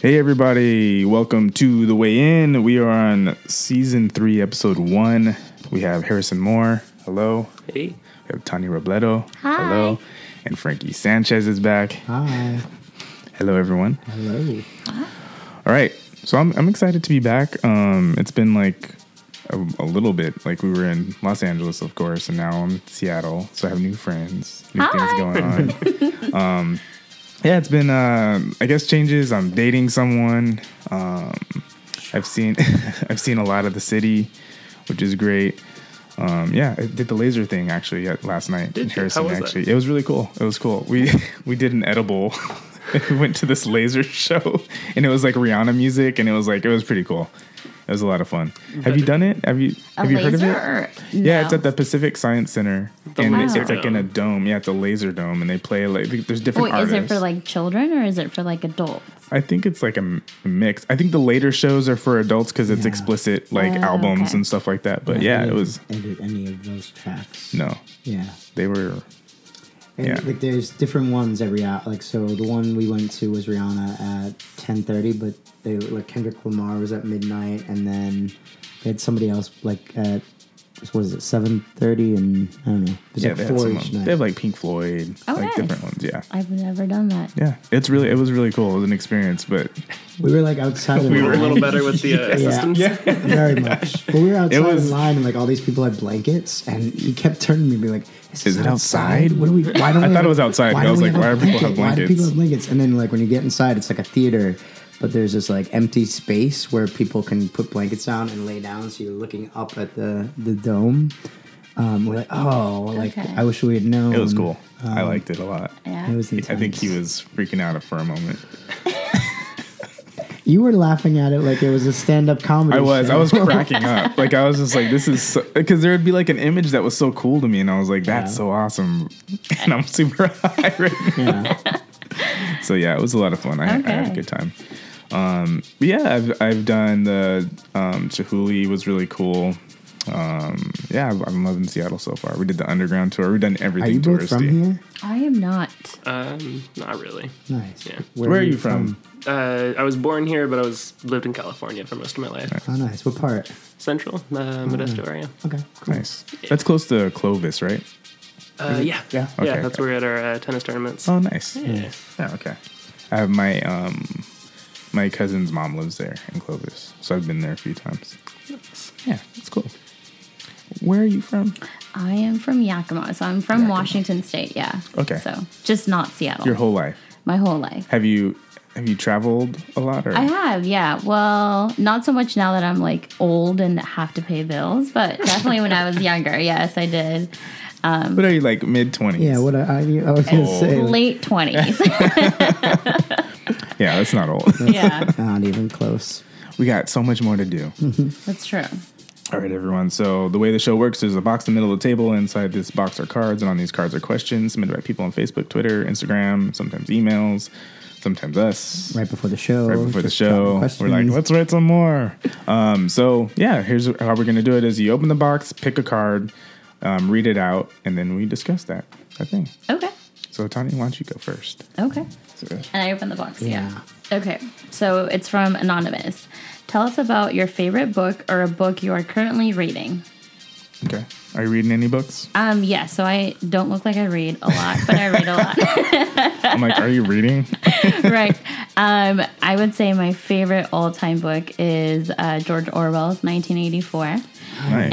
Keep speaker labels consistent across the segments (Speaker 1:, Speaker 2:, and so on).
Speaker 1: Hey, everybody. Welcome to The Way In. We are on season three, episode one. We have Harrison Moore. Hello.
Speaker 2: Hey.
Speaker 1: We have Tanya Robledo.
Speaker 3: Hi.
Speaker 1: Hello. And Frankie Sanchez is back.
Speaker 2: Hi.
Speaker 1: Hello, everyone.
Speaker 2: Hello.
Speaker 1: All right. So I'm, I'm excited to be back. Um, it's been like a, a little bit. Like we were in Los Angeles, of course, and now I'm in Seattle. So I have new friends, new
Speaker 3: Hi.
Speaker 1: things going on. um, yeah, it's been, uh, I guess, changes. I'm dating someone. Um, I've seen, I've seen a lot of the city, which is great. Um, yeah, I did the laser thing actually uh, last night.
Speaker 2: Did you?
Speaker 1: Harrison
Speaker 2: How was that?
Speaker 1: actually, it was really cool. It was cool. We we did an edible. we went to this laser show, and it was like Rihanna music, and it was like it was pretty cool. It was a lot of fun. Have you done it? Have you
Speaker 3: A
Speaker 1: have you heard of
Speaker 3: laser?
Speaker 1: it?
Speaker 3: Or,
Speaker 1: Yeah, it's
Speaker 3: No.
Speaker 1: at the Pacific Science Center,
Speaker 2: The
Speaker 1: and
Speaker 2: laser
Speaker 1: it's like in a dome. Yeah, it's a laser dome, and they play like there's different
Speaker 3: Wait,
Speaker 1: artists.
Speaker 3: Oh, is it for like children or is it for like adults?
Speaker 1: I think it's like a m- mix. I think the later shows are for adults because it's
Speaker 4: Yeah.
Speaker 1: explicit like
Speaker 3: Oh,
Speaker 1: albums
Speaker 3: okay.
Speaker 1: and stuff like that. But yeah, it was
Speaker 4: edit any of those tracks.
Speaker 1: no,
Speaker 4: Yeah.
Speaker 1: they were
Speaker 4: And
Speaker 1: Yeah.
Speaker 4: like there's different ones every hour. Like so the one we went to was Rihanna at ten thirty, but they like Kendrick Lamar was at midnight and then they had somebody else like at what is it, seven thirty and I don't know. There's
Speaker 1: yeah.
Speaker 4: like
Speaker 1: They had,
Speaker 4: four
Speaker 1: some, um,
Speaker 4: each night.
Speaker 1: they have like Pink Floyd,
Speaker 3: Oh,
Speaker 1: like
Speaker 3: nice.
Speaker 1: different ones. Yeah,
Speaker 3: I've never done that.
Speaker 1: yeah. It's really it was really cool. It was an experience, but
Speaker 4: we were like outside of
Speaker 1: We
Speaker 2: We were a
Speaker 4: line.
Speaker 2: little better with the uh, assistants.
Speaker 4: Very much. But we were outside
Speaker 1: was-
Speaker 4: in line and like all these people had blankets and he kept turning to me and being like, Is, this
Speaker 1: Is it outside?
Speaker 4: What do we why don't
Speaker 1: I
Speaker 4: we
Speaker 1: thought
Speaker 4: have-
Speaker 1: it was outside, and
Speaker 4: why
Speaker 1: I
Speaker 4: don't
Speaker 1: was
Speaker 4: we
Speaker 1: like, why
Speaker 4: have a
Speaker 1: do people have
Speaker 4: blanket? Why do people
Speaker 1: blankets?
Speaker 4: have blankets? And then like when you get inside it's like a theater, but there's this like empty space where people can put blankets down and lay down so you're looking up at the, the dome. Um, we're like, oh, like
Speaker 3: Okay.
Speaker 4: I wish we had known. Um,
Speaker 1: it was
Speaker 3: Um,
Speaker 1: cool. I liked it a lot.
Speaker 3: Yeah.
Speaker 4: It was intense.
Speaker 1: I think he was freaking out for a moment.
Speaker 4: You were laughing at it like it was a stand-up comedy.
Speaker 1: I was,
Speaker 4: show.
Speaker 1: I was cracking up. Like I was just like, this is because there would be like an image that was so cool to me, and I was like, that's
Speaker 4: Yeah.
Speaker 1: so awesome, and I'm super high right now.
Speaker 4: Yeah.
Speaker 1: So yeah, it was a lot of fun. I, I had a
Speaker 3: Okay.
Speaker 1: good time. Um, but yeah, I've I've done the um, Chihuly was really cool. Um, yeah, I've- I'm loving Seattle so far. We did the underground tour. We've done
Speaker 4: Are
Speaker 1: everything
Speaker 4: you
Speaker 1: touristy.
Speaker 4: both from here?
Speaker 3: I am not.
Speaker 2: Um, not really.
Speaker 4: Nice.
Speaker 2: Yeah.
Speaker 1: Where, are you from?
Speaker 2: Uh, I was born here, but I was lived in California for most of my life.
Speaker 4: Oh, nice. What part?
Speaker 2: Central, uh,
Speaker 1: Mm-hmm.
Speaker 2: Modesto area.
Speaker 4: Okay, cool.
Speaker 1: Nice. That's close to Clovis, right?
Speaker 2: Uh, yeah.
Speaker 1: Yeah?
Speaker 2: yeah.
Speaker 1: Okay,
Speaker 2: That's
Speaker 1: okay.
Speaker 2: where we had our uh, tennis tournaments.
Speaker 1: Oh, nice.
Speaker 2: Yeah.
Speaker 1: Yeah, okay. I have my um my cousin's mom lives there in Clovis, so I've been there a few times. Yeah, it's cool. Where are you from?
Speaker 3: I am from Yakima, so I'm from Washington State. Yeah.
Speaker 1: Okay.
Speaker 3: So just not Seattle.
Speaker 1: Your whole life.
Speaker 3: my whole life.
Speaker 1: Have you have you traveled a lot? Or
Speaker 3: I have, yeah. Well, not so much now that I'm like old and have to pay bills, but definitely when I was younger. Yes, I did.
Speaker 1: what are you like mid twenties?
Speaker 4: Yeah, what I, I, I was gonna
Speaker 1: Oh.
Speaker 4: say. like,
Speaker 3: Late twenties.
Speaker 1: Yeah, that's not old.
Speaker 3: yeah,
Speaker 4: Not even close.
Speaker 1: we got so much more to do.
Speaker 4: Hmm.
Speaker 3: that's true.
Speaker 1: All right, everyone. So the way the show works is a box in the middle of the table. Inside this box are cards, and on these cards are questions submitted by people on Facebook, Twitter, Instagram, sometimes emails, sometimes us.
Speaker 4: Right before the show.
Speaker 1: right before the
Speaker 4: Oh, just drop
Speaker 1: show. We're
Speaker 4: questions.
Speaker 1: like, let's write some more. Um, so yeah, here's how we're gonna do it: is you open the box, pick a card, um, read it out, and then we discuss that. I think.
Speaker 3: Okay.
Speaker 1: So Tanya, why don't you go first?
Speaker 3: Okay.
Speaker 1: So-
Speaker 3: And I opened the box.
Speaker 4: Yeah.
Speaker 3: Yeah. Okay. So it's from Anonymous. Tell us about your favorite book or a book you are currently reading.
Speaker 1: Okay. Are you reading any books?
Speaker 3: Um, yeah, so I don't look like I read a lot, but I read a lot.
Speaker 1: I'm like, are you reading?
Speaker 3: right. Um, I would say my favorite all time book is uh, George Orwell's 1984.
Speaker 1: Nice.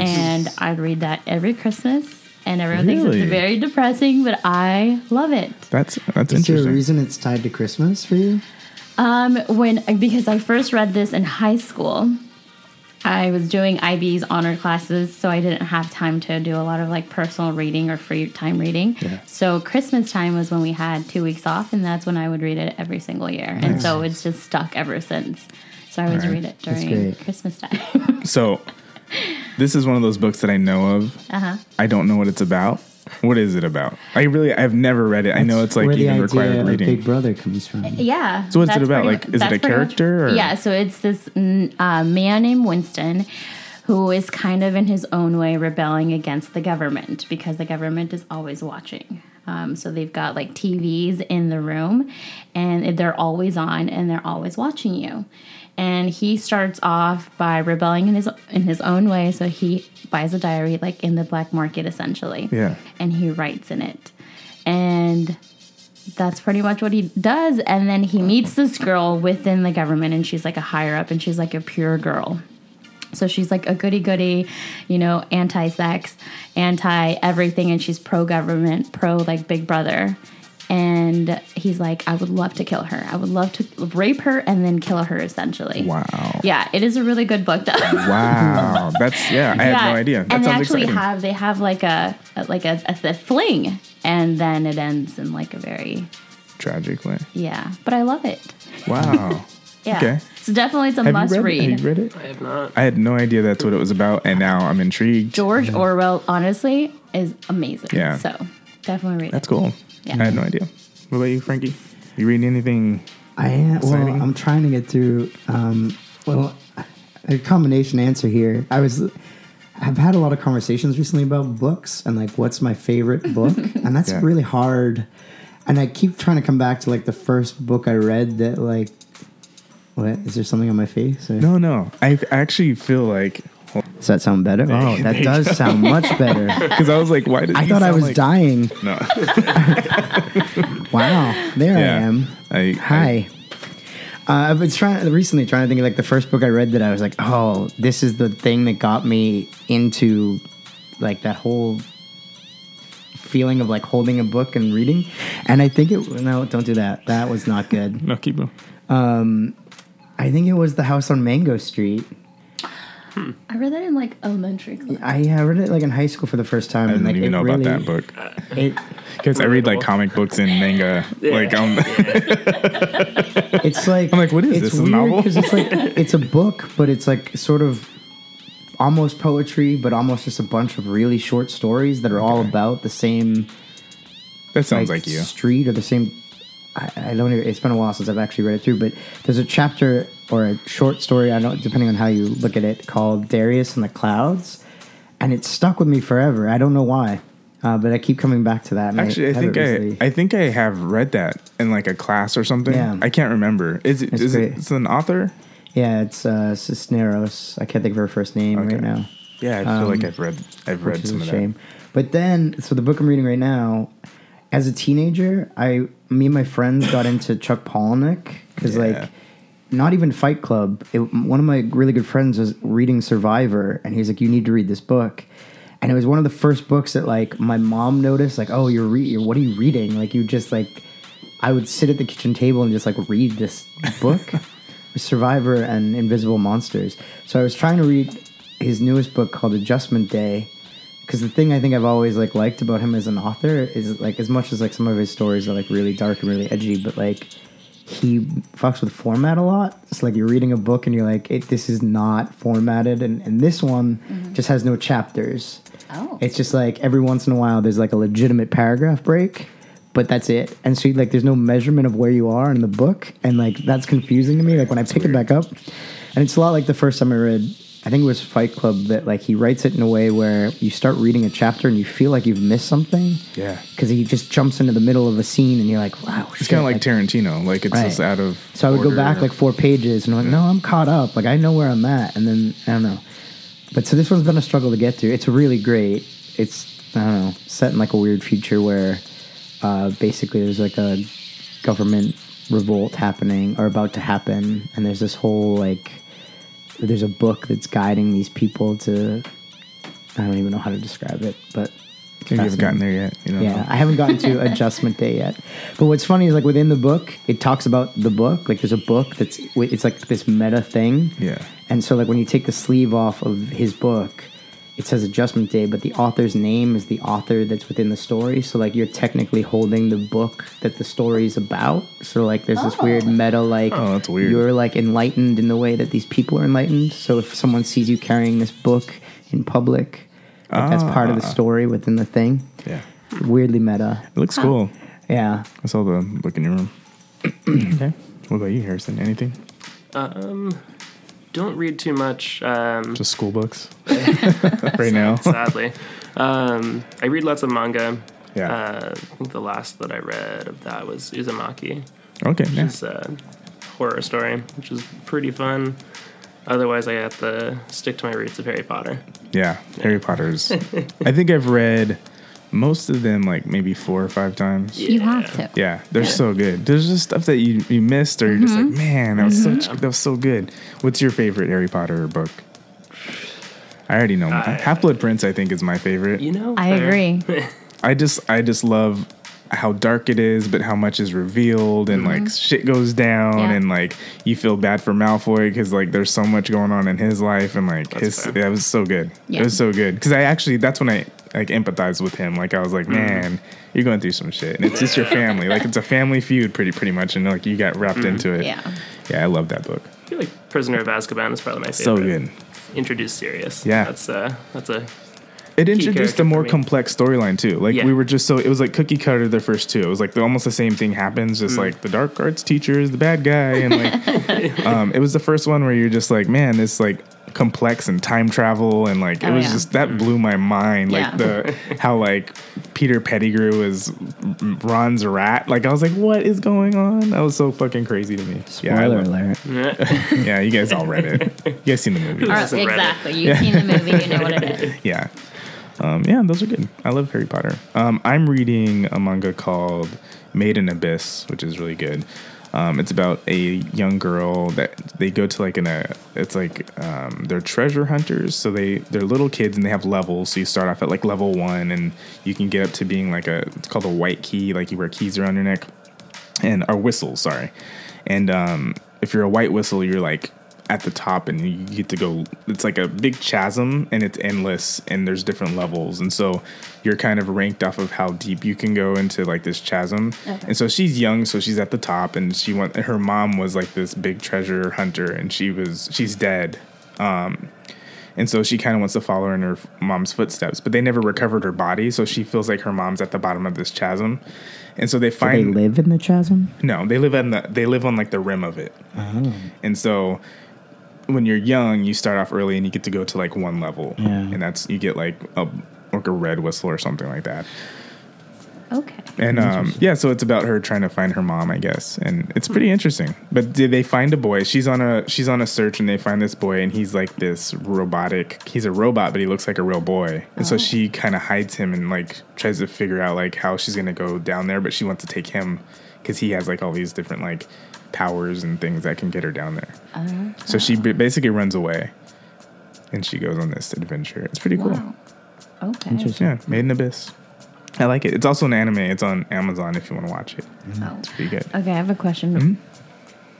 Speaker 3: And I read that every Christmas. And everyone thinks
Speaker 1: Really?
Speaker 3: it's very depressing, but I love it.
Speaker 1: that's that's
Speaker 4: Is there a
Speaker 1: interesting.
Speaker 4: reason it's tied to Christmas for you?
Speaker 3: Um, when because I first read this in high school, I was doing IB's honor classes, so I didn't have time to do a lot of like personal reading or free time reading.
Speaker 1: Yeah.
Speaker 3: So Christmas time was when we had two weeks off, and that's when I would read it every single year, and so it's just stuck ever since. So I always
Speaker 1: Alright.
Speaker 3: read it
Speaker 4: That's
Speaker 3: during
Speaker 4: great.
Speaker 3: Christmas time.
Speaker 1: So this is one of those books that I know of.
Speaker 3: uh-huh.
Speaker 1: I don't know what it's about. What is it about? I really, I've never read it. I know it's like
Speaker 4: where the
Speaker 1: even
Speaker 4: idea
Speaker 1: required
Speaker 4: of
Speaker 1: reading.
Speaker 4: Big Brother comes from.
Speaker 3: Yeah.
Speaker 1: So what's it
Speaker 3: that's
Speaker 1: about?
Speaker 3: pretty
Speaker 1: Like,
Speaker 3: mu-
Speaker 1: is it
Speaker 3: that's
Speaker 1: a
Speaker 3: pretty much-
Speaker 1: character, or-
Speaker 3: Yeah. So it's this mm, uh, man named Winston who is kind of in his own way rebelling against the government because the government is always watching. Um, so they've got like TVs in the room and they're always on and they're always watching you. And he starts off by rebelling in his in his own way. So he buys a diary like in the black market essentially.
Speaker 1: Yeah.
Speaker 3: And he writes in it. And that's pretty much what he does. And then he meets this girl within the government, and she's like a higher up, and she's like a pure girl. So she's like a goody goody, you know, anti sex, anti everything, and she's pro government, pro like Big Brother. And he's like, I would love to kill her. I would love to rape her and then kill her, essentially.
Speaker 1: Wow.
Speaker 3: Yeah, it is a really good book, though.
Speaker 1: Wow. That's yeah. I
Speaker 3: Yeah,
Speaker 1: had no idea. That
Speaker 3: and they
Speaker 1: sounds
Speaker 3: actually
Speaker 1: exciting.
Speaker 3: have they have like a, a like a, a, a fling, and then it ends in like a very
Speaker 1: Tragically.
Speaker 3: yeah. But I love it.
Speaker 1: Wow.
Speaker 3: Yeah.
Speaker 1: Okay.
Speaker 3: So definitely it's a
Speaker 1: have
Speaker 3: must
Speaker 1: you read
Speaker 3: read.
Speaker 1: It? Have you read it?
Speaker 2: I have not.
Speaker 1: I had no idea that's what it was about, and now I'm intrigued.
Speaker 3: George Orwell, honestly, is amazing.
Speaker 1: Mm-hmm. Yeah.
Speaker 3: So definitely read
Speaker 1: That's
Speaker 3: it.
Speaker 1: cool.
Speaker 3: Yeah.
Speaker 1: I had no idea. What about you, Frankie? You reading anything?
Speaker 4: I am. Well,
Speaker 1: Exciting.
Speaker 4: I'm trying to get through. Um, well, a combination answer here. I was. I've had a lot of conversations recently about books and like what's my favorite book, and that's
Speaker 1: Yeah.
Speaker 4: really hard. And I keep trying to come back to like the first book I read that like. What is there something on my face? Or-
Speaker 1: No, no. I, I actually feel like
Speaker 4: Does that sound better? Oh,
Speaker 1: there
Speaker 4: that
Speaker 1: you
Speaker 4: does sound much better.
Speaker 1: because I was like, why did
Speaker 4: I
Speaker 1: he
Speaker 4: thought I
Speaker 1: sound
Speaker 4: was
Speaker 1: like-
Speaker 4: dying.
Speaker 1: No.
Speaker 4: Wow, there I am.
Speaker 1: I, I-
Speaker 4: Hi. Uh, I've been trying recently trying to think of like the first book I read that I was like, oh, this is the thing that got me into like that whole feeling of like holding a book and reading. And I think it no, don't do that. That was not good.
Speaker 1: no, keep going.
Speaker 4: I think it was The House on Mango Street.
Speaker 3: I read that in like elementary class.
Speaker 4: I uh, read it like in high school for the first time.
Speaker 1: I
Speaker 4: and
Speaker 1: didn't
Speaker 4: like
Speaker 1: even
Speaker 4: it
Speaker 1: know
Speaker 4: really,
Speaker 1: about that book.
Speaker 4: It,
Speaker 1: Because I read like comic books and manga. Like I'm
Speaker 4: it's like
Speaker 1: I'm like, what is
Speaker 4: it's
Speaker 1: this, a
Speaker 4: weird
Speaker 1: novel?
Speaker 4: 'cause it's like it's a book, but it's like sort of almost poetry, but almost just a bunch of really short stories that are all about the same
Speaker 1: that sounds like you.
Speaker 4: street or the same. I, I don't. Even, it's been a while since I've actually read it through, but there's a chapter or a short story. I don't, depending on how you look at it, called Darius and the Clouds, and it stuck with me forever. I don't know why, uh, but I keep coming back to that. and
Speaker 1: Actually, I
Speaker 4: have
Speaker 1: think
Speaker 4: it
Speaker 1: I,
Speaker 4: recently.
Speaker 1: I think I have read that in like a class or something.
Speaker 4: Yeah.
Speaker 1: I can't remember. Is it
Speaker 4: It's
Speaker 1: is it
Speaker 4: great.
Speaker 1: it's an author?
Speaker 4: yeah, it's uh, Cisneros. I can't think of her first name
Speaker 1: Okay.
Speaker 4: right now.
Speaker 1: Yeah, I feel like I've read I've read
Speaker 4: Um, which is
Speaker 1: some
Speaker 4: a
Speaker 1: of
Speaker 4: shame. But then, so the book I'm reading right now, as a teenager, I, me and my friends got into Chuck Palahniuk because,
Speaker 1: Yeah.
Speaker 4: like, not even Fight Club. It, one of my really good friends was reading Survivor, and he's like, "You need to read this book." And it was one of the first books that, like, my mom noticed, like, "Oh, you're re- what are you reading?" Like, you just like, I would sit at the kitchen table and just like read this book. Survivor and Invisible Monsters. So I was trying to read his newest book called Adjustment Day because the thing I think I've always like liked about him as an author is like as much as like some of his stories are like really dark and really edgy, but like he fucks with format a lot. It's like you're reading a book and you're like, it, this is not formatted, and and this one just has no chapters.
Speaker 3: Oh.
Speaker 4: It's just like every once in a while there's like a legitimate paragraph break, but that's it. And so like there's no measurement of where you are in the book, and like that's confusing to me. Like when I pick it back up, and it's a lot like the first time I read. I think it was Fight Club that like he writes it in a way where you start reading a chapter and you feel like you've missed something.
Speaker 1: Yeah.
Speaker 4: Because he just jumps into the middle of a scene and you're like, wow.
Speaker 1: It's kind of like Tarantino. Like it's
Speaker 4: Right.
Speaker 1: just out of.
Speaker 4: So I would go
Speaker 1: order.
Speaker 4: back like four pages and I'm like, no, I'm caught up. Like I know where I'm at, and then I don't know. But so this one's been a struggle to get to. It's really great. It's I don't know, set in like a weird future where uh, basically there's like a government revolt happening or about to happen, and there's this whole like there's a book that's guiding these people to I don't even know how to describe it, but
Speaker 1: Maybe you haven't gotten there yet. You know.
Speaker 4: yeah, I haven't gotten to adjustment day yet. But what's funny is like within the book, it talks about the book. Like there's a book that's it's like this meta thing.
Speaker 1: Yeah.
Speaker 4: And so like when you take the sleeve off of his book, it says adjustment day, but the author's name is the author that's within the story. So like you're technically holding the book that the story is about. So like there's this weird meta like
Speaker 1: Oh, that's weird.
Speaker 4: you're like enlightened in the way that these people are enlightened. So if someone sees you carrying this book in public, like that's part
Speaker 1: Ah.
Speaker 4: of the story within the thing
Speaker 1: Yeah.
Speaker 4: weirdly meta.
Speaker 1: It looks cool.
Speaker 4: Yeah.
Speaker 1: I saw the look in your room. okay. What about you, Harrison? Anything?
Speaker 2: um, Don't read too much. Um,
Speaker 1: Just school books. right now.
Speaker 2: sadly, um, I read lots of manga.
Speaker 1: Yeah.
Speaker 2: Uh, I think the last that I read of that was Uzumaki,
Speaker 1: okay.
Speaker 2: which
Speaker 1: Yeah.
Speaker 2: is a horror story, which is pretty fun. Otherwise, I have to stick to my roots of Harry Potter.
Speaker 1: yeah. Harry Potter's. I think I've read most of them like maybe four or five times.
Speaker 3: You have to.
Speaker 1: Yeah, they're so good. There's just stuff that you, you missed, or you're just like, man, that was such that was so good. What's your favorite Harry Potter book? I already know.
Speaker 2: I-
Speaker 1: Half Blood Prince, I think, is my favorite.
Speaker 2: You know,
Speaker 3: I
Speaker 2: fair.
Speaker 3: agree.
Speaker 1: I just I just love how dark it is, but how much is revealed, and like shit goes down,
Speaker 3: Mm-hmm. Yeah.
Speaker 1: and like you feel bad for Malfoy because like there's so much going on in his life, and like his
Speaker 2: fair.
Speaker 1: yeah, it was so good.
Speaker 3: Yeah.
Speaker 1: It was so good because I actually that's when I like empathized with him. Like I was
Speaker 2: Mm.
Speaker 1: like, man, you're going through some shit, and it's just your family. Like it's a family feud, pretty pretty much, and like you got wrapped
Speaker 2: Mm-hmm.
Speaker 1: into it.
Speaker 3: Yeah.
Speaker 1: yeah, I love that book.
Speaker 2: I feel like Prisoner of Azkaban is probably my favorite.
Speaker 1: So good.
Speaker 2: Introduced Sirius.
Speaker 1: Yeah.
Speaker 2: that's uh, that's a
Speaker 1: It introduced
Speaker 2: character
Speaker 1: a
Speaker 2: for
Speaker 1: more
Speaker 2: me.
Speaker 1: complex storyline too. Like
Speaker 2: Yeah.
Speaker 1: we were just so it was like cookie cutter the first two. It was like the, almost the same thing happens.
Speaker 2: Hmm.
Speaker 1: Just like the dark arts teacher is the bad guy, and like um, it was the first one where you're just like, man, it's like complex and time travel, and like it
Speaker 3: Oh,
Speaker 1: was
Speaker 3: yeah.
Speaker 1: just
Speaker 2: Hmm.
Speaker 1: that blew my mind. Like
Speaker 3: Yeah.
Speaker 1: the how like Peter Pettigrew is Ron's rat. Like I was like, what is going on? That was so fucking crazy to me. yeah, I
Speaker 4: Spoiler
Speaker 1: love-
Speaker 4: alert.
Speaker 1: yeah, you guys all read it. You guys seen the movie?
Speaker 3: Or-
Speaker 2: hasn't read it?
Speaker 3: exactly. You've seen the movie. You know what it is.
Speaker 1: yeah. Um, yeah, those are good. I love Harry Potter. Um, I'm reading a manga called Made in Abyss, which is really good. Um, it's about a young girl that they go to like in a. It's like um, they're treasure hunters, so they they're little kids and they have levels. So you start off at like level one, and you can get up to being like a. It's called a white key, like you wear keys around your neck and or whistles, sorry. And um, if you're a white whistle, you're like at the top, and you get to go. It's like a big chasm, and it's endless, and there's different levels, and so you're kind of ranked off of how deep you can go into like this chasm.
Speaker 3: Okay.
Speaker 1: And so she's young, so she's at the top, and she went. Her mom was like this big treasure hunter, and she was she's dead. Um, and so she kind of wants to follow in her f- mom's footsteps, but they never recovered her body, so she feels like her mom's at the bottom of this chasm. And so they
Speaker 4: They
Speaker 1: find
Speaker 4: live in the chasm.
Speaker 1: no, they live on the they live on like the rim of it. And so when you're young, you start off early and you get to go to like one level.
Speaker 4: Yeah.
Speaker 1: And that's you get like a like a red whistle or something like that.
Speaker 3: Okay.
Speaker 1: And um, yeah, so it's about her trying to find her mom, I guess, and it's pretty interesting. But did they find a boy? She's on a she's on a search, and they find this boy, and he's like this robotic. He's a robot, but he looks like a real boy, and so she kind of hides him and like tries to figure out like how she's gonna go down there, but she wants to take him because he has like all these different like powers and things that can get her down there. So she b- basically runs away, and she goes on this adventure. It's pretty cool.
Speaker 3: Wow. Okay.
Speaker 4: Interesting.
Speaker 1: Yeah, Made in Abyss. I like it. It's also an anime. It's on Amazon if you want to watch it.
Speaker 3: Oh.
Speaker 1: Pretty good.
Speaker 3: Okay, I have a
Speaker 1: Hmm?
Speaker 3: question.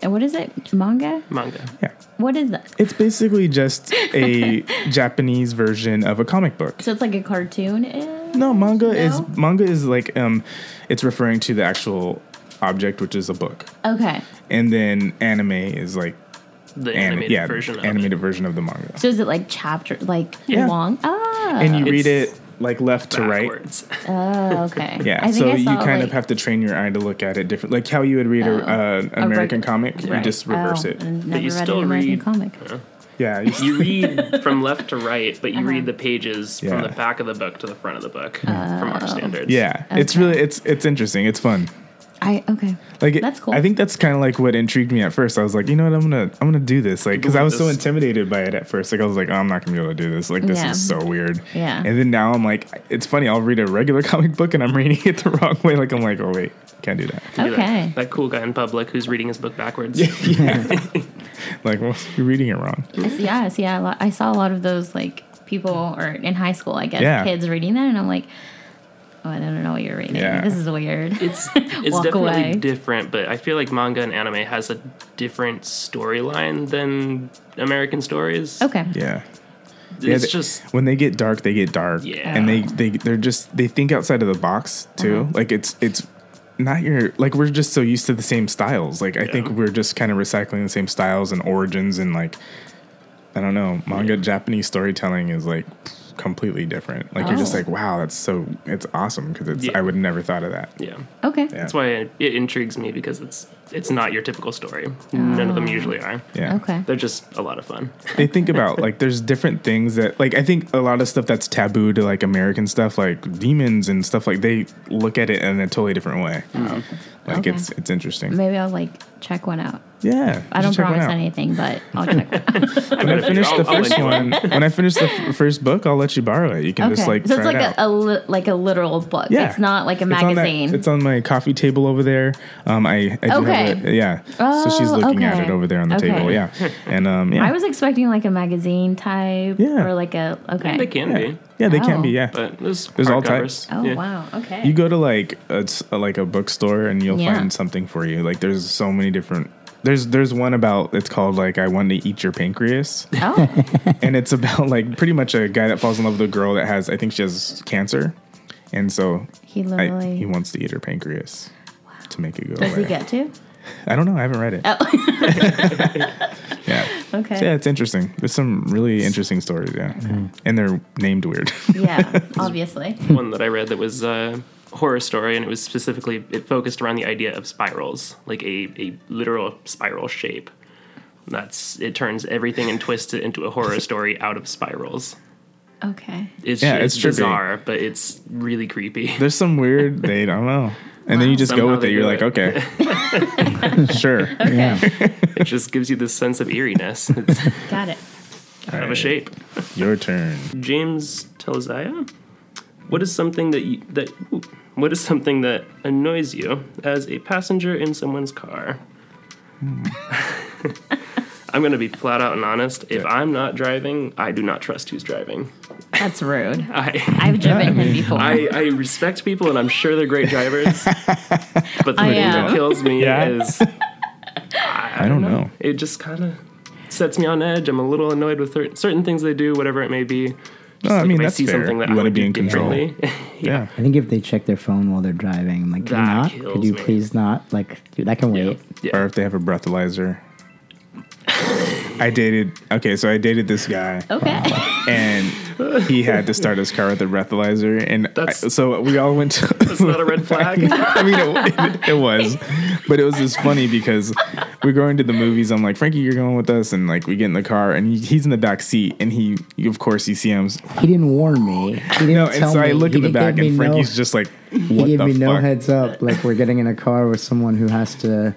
Speaker 3: And What is it? Manga?
Speaker 2: manga.
Speaker 1: Yeah.
Speaker 3: What is that?
Speaker 1: It's basically just a Japanese version of a comic book.
Speaker 3: So it's like a cartoon? eh?
Speaker 1: No, manga is
Speaker 3: No?
Speaker 1: manga is like um it's referring to the actual object which is a book.
Speaker 3: Okay.
Speaker 1: And then anime is like
Speaker 2: The
Speaker 1: an-
Speaker 2: animated
Speaker 1: yeah,
Speaker 2: version. Of
Speaker 1: animated
Speaker 2: It. Uh,
Speaker 1: version of the manga.
Speaker 3: So is it like chapter, like
Speaker 1: Yeah.
Speaker 3: long? Ah.
Speaker 1: and you read
Speaker 2: It's
Speaker 1: it like left to right.
Speaker 2: Backwards.
Speaker 3: oh, okay.
Speaker 1: Yeah,
Speaker 3: I think
Speaker 1: so
Speaker 3: I
Speaker 1: you
Speaker 3: saw,
Speaker 1: kind
Speaker 3: like,
Speaker 1: of have to train your eye to look at it different, like how you would read a, uh, an American
Speaker 3: reg-
Speaker 1: comic. You
Speaker 3: right.
Speaker 1: just reverse
Speaker 3: Oh,
Speaker 1: it.
Speaker 3: I never
Speaker 2: you
Speaker 3: read
Speaker 2: still
Speaker 3: an American
Speaker 2: read-
Speaker 3: comic.
Speaker 1: Yeah, you-
Speaker 2: You read from left to right, but you
Speaker 3: Uh-huh.
Speaker 2: read the pages
Speaker 1: Yeah.
Speaker 2: from the back of the book to the front of the book,
Speaker 3: Oh.
Speaker 2: from our standards.
Speaker 1: yeah. It's really it's it's interesting. It's fun.
Speaker 3: I okay.
Speaker 1: Like it-
Speaker 3: That's cool.
Speaker 1: I think that's kind of like what intrigued me at first. I was like, you know what, I'm gonna I'm gonna do this, like, because I was so
Speaker 2: This-
Speaker 1: intimidated by it at first. Like, I was like, oh, I'm not gonna be able to do this. Like, this
Speaker 3: Yeah.
Speaker 1: is so weird.
Speaker 3: Yeah.
Speaker 1: And then now I'm like, it's funny. I'll read a regular comic book and I'm reading it the wrong way. Like, I'm like, oh wait, can't do that.
Speaker 2: Be like
Speaker 3: Okay.
Speaker 2: That, cool guy in public who's reading his book backwards.
Speaker 1: Like, well, you're reading it wrong.
Speaker 3: I see, yeah, I see, yeah, a lot, I saw a lot of those like people or in high school, I guess,
Speaker 1: Yeah.
Speaker 3: kids reading that, and I'm like, oh, I don't know what you're reading.
Speaker 1: Yeah.
Speaker 3: This is weird.
Speaker 2: It's it's
Speaker 3: Walk
Speaker 2: definitely
Speaker 3: away.
Speaker 2: different, but I feel like manga and anime has a different storyline than American stories.
Speaker 3: okay.
Speaker 1: Yeah.
Speaker 2: It's
Speaker 1: Yeah, they-
Speaker 2: just
Speaker 1: when they get dark, they get dark.
Speaker 2: Yeah. Uh-huh.
Speaker 1: And they they they're just they think outside of the box too. Like it's it's not your like we're just so used to the same styles. Like I think we're just kind of recycling the same styles and origins and like I don't know manga Japanese storytelling is like completely different. Like you're just
Speaker 3: Oh.
Speaker 1: like, wow, that's so it's awesome because it's
Speaker 2: Yeah.
Speaker 1: I would never thought of that.
Speaker 2: Yeah.
Speaker 3: Okay.
Speaker 1: Yeah.
Speaker 2: That's why it, it intrigues me because it's it's not your typical story. None of them usually are.
Speaker 1: Yeah.
Speaker 3: Okay.
Speaker 2: They're just a lot of fun.
Speaker 1: They think about like there's different things that like I think a lot of stuff that's taboo to like American stuff like demons and stuff like they look at it in a totally different way. Like
Speaker 3: Okay.
Speaker 1: it's it's interesting.
Speaker 3: Maybe I'll like check one out.
Speaker 1: Yeah.
Speaker 3: I
Speaker 1: you
Speaker 3: don't
Speaker 1: should check one
Speaker 3: promise
Speaker 1: out.
Speaker 3: anything, but I'll check one out.
Speaker 1: When I finish
Speaker 2: I'll-
Speaker 1: the
Speaker 2: I'll
Speaker 1: first
Speaker 2: let you-
Speaker 1: one, when I finish the f- first book, I'll let you borrow it. You can
Speaker 3: Okay.
Speaker 1: just like
Speaker 3: so
Speaker 1: try
Speaker 3: it's like
Speaker 1: it out.
Speaker 3: a, a li- like a literal book.
Speaker 1: Yeah.
Speaker 3: It's not like a
Speaker 1: It's on that-
Speaker 3: magazine.
Speaker 1: It's on, my coffee table over there. Um, I, I do
Speaker 3: Okay.
Speaker 1: have it. Yeah. so
Speaker 3: Oh,
Speaker 1: she's looking at
Speaker 3: okay.
Speaker 1: it over there on the
Speaker 3: Okay.
Speaker 1: table. Yeah. And um, yeah.
Speaker 3: I was expecting like a magazine type
Speaker 1: Yeah.
Speaker 3: or like a okay.
Speaker 2: They can
Speaker 1: yeah.
Speaker 2: be,
Speaker 1: yeah, they can
Speaker 3: Oh.
Speaker 1: be. Yeah.
Speaker 2: but there's,
Speaker 1: There's all
Speaker 2: hardcovers.
Speaker 1: types.
Speaker 3: Oh
Speaker 2: Yeah.
Speaker 3: wow. Okay.
Speaker 1: you go to like a, s- like a bookstore and you'll
Speaker 3: Yeah.
Speaker 1: find something for you. Like there's so many different. There's there's one about it's called like I want to eat your pancreas,
Speaker 3: oh.
Speaker 1: and it's about like pretty much a guy that falls in love with a girl that has I think she has cancer, and so
Speaker 3: He
Speaker 1: I,
Speaker 3: literally.
Speaker 1: he wants to eat her pancreas to make it go
Speaker 3: does
Speaker 1: away.
Speaker 3: he get to?
Speaker 1: I don't know. I haven't read it. yeah.
Speaker 3: Okay.
Speaker 1: Yeah, it's interesting. There's some really interesting stories, yeah. And they're named weird.
Speaker 3: yeah. Obviously.
Speaker 2: one that I read that was uh, a horror story, and it was specifically it focused around the idea of spirals, like a, a literal spiral shape. That's it turns everything and twists it into a horror story out of spirals.
Speaker 3: Okay.
Speaker 2: It's
Speaker 1: Yeah,
Speaker 2: it's,
Speaker 1: it's trippy.
Speaker 2: bizarre, but it's really creepy.
Speaker 1: There's some weird, they don't know. And then you just go
Speaker 2: Somehow
Speaker 1: with it.
Speaker 2: they
Speaker 1: You're
Speaker 2: do
Speaker 1: like,
Speaker 2: it.
Speaker 1: okay. sure.
Speaker 4: Yeah.
Speaker 2: it just gives you this sense of eeriness. It's
Speaker 3: Got it.
Speaker 2: out of a shape.
Speaker 1: Your turn.
Speaker 2: James Telzaya, what is something that you, that ooh, what is something that annoys you as a passenger in someone's car?
Speaker 3: Hmm.
Speaker 2: I'm gonna be flat out and honest. If I'm not driving, I do not trust who's driving.
Speaker 3: That's rude.
Speaker 2: I
Speaker 3: I've driven him before.
Speaker 2: I, I respect people, and I'm sure they're great drivers. but the
Speaker 3: I
Speaker 2: thing that
Speaker 3: am.
Speaker 2: kills me
Speaker 1: Yeah.
Speaker 2: is
Speaker 1: I don't know.
Speaker 2: it just kind of sets me on edge. I'm a little annoyed with cer- certain things they do, whatever it may be. Just
Speaker 1: I
Speaker 2: like
Speaker 1: mean,
Speaker 2: if
Speaker 1: that's fair. You
Speaker 2: I
Speaker 1: wanna
Speaker 2: would
Speaker 1: be
Speaker 2: do
Speaker 1: in control.
Speaker 2: differently.
Speaker 1: Yeah.
Speaker 4: I think if they check their phone while they're driving, I'm like, can you
Speaker 2: That
Speaker 4: not?
Speaker 2: kills
Speaker 4: Could you
Speaker 2: me.
Speaker 4: please not? Like, dude, that can wait.
Speaker 2: Yeah.
Speaker 1: Or if they have a breathalyzer. I dated, okay, so I dated this guy.
Speaker 3: okay.
Speaker 1: And he had to start his car with a breathalyzer, and I,
Speaker 2: That's-
Speaker 1: so we all went. To,
Speaker 2: It's not a red flag.
Speaker 1: I mean, it, it, it was, but it was just funny because we're going to the movies. I'm like, Frankie, you're going with us, and like we get in the car, and he, he's in the back seat, and he, you- of course, he sees him.
Speaker 4: He didn't warn me. He didn't
Speaker 1: No, and
Speaker 4: tell
Speaker 1: so
Speaker 4: me.
Speaker 1: I look
Speaker 4: He
Speaker 1: in the back,
Speaker 4: didn't give me
Speaker 1: and
Speaker 4: no-
Speaker 1: Frankie's just like, what
Speaker 4: he gave
Speaker 1: the
Speaker 4: me
Speaker 1: fuck?
Speaker 4: no heads up. Like we're getting in a car with someone who has to,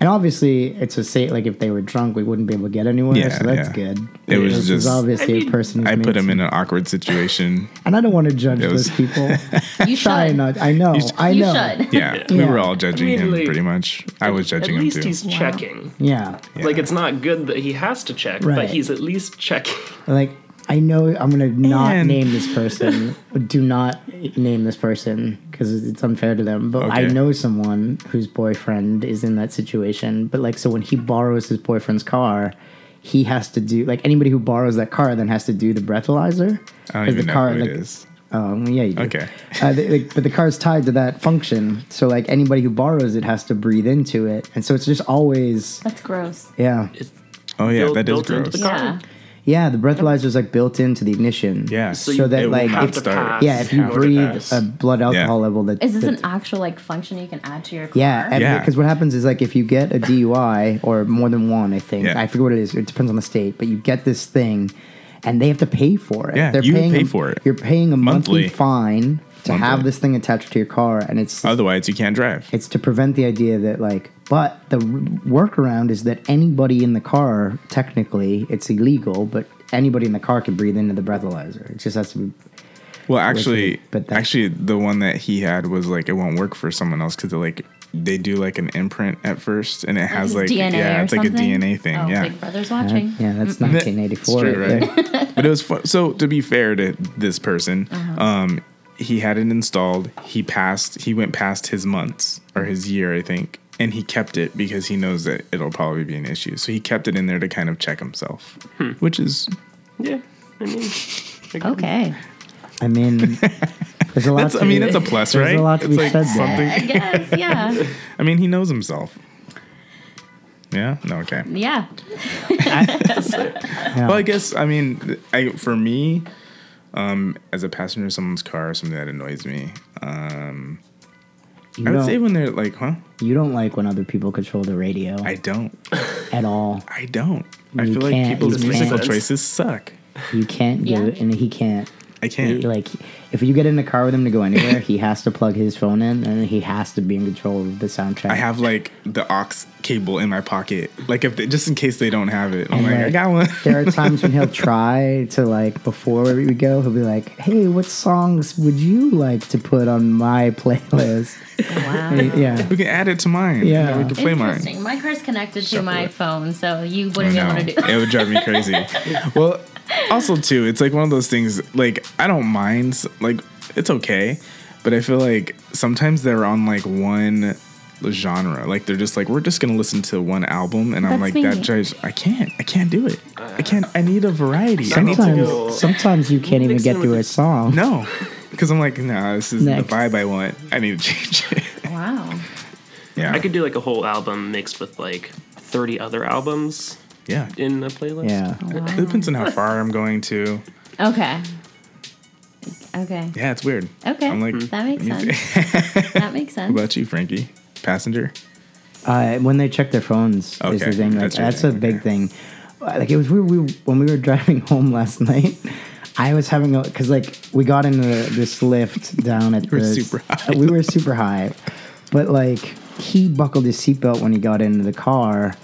Speaker 4: and obviously it's a state. Like if they were drunk, we wouldn't be able to get anywhere.
Speaker 1: Yeah,
Speaker 4: so that's
Speaker 1: yeah.
Speaker 4: good.
Speaker 1: It was
Speaker 4: This is
Speaker 1: just-
Speaker 4: obviously
Speaker 2: I mean,
Speaker 4: a person. who's
Speaker 1: I
Speaker 4: made
Speaker 1: put him
Speaker 4: some-
Speaker 1: in an awkward situation.
Speaker 4: and I don't want to judge
Speaker 1: It was-
Speaker 4: those people.
Speaker 3: You
Speaker 4: Sorry,
Speaker 3: should.
Speaker 4: not. I know.
Speaker 1: You sh-
Speaker 4: I
Speaker 3: you
Speaker 4: know.
Speaker 3: should.
Speaker 1: Yeah, we
Speaker 4: Yeah.
Speaker 1: were all judging
Speaker 2: I mean,
Speaker 1: him
Speaker 2: like,
Speaker 1: pretty much. I was judging
Speaker 2: at
Speaker 1: him
Speaker 2: least
Speaker 1: too.
Speaker 2: he's checking.
Speaker 4: Yeah.
Speaker 2: Like it's not good that he has to check, but
Speaker 4: Right.
Speaker 2: he's at least checking.
Speaker 4: Like I know I'm gonna not
Speaker 1: And-
Speaker 4: name this person. Do not name this person because it's unfair to them. But I
Speaker 1: Okay.
Speaker 4: know someone whose boyfriend is in that situation. But like, so when he borrows his boyfriend's car, he has to do like anybody who borrows that car then has to do the breathalyzer.
Speaker 1: I don't
Speaker 4: 'Cause
Speaker 1: even
Speaker 4: the
Speaker 1: know
Speaker 4: car,
Speaker 1: who
Speaker 4: like,
Speaker 1: it is.
Speaker 4: Um, yeah, you do.
Speaker 1: Okay.
Speaker 4: Uh, they, like, but the car's tied to that function, so like anybody who borrows it has to breathe into it, and so it's just always
Speaker 3: That's gross.
Speaker 4: yeah,
Speaker 2: It's
Speaker 1: Oh yeah,
Speaker 2: built-
Speaker 1: that is
Speaker 2: built into
Speaker 1: gross.
Speaker 2: the car.
Speaker 3: Yeah.
Speaker 4: yeah. The breathalyzer is like built into the ignition.
Speaker 1: Yeah.
Speaker 2: So,
Speaker 1: So
Speaker 2: you
Speaker 4: that,
Speaker 2: that
Speaker 4: like,
Speaker 2: like have
Speaker 1: if-
Speaker 2: to
Speaker 1: start-
Speaker 2: pass.
Speaker 4: Yeah, if you um,
Speaker 2: in order to
Speaker 4: breathe
Speaker 2: pass.
Speaker 4: a blood alcohol level that
Speaker 3: Is this
Speaker 4: that-
Speaker 3: an actual like function you can add to your car?
Speaker 4: yeah, and-
Speaker 1: Yeah.
Speaker 4: because what happens is like if you get a DUI or more than one, I think
Speaker 1: Yeah.
Speaker 4: I forget what it is. It depends on the state, but you get this thing, and they have to pay for it.
Speaker 1: Yeah, you
Speaker 4: paying
Speaker 1: pay
Speaker 4: a-
Speaker 1: for it.
Speaker 4: You're paying a monthly,
Speaker 1: Monthly.
Speaker 4: fine to have
Speaker 1: Monthly. Uh.
Speaker 4: this thing attached to your car, and it's
Speaker 1: Otherwise, you can't drive.
Speaker 4: it's to prevent the idea that like. But the r- workaround is that anybody in the car, technically, it's illegal, but anybody in the car can breathe into the breathalyzer. It just has to be
Speaker 1: Well, actually,
Speaker 4: but that-
Speaker 1: actually, the one that he had was like it won't work for someone else because like they do like an imprint at first, and it has
Speaker 3: Is
Speaker 1: like
Speaker 3: DNA
Speaker 1: yeah,
Speaker 3: or
Speaker 1: it's like a
Speaker 3: something?
Speaker 1: DNA thing.
Speaker 3: Oh,
Speaker 1: yeah,
Speaker 3: Big Brother's watching.
Speaker 4: yeah. That's
Speaker 1: That-
Speaker 4: 1984.
Speaker 1: it's true,
Speaker 4: right there.
Speaker 1: right? but it was fun. So to be fair to this person,
Speaker 4: Uh-huh.
Speaker 1: um, he had it installed. He passed. He went past his months or his year, I think, and he kept it because he knows that it'll probably be an issue. So he kept it in there to kind of check himself, which is
Speaker 2: Yeah, I mean,
Speaker 3: Okay.
Speaker 4: I mean, there's a lot.
Speaker 1: that's.
Speaker 4: to
Speaker 1: I mean,
Speaker 4: be-
Speaker 1: that's a plus,
Speaker 4: there's
Speaker 1: right?
Speaker 4: a lot to
Speaker 1: It's
Speaker 4: be
Speaker 1: like
Speaker 4: said there.
Speaker 1: something.
Speaker 3: I guess. Yeah.
Speaker 1: I mean, he knows himself. Yeah. No. Okay.
Speaker 3: Yeah.
Speaker 1: Well, I guess I mean, I for me, Um, as a passenger in someone's car, something that annoys me. Um,
Speaker 4: You
Speaker 1: I would say
Speaker 4: don't,
Speaker 1: when they're like, huh?
Speaker 4: you don't like when other people control the radio
Speaker 1: I don't.
Speaker 4: at all.
Speaker 1: I don't. I
Speaker 4: You
Speaker 1: feel like
Speaker 4: can't-
Speaker 1: people's
Speaker 4: you
Speaker 1: musical
Speaker 2: can't.
Speaker 1: choices suck.
Speaker 4: You can't do
Speaker 3: Yeah.
Speaker 4: it, and he can't.
Speaker 1: I
Speaker 4: He,
Speaker 1: can't.
Speaker 4: like, if you get in the car with him to go anywhere, he has to plug his phone in, and he has to be in control of the soundtrack.
Speaker 1: I have like the aux cable in my pocket, like if they, just in case they don't have it. I'm
Speaker 4: And,
Speaker 1: like, I
Speaker 4: like,
Speaker 1: got one.
Speaker 4: there are times when he'll try to like before we go, he'll be like, "Hey, what songs would you like to put on my playlist?"
Speaker 3: Wow.
Speaker 4: yeah,
Speaker 1: we can add it to mine.
Speaker 4: Yeah.
Speaker 1: Yeah, we can play mine.
Speaker 3: Interesting. My car's connected to
Speaker 1: Shuffle
Speaker 3: my
Speaker 1: it.
Speaker 3: phone, so you
Speaker 1: I
Speaker 3: wouldn't be able
Speaker 1: know.
Speaker 3: to do.
Speaker 1: it would drive me crazy. well, also too, it's like one of those things. Like I don't mind. s- Like it's okay, but I feel like sometimes they're on like one genre. Like they're just like we're just gonna listen to one album, and I'm
Speaker 3: That's
Speaker 1: like that
Speaker 3: me.
Speaker 1: drives. I can't. I can't do it. I can't. I need a variety. I need to go.
Speaker 2: go-
Speaker 4: sometimes sometimes you can't even
Speaker 2: Mix
Speaker 4: get
Speaker 2: in with
Speaker 4: through a
Speaker 2: the-
Speaker 4: song.
Speaker 1: No, because I'm like, nah, this is not
Speaker 4: Next.
Speaker 1: the vibe I want. I need to change it.
Speaker 3: Wow.
Speaker 1: yeah,
Speaker 2: I could do like a whole album mixed with like 30 other albums
Speaker 1: Yeah,
Speaker 2: in a playlist.
Speaker 4: Yeah,
Speaker 1: it depends on
Speaker 3: Oh.
Speaker 1: how far I'm going to.
Speaker 3: Okay. Okay.
Speaker 1: Yeah, it's weird.
Speaker 3: Okay. Mm-hmm.
Speaker 1: I'm like,
Speaker 3: that makes sense. that makes sense.
Speaker 1: What about you, Frankie? Passenger?
Speaker 4: uh, when they check their phones is
Speaker 1: Okay,
Speaker 4: the thing. Like,
Speaker 1: that's
Speaker 4: that's,
Speaker 1: your
Speaker 4: a
Speaker 1: thing,
Speaker 4: big
Speaker 1: okay.
Speaker 4: thing. Like it was weird. We when we were driving home last night. I was having a because like we got into this lift down at
Speaker 1: were
Speaker 4: the
Speaker 1: super high.
Speaker 4: we were super high, but like he buckled his seatbelt when he got into the car,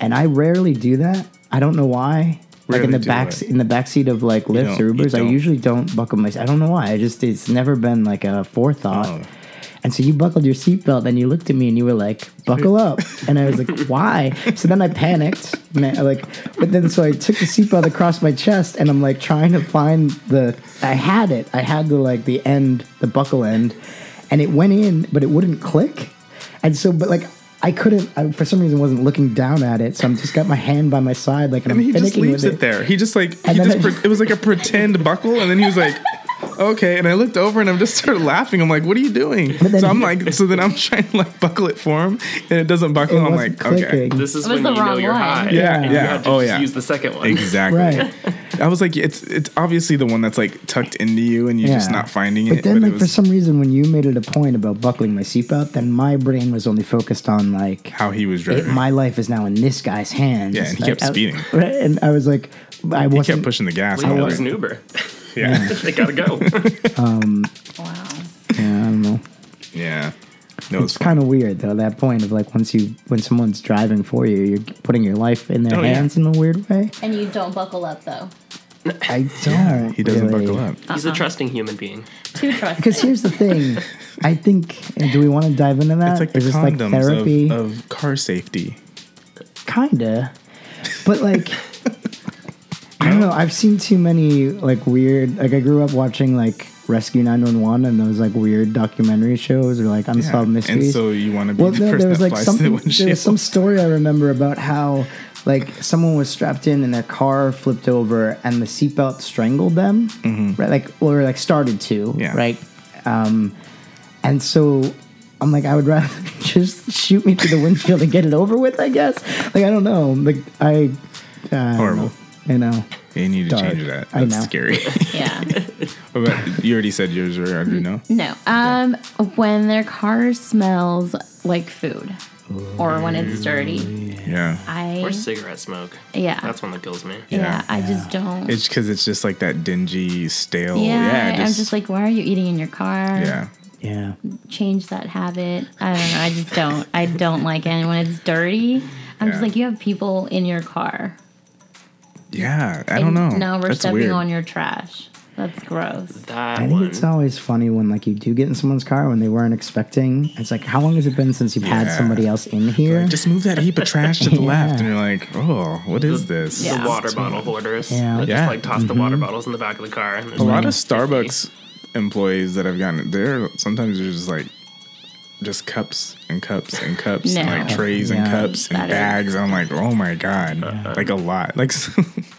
Speaker 4: and I rarely do that. I don't know why. like in
Speaker 1: Rarely
Speaker 4: the
Speaker 1: do
Speaker 4: back
Speaker 1: what?
Speaker 4: in the back seat of like Lyft or
Speaker 1: don't- you
Speaker 4: Ubers, I
Speaker 1: don't.
Speaker 4: usually don't buckle my. I don't know why. I just it's never been like a forethought.
Speaker 1: Oh.
Speaker 4: And so you buckled your seatbelt, then you looked at me and you were like, buckle up. And I was like, why? So then I panicked. Man, like, but then so I took the seatbelt across my chest and I'm like trying to find the, I had it. I had the like the end, the buckle end, and it went in, but it wouldn't click. And so, but like, I couldn't, I, for some reason, wasn't looking down at it. So I'm just got my hand by my side, like, and,
Speaker 1: And
Speaker 4: I'm
Speaker 1: he just
Speaker 4: finicking
Speaker 1: leaves
Speaker 4: with
Speaker 1: it there. He just like, he
Speaker 4: And then
Speaker 1: just
Speaker 4: I
Speaker 1: pre-
Speaker 4: just-
Speaker 1: it was like a pretend buckle. And then he was like, okay. And I looked over and I'm just started laughing. I'm like, what are you doing?
Speaker 4: then
Speaker 1: So I'm
Speaker 4: he-
Speaker 1: like, so then I'm trying to like buckle it for him and it doesn't buckle.
Speaker 4: It
Speaker 1: I'm
Speaker 4: wasn't
Speaker 1: like, Oh okay.
Speaker 4: clicking.
Speaker 2: This is
Speaker 3: It was
Speaker 2: when
Speaker 3: the
Speaker 2: you know
Speaker 3: wrong
Speaker 2: you're
Speaker 3: one.
Speaker 2: high.
Speaker 1: Yeah,
Speaker 2: and You
Speaker 1: yeah.
Speaker 2: have to
Speaker 1: Oh,
Speaker 2: just
Speaker 1: yeah.
Speaker 2: use the second one.
Speaker 1: Exactly.
Speaker 4: Right.
Speaker 1: I was like, it's it's obviously the one that's like tucked into you and you're just
Speaker 4: Yeah.
Speaker 1: not finding
Speaker 4: But
Speaker 1: it.
Speaker 4: then,
Speaker 1: but
Speaker 4: like
Speaker 1: it
Speaker 4: for
Speaker 1: was
Speaker 4: some reason, when you made it a point about buckling my seatbelt, then my brain was only focused on like
Speaker 1: how he was
Speaker 4: it,
Speaker 1: driving.
Speaker 4: my life is now in this guy's hands.
Speaker 1: Yeah, and he
Speaker 4: Like,
Speaker 1: kept
Speaker 4: I-
Speaker 1: speeding.
Speaker 4: right, and I was like,
Speaker 1: he
Speaker 4: I
Speaker 1: kept
Speaker 4: wasn't.
Speaker 1: pushing the gas.
Speaker 2: Wait,
Speaker 1: I'm
Speaker 2: that
Speaker 1: like,
Speaker 2: was an Uber.
Speaker 1: yeah.
Speaker 2: they gotta go.
Speaker 3: wow.
Speaker 4: yeah, I don't know.
Speaker 1: Yeah. That was
Speaker 4: It's kind of weird though. That point of like once you when someone's driving for you, you're putting your life in their
Speaker 1: Oh, yeah.
Speaker 4: hands in a weird way.
Speaker 3: And you don't buckle up though.
Speaker 4: I don't.
Speaker 1: He doesn't
Speaker 4: really.
Speaker 1: buckle up.
Speaker 2: He's a trusting human being.
Speaker 3: Too trusting.
Speaker 4: Because here's the thing, I think. Do we want to dive into that?
Speaker 1: It's like the
Speaker 4: Is this like
Speaker 1: condoms
Speaker 4: therapy?
Speaker 1: of, of car safety.
Speaker 4: kinda but like i don't know i've seen too many like weird like i grew up watching like rescue 911 and those like weird documentary shows or like unsolved mysteries
Speaker 1: And so you want to be
Speaker 4: well
Speaker 1: the
Speaker 4: no,
Speaker 1: person
Speaker 4: there was
Speaker 1: that
Speaker 4: like
Speaker 1: flies
Speaker 4: something
Speaker 1: through the
Speaker 4: there
Speaker 1: windshield.
Speaker 4: was some story i remember about how like someone was strapped in and their car flipped over and the seatbelt strangled them right like or like started to
Speaker 1: Mm-hmm. Yeah.
Speaker 4: right um and so I'm like, I would rather just shoot me through the windshield and get it over with, I guess. Like, I don't know. Like, I, uh,
Speaker 1: Horrible.
Speaker 4: I know.
Speaker 1: You need to
Speaker 4: Dark.
Speaker 1: change that. That's
Speaker 4: I know.
Speaker 1: scary.
Speaker 3: yeah.
Speaker 1: What about- you already said yours, or I do know.
Speaker 3: No. Um, when their car smells like food, or when it's dirty,
Speaker 1: Yeah.
Speaker 3: I
Speaker 2: Or cigarette smoke.
Speaker 3: Yeah.
Speaker 2: That's one that kills me.
Speaker 3: yeah,
Speaker 1: Yeah.
Speaker 3: I just don't.
Speaker 1: It's because it's just like that dingy, stale.
Speaker 3: yeah,
Speaker 1: Yeah.
Speaker 3: I- I'm just like, why are you eating in your car?
Speaker 1: Yeah.
Speaker 4: Yeah.
Speaker 3: Change that habit. I don't know. I just don't. I don't like it. And when it's dirty, I'm
Speaker 1: Yeah.
Speaker 3: just like, you have people in your car.
Speaker 1: Yeah. I don't know.
Speaker 3: And Now we're
Speaker 1: That's
Speaker 3: stepping
Speaker 1: weird.
Speaker 3: on your trash. That's gross.
Speaker 2: That
Speaker 4: I think
Speaker 2: one.
Speaker 4: it's always funny when, like, you do get in someone's car when they weren't expecting. It's like, how long has it been since you've had
Speaker 1: Yeah.
Speaker 4: somebody else in here?
Speaker 1: Like, just move that heap of trash to the left,
Speaker 4: Yeah.
Speaker 1: and you're like, oh, what is this?
Speaker 2: the
Speaker 3: Yeah.
Speaker 2: water bottle hoarders.
Speaker 4: Yeah.
Speaker 2: That
Speaker 1: Yeah. Mm-hmm.
Speaker 2: just like toss the water bottles in the back of the car. And
Speaker 1: A lot of Starbucks employees that I've gotten, they're sometimes they're just like, just cups and cups and cups, and
Speaker 3: No.
Speaker 1: like trays and
Speaker 4: Yeah.
Speaker 1: cups and
Speaker 3: That is-
Speaker 1: bags. I'm like, oh my god, like a lot, like,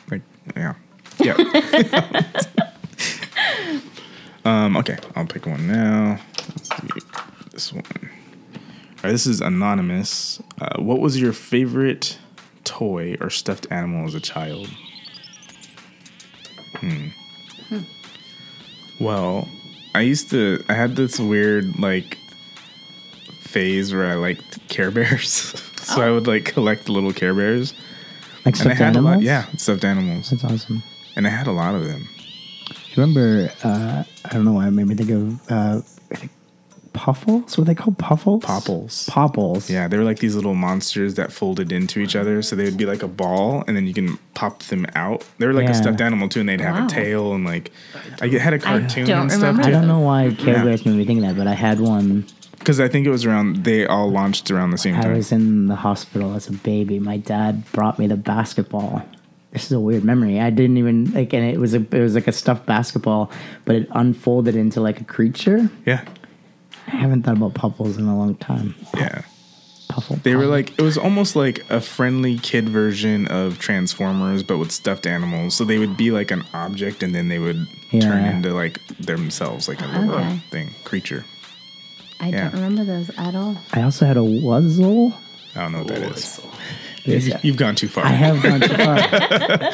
Speaker 1: like yeah, yeah. um, okay, I'll pick one now. Let's do this one. All right, this is anonymous. Uh, what was your favorite toy or stuffed animal as a child? Hmm. Well, I used to. I had this weird like phase where I liked Care Bears, so I would like collect little Care Bears, and
Speaker 4: Like
Speaker 1: I
Speaker 4: stuffed
Speaker 1: had a lot.
Speaker 4: animals?
Speaker 1: Yeah, stuffed animals,
Speaker 4: That's awesome.
Speaker 1: and I had a lot of them.
Speaker 4: Do you remember, uh, I don't know why it made me think of uh, I think Puffles? Were they called Puffles?
Speaker 1: Popples.
Speaker 4: Popples.
Speaker 1: Yeah, they were like these little monsters that folded into each other, so they would be like a ball, and then you can pop them out. They were like
Speaker 4: Yeah.
Speaker 1: a stuffed animal too, and they'd have
Speaker 3: Wow.
Speaker 1: a tail and like I had a cartoon
Speaker 3: don't
Speaker 1: and stuff
Speaker 3: remember
Speaker 4: I
Speaker 1: too.
Speaker 4: don't know why Care
Speaker 1: Yeah.
Speaker 4: Bears made me think of that, but I had one.
Speaker 1: because I think it was around. They all launched around the same
Speaker 4: I
Speaker 1: time.
Speaker 4: was in the hospital as a baby. My dad brought me the basketball. This is a weird memory. I didn't even like, and it was a it was like a stuffed basketball, but it unfolded into like a creature.
Speaker 1: Yeah,
Speaker 4: I haven't thought about puffles in a long time.
Speaker 1: yeah.
Speaker 4: Puffle.
Speaker 1: They
Speaker 3: Um,
Speaker 1: were like it was almost like a friendly kid version of Transformers, but with stuffed animals. So they would be like an object, and then they would turn
Speaker 4: Yeah.
Speaker 1: into like themselves, like a little
Speaker 3: Okay.
Speaker 1: thing creature.
Speaker 3: I
Speaker 1: Yeah.
Speaker 3: don't remember those at all.
Speaker 4: I also had a wuzzle.
Speaker 1: I don't know what that
Speaker 2: Oh,
Speaker 1: is.
Speaker 2: it's-
Speaker 1: You, you've gone too far.
Speaker 4: I have gone too far.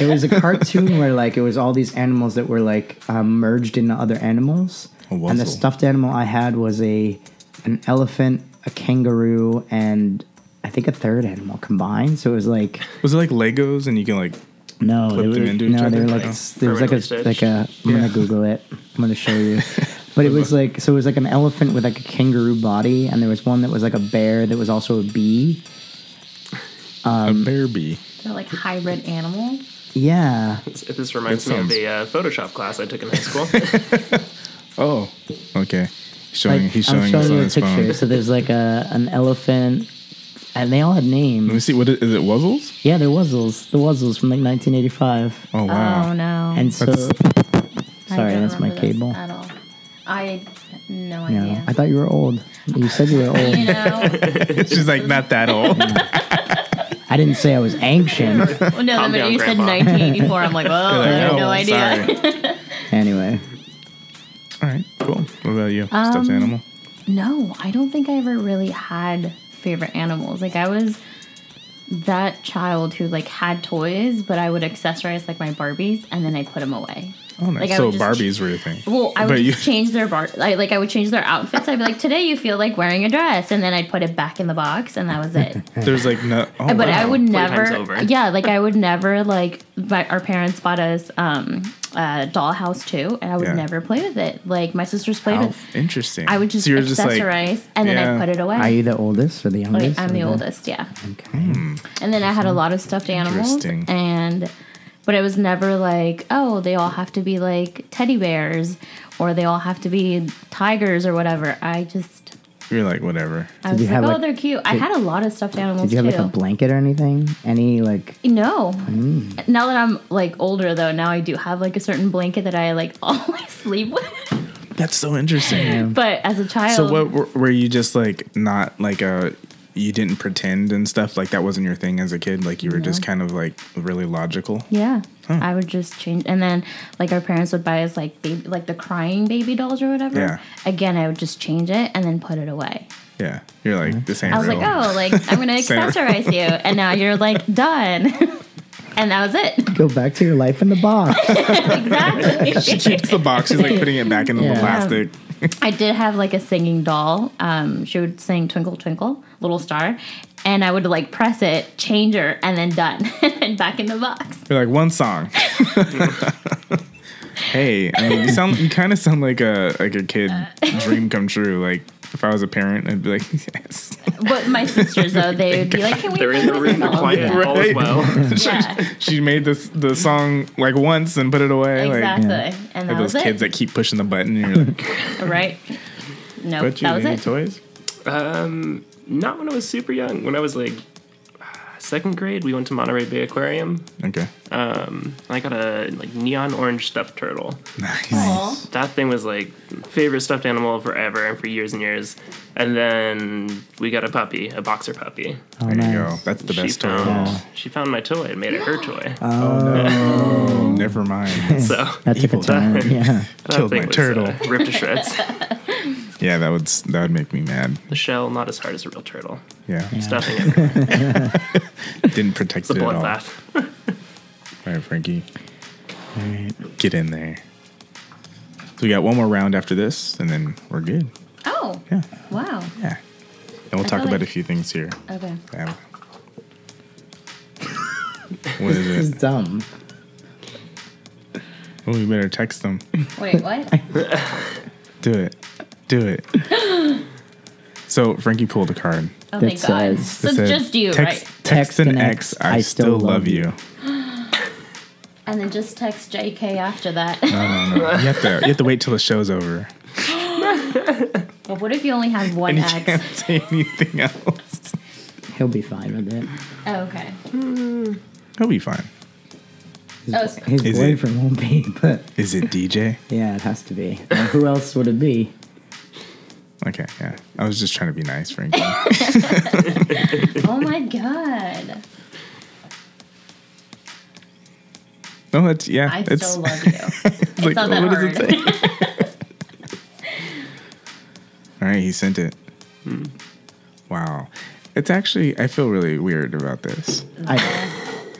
Speaker 4: it was a cartoon where like it was all these animals that were like um, merged into other animals,
Speaker 1: A wuzzle.
Speaker 4: and the stuffed animal I had was a an elephant, a kangaroo, and I think a third animal combined. So it was like
Speaker 1: was it like Legos, and you can like
Speaker 4: no, they
Speaker 1: Clip them
Speaker 4: were,
Speaker 1: into each
Speaker 4: no, they
Speaker 1: other? Oh.
Speaker 4: were like
Speaker 1: Yeah.
Speaker 4: there was like a
Speaker 2: Permanently
Speaker 4: like a. I'm gonna Google it. I'm gonna show you. But it was like so it was like an elephant with like a kangaroo body, and there was one that was like a bear that was also a bee.
Speaker 3: Um,
Speaker 1: a bear bee?
Speaker 3: They're like hybrid animals.
Speaker 4: Yeah,
Speaker 2: This reminds
Speaker 1: It
Speaker 2: me of
Speaker 1: sounds-
Speaker 2: a uh, Photoshop class I took in high school.
Speaker 1: Oh, okay. Showing
Speaker 4: Like,
Speaker 1: he's showing
Speaker 4: I'm
Speaker 1: us
Speaker 4: showing
Speaker 1: on
Speaker 4: you a
Speaker 1: his
Speaker 4: picture.
Speaker 1: phone.
Speaker 4: So there's like a an elephant, and they all had
Speaker 1: Let me
Speaker 4: names.
Speaker 1: see. What is, is it? Wuzzles?
Speaker 4: Yeah, they're Wuzzles. The Wuzzles from like 1985.
Speaker 1: Oh wow.
Speaker 3: Oh no!
Speaker 4: And so,
Speaker 1: That's-
Speaker 3: I
Speaker 4: sorry,
Speaker 3: don't
Speaker 4: that's my
Speaker 3: remember this
Speaker 4: cable.
Speaker 3: At all, I had no
Speaker 4: you
Speaker 3: idea.
Speaker 4: know, I thought you were old. You said you were old.
Speaker 3: you know,
Speaker 1: She's like not that old.
Speaker 4: I didn't say I was ancient.
Speaker 3: well, no, the
Speaker 2: Calm
Speaker 3: minute
Speaker 2: down,
Speaker 3: you said
Speaker 2: Grandpa.
Speaker 3: 1984, I'm like, oh, I have no idea.
Speaker 1: Sorry.
Speaker 4: anyway,
Speaker 1: All right. Cool. What about you?
Speaker 3: Um,
Speaker 1: stuffed animal.
Speaker 3: No, I don't think I ever really had favorite animals. Like I was that child who like had toys, but I would accessorize like my Barbies and then I put them away.
Speaker 1: Oh, nice.
Speaker 3: like, I
Speaker 1: so
Speaker 3: would just-
Speaker 1: Barbies were your thing.
Speaker 3: Well, I would
Speaker 1: But you-
Speaker 3: just change their bar. I, like I would change their outfits. I'd be like, "Today you feel like wearing a dress," and then I'd put it back in the box, and that was it.
Speaker 1: There's like no. Oh,
Speaker 3: but I
Speaker 1: wow.
Speaker 3: would
Speaker 2: Playtime's
Speaker 3: never.
Speaker 2: over.
Speaker 3: Yeah, like I would never like. My, our parents bought us um, a dollhouse too, and I would
Speaker 1: Yeah.
Speaker 3: never play with it. Like my sisters played
Speaker 1: Wow,
Speaker 3: with.
Speaker 1: interesting.
Speaker 3: I would just
Speaker 1: So you're
Speaker 3: accessorize, and then I
Speaker 1: yeah.
Speaker 3: put it away.
Speaker 4: are you the oldest or the
Speaker 3: Like,
Speaker 4: youngest?
Speaker 3: I'm
Speaker 4: or
Speaker 3: the oldest, yeah.
Speaker 4: Okay.
Speaker 3: And then I had a lot of stuffed animals,
Speaker 1: Hmm. Interesting.
Speaker 3: and but it was never like, oh, they all have to be like teddy bears, or they all have to be tigers or whatever. I just,
Speaker 1: you're like whatever.
Speaker 3: I
Speaker 4: Did
Speaker 3: was
Speaker 4: you
Speaker 3: like,
Speaker 4: have,
Speaker 3: oh,
Speaker 4: like-
Speaker 3: they're cute. I had a lot of stuffed animals
Speaker 4: Did you have
Speaker 3: too.
Speaker 4: like a Hmm. blanket or anything? Any like?
Speaker 3: no. Now that I'm like older though, now I do have like a certain blanket that I like always sleep
Speaker 4: Hmm.
Speaker 3: with.
Speaker 1: That's so interesting.
Speaker 3: but as a child,
Speaker 1: So what were, were you just like not like a you didn't pretend and stuff like that wasn't your thing as a kid like you were just kind of like really logical.
Speaker 3: Yeah. I would just change and then like our parents would buy us like baby like the crying baby dolls or whatever.
Speaker 1: Yeah.
Speaker 3: Again, I would just change it and then put it away.
Speaker 1: Yeah, you're like this ain't
Speaker 3: I was
Speaker 1: real.
Speaker 3: like, "Oh, like I'm going to
Speaker 1: Same.
Speaker 3: accessorize you." And now you're like, "Done." and that was it.
Speaker 4: Go back to your life in the box.
Speaker 3: exactly.
Speaker 1: It's the box. She's like putting it back into the
Speaker 4: Yeah.
Speaker 1: plastic.
Speaker 3: I did have like a singing doll. Um she would sing Twinkle Twinkle Little Star and I would like press it, change her and then done and back in the box.
Speaker 1: You're like one song. hey, I mean, you sound you kind of sound like a like a kid dream come true. Like if I was a parent, I'd be like, yes.
Speaker 3: But my sisters though, they would be like, "Can we
Speaker 2: They're
Speaker 3: play
Speaker 2: in the
Speaker 3: with
Speaker 2: room, they're
Speaker 3: doll?"
Speaker 2: quiet, all is
Speaker 1: Right.
Speaker 2: well.
Speaker 3: Yeah.
Speaker 1: She made this the song like once and put it away. Like,
Speaker 3: Exactly. And that
Speaker 1: like those
Speaker 3: was it.
Speaker 1: kids that keep pushing the button and you're like,
Speaker 3: right? No,
Speaker 1: but you
Speaker 3: that was
Speaker 1: need
Speaker 3: it.
Speaker 1: toys?
Speaker 2: Not when I was super young. When I was like uh, second grade, we went to Monterey Bay Aquarium.
Speaker 1: Okay.
Speaker 2: Oh. And I got a like neon orange stuffed turtle.
Speaker 1: Nice.
Speaker 2: That thing was like favorite stuffed animal forever and for years and years. And then we got a puppy, a boxer puppy.
Speaker 4: Oh,
Speaker 1: There you go.
Speaker 4: nice.
Speaker 1: That's the
Speaker 2: she
Speaker 1: best toy.
Speaker 2: found
Speaker 4: Yeah.
Speaker 2: she found my toy and made it her toy.
Speaker 3: Oh.
Speaker 1: Never mind.
Speaker 2: so
Speaker 4: That took a
Speaker 1: Evil
Speaker 4: time. Yeah.
Speaker 2: that
Speaker 1: Killed
Speaker 2: thing
Speaker 1: my
Speaker 2: was,
Speaker 1: turtle.
Speaker 2: uh, ripped to shreds.
Speaker 1: yeah, that would s- that would make me mad.
Speaker 2: the shell not as hard as a real turtle.
Speaker 1: Yeah.
Speaker 2: Stuffing it.
Speaker 1: Didn't protect
Speaker 2: It's a
Speaker 1: it at all. All
Speaker 2: bloodbath.
Speaker 1: right, Frankie,
Speaker 4: All right.
Speaker 1: get in there. So we got one more round after this, and then we're good.
Speaker 3: Oh,
Speaker 1: Yeah,
Speaker 3: wow.
Speaker 1: yeah. And we'll
Speaker 3: I
Speaker 1: talk
Speaker 3: feel
Speaker 1: about
Speaker 3: like-
Speaker 1: a few things here.
Speaker 3: Okay.
Speaker 1: Um, what is
Speaker 4: It's
Speaker 1: it?
Speaker 4: dumb.
Speaker 1: Oh, we better text them.
Speaker 3: Wait, what?
Speaker 1: Do it. Do it. So Frankie pulled a card.
Speaker 3: Oh,
Speaker 4: That
Speaker 3: thank God.
Speaker 4: says-
Speaker 3: So
Speaker 1: It said,
Speaker 3: just you,
Speaker 1: text,
Speaker 3: right?
Speaker 1: Text an ex, I still, love you.
Speaker 3: And then just text JK after that.
Speaker 1: No, no, no. You have to. You have to wait till the show's over.
Speaker 3: well, what if you only have one
Speaker 1: And you
Speaker 3: ex?
Speaker 1: can't say anything else.
Speaker 4: He'll be fine with it.
Speaker 3: Oh, okay.
Speaker 1: He'll be fine.
Speaker 4: His,
Speaker 3: Oh, so-
Speaker 4: his
Speaker 1: Is it-
Speaker 4: boyfriend won't be, but
Speaker 1: Is it DJ?
Speaker 4: yeah, it has to be. Now, who else would it be?
Speaker 1: Okay, yeah. I was just trying to be nice, Frankie.
Speaker 3: Oh my God.
Speaker 1: No, it's yeah.
Speaker 3: I
Speaker 1: it's
Speaker 3: still love you.
Speaker 1: it's like,
Speaker 3: not that
Speaker 1: what does
Speaker 3: hard.
Speaker 1: it say? All right, he sent it. Wow, it's actually. I feel really weird about this.
Speaker 4: I,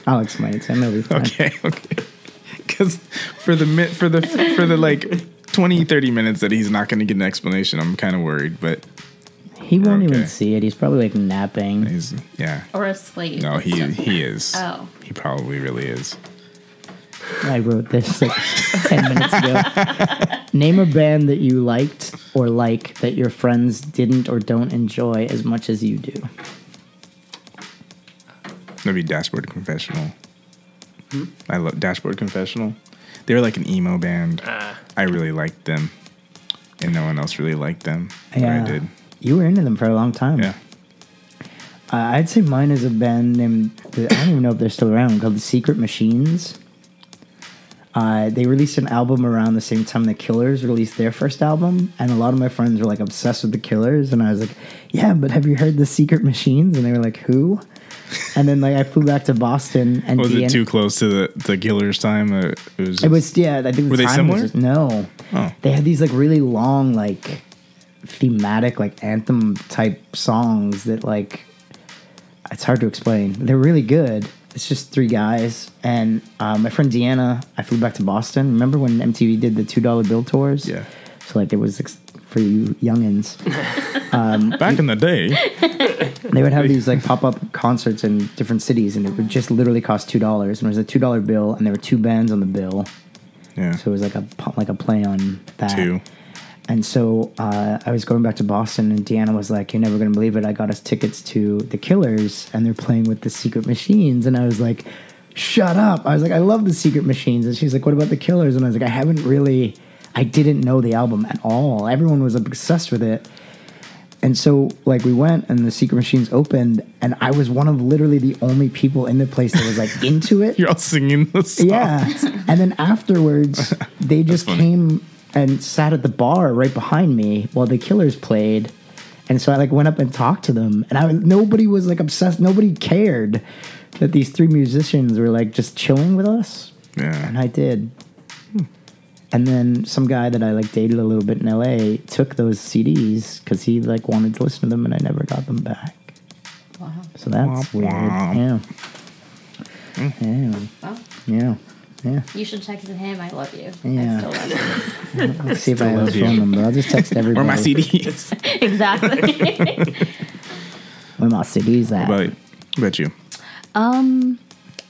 Speaker 4: I'll explain it to him. He'll be fine.
Speaker 1: Okay, okay. Because for the mi- for the for the like 20, 30 minutes that he's not going to get an explanation, I'm kind of worried. But
Speaker 4: He won't
Speaker 1: Okay.
Speaker 4: even see it. He's probably like napping.
Speaker 1: he's yeah.
Speaker 3: or asleep.
Speaker 1: No, he he is.
Speaker 3: Oh.
Speaker 1: He probably really is.
Speaker 4: I wrote this like 10 minutes ago. Name a band that you liked or like that your friends didn't or don't enjoy as much as you do.
Speaker 1: Maybe Dashboard Confessional. I love Dashboard Confessional. They were like an emo band. I really liked them, and no one else really liked them. but I did.
Speaker 4: You were into them for a long time.
Speaker 1: Yeah.
Speaker 4: Uh, I'd say mine is a band named, I don't even know if they're still around, called The Secret Machines. Uh, they released an album around the same time The Killers released their first album, and a lot of my friends were like obsessed with The Killers, and I was like, yeah, but have you heard The Secret Machines? And they were like, who? And then like I flew back to Boston and
Speaker 1: Was
Speaker 4: DN
Speaker 1: it too close to the the Killers time? Uh, it was.
Speaker 4: It was yeah. I think the
Speaker 1: Were they
Speaker 4: time
Speaker 1: similar?
Speaker 4: Was just, no,
Speaker 1: Oh.
Speaker 4: they had these like really long, like thematic, like anthem type songs that like it's hard to explain. They're really good. It's just three guys and uh, my friend Deanna. I flew back to Boston. Remember when MTV did the two dollar bill tours?
Speaker 1: Yeah.
Speaker 4: So like there was ex- for you youngins.
Speaker 1: Back in the day,
Speaker 4: they would have these like pop up concerts in different cities, and it would just literally cost two dollars. And it was a two dollar bill, and there were two bands on the bill.
Speaker 1: yeah,
Speaker 4: So it was like a like a play on that.
Speaker 1: two.
Speaker 4: And so uh, I was going back to Boston, and Deanna was like, "You're never gonna believe it! I got us tickets to The Killers, and they're playing with the Secret Machines." And I was like, "Shut up!" I was like, "I love the Secret Machines," and she's like, "What about the Killers?" And I was like, "I haven't really, I didn't know the album at all. Everyone was obsessed with it." And so, like, we went, and the Secret Machines opened, and I was one of literally the only people in the place that was like into it.
Speaker 1: You're all singing the song.
Speaker 4: Yeah. And then afterwards, they just
Speaker 1: funny.
Speaker 4: came and sat at the bar right behind me while the killers played. And so I like went up and talked to them, and I was- nobody was like obsessed. Nobody cared that these three musicians were like just chilling with us, and
Speaker 1: yeah. Hmm.
Speaker 4: I did. And then some guy that I like dated a little bit in LA took those CDs because he like wanted to listen to them, and I never got them back.
Speaker 3: Wow.
Speaker 4: So that's
Speaker 1: Womp
Speaker 4: weird.
Speaker 1: womp. Hmm.
Speaker 4: Yeah,
Speaker 3: Well,
Speaker 4: yeah, yeah, yeah.
Speaker 3: you should text him. I love you. I
Speaker 4: Yeah.
Speaker 3: still love you.
Speaker 4: Let's see if I have
Speaker 1: love
Speaker 4: his
Speaker 1: you.
Speaker 4: phone number. I'll just text everybody.
Speaker 1: Where my CDs?
Speaker 3: exactly.
Speaker 4: Where my CDs at?
Speaker 1: but bet you.
Speaker 3: um,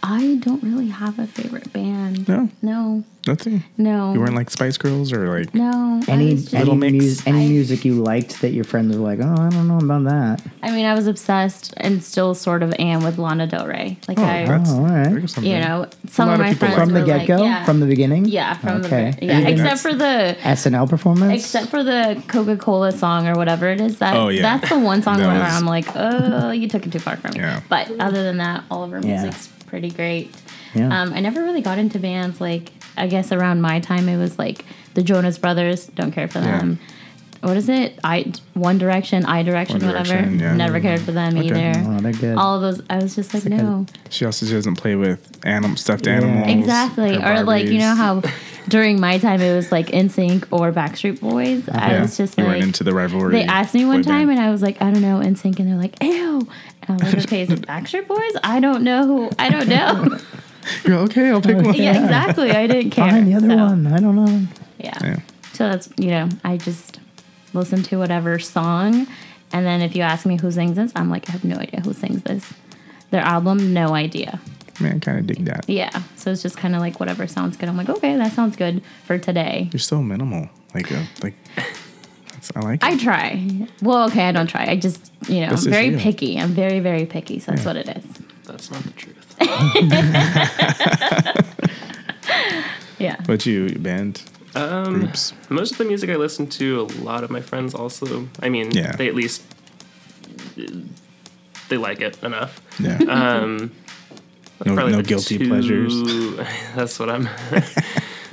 Speaker 3: I don't really have a favorite band.
Speaker 1: No?
Speaker 3: No.
Speaker 1: Nothing.
Speaker 3: No.
Speaker 1: You weren't like Spice Girls or like.
Speaker 3: No. I,
Speaker 4: any
Speaker 3: was just-
Speaker 4: any,
Speaker 1: Little Mix.
Speaker 4: mus- any
Speaker 3: I-
Speaker 4: music you liked that your friends were like, oh, I don't know about that.
Speaker 3: I mean, I was obsessed and still sort of am with Lana Del Rey. Like
Speaker 1: Oh,
Speaker 3: I,
Speaker 1: that's
Speaker 4: all right.
Speaker 1: there's something.
Speaker 3: you know, some
Speaker 1: lot
Speaker 3: of
Speaker 1: of
Speaker 3: my
Speaker 1: people
Speaker 3: friends
Speaker 1: like
Speaker 4: From the
Speaker 3: were
Speaker 4: get
Speaker 3: like,
Speaker 4: go,
Speaker 3: yeah.
Speaker 4: from the beginning.
Speaker 3: yeah, from
Speaker 4: Okay.
Speaker 3: the yeah,
Speaker 4: Even
Speaker 3: except
Speaker 1: that's-
Speaker 3: for the
Speaker 4: SNL performance.
Speaker 3: except for the Coca Cola song or whatever it is. That
Speaker 1: Oh, yeah.
Speaker 3: that's the one song
Speaker 1: That
Speaker 3: where
Speaker 1: was-
Speaker 3: I'm like, oh, you took it too far from me.
Speaker 1: Yeah.
Speaker 3: But other than that, all of her
Speaker 4: Yeah.
Speaker 3: music's pretty great.
Speaker 4: Yeah.
Speaker 3: Um, I never really got into bands like I guess around my time it was like the Jonas Brothers. Don't care for
Speaker 1: Yeah.
Speaker 3: them. What is it? I One Direction, I Direction,
Speaker 1: One
Speaker 3: whatever.
Speaker 1: Direction, yeah.
Speaker 3: Never cared for them either.
Speaker 4: Oh, they're good.
Speaker 3: All of those, I was just like, no,
Speaker 1: She also doesn't play with anim- stuffed animals.
Speaker 3: exactly.
Speaker 1: her
Speaker 3: Or like you know
Speaker 1: Barbies.
Speaker 3: how during my time it was like NSYNC or Backstreet Boys. I
Speaker 1: Yeah.
Speaker 3: was just
Speaker 1: you
Speaker 3: like,
Speaker 1: weren't into the rivalry.
Speaker 3: they asked me one
Speaker 1: boy
Speaker 3: time,
Speaker 1: band.
Speaker 3: and I was like, I don't know, NSYNC, and they're like, ew. And I was like, okay, is it Backstreet Boys? I don't know. who- I don't know.
Speaker 1: You're okay. I'll pick one.
Speaker 3: yeah, exactly. I didn't care.
Speaker 4: Find the other
Speaker 3: So,
Speaker 4: one. I don't know.
Speaker 3: Yeah.
Speaker 1: Yeah.
Speaker 3: So that's you know, I just listen to whatever song, and then if you ask me who sings this, I'm like, I have no idea who sings this. Their album, no idea.
Speaker 1: Man, kind of dig that.
Speaker 3: Yeah, so it's just kind of like whatever sounds good. I'm like, okay, that sounds good for today.
Speaker 1: You're so minimal. Like, uh, like that's, I like.
Speaker 3: I
Speaker 1: It.
Speaker 3: try. Well, okay, I don't try. I just, you know,
Speaker 1: This
Speaker 3: I'm
Speaker 1: is
Speaker 3: very
Speaker 1: real.
Speaker 3: picky. I'm very, very picky. So that's
Speaker 1: Yeah.
Speaker 3: what it is.
Speaker 2: That's not the truth.
Speaker 3: Yeah.
Speaker 1: But you band
Speaker 2: Um,
Speaker 1: groups.
Speaker 2: Most of the music I listen to, a lot of my friends also. I mean,
Speaker 1: Yeah.
Speaker 2: they at least they like it enough.
Speaker 1: Yeah.
Speaker 2: Um,
Speaker 1: No-
Speaker 2: probably
Speaker 1: no
Speaker 2: the
Speaker 1: guilty pleasures.
Speaker 2: That's what I'm.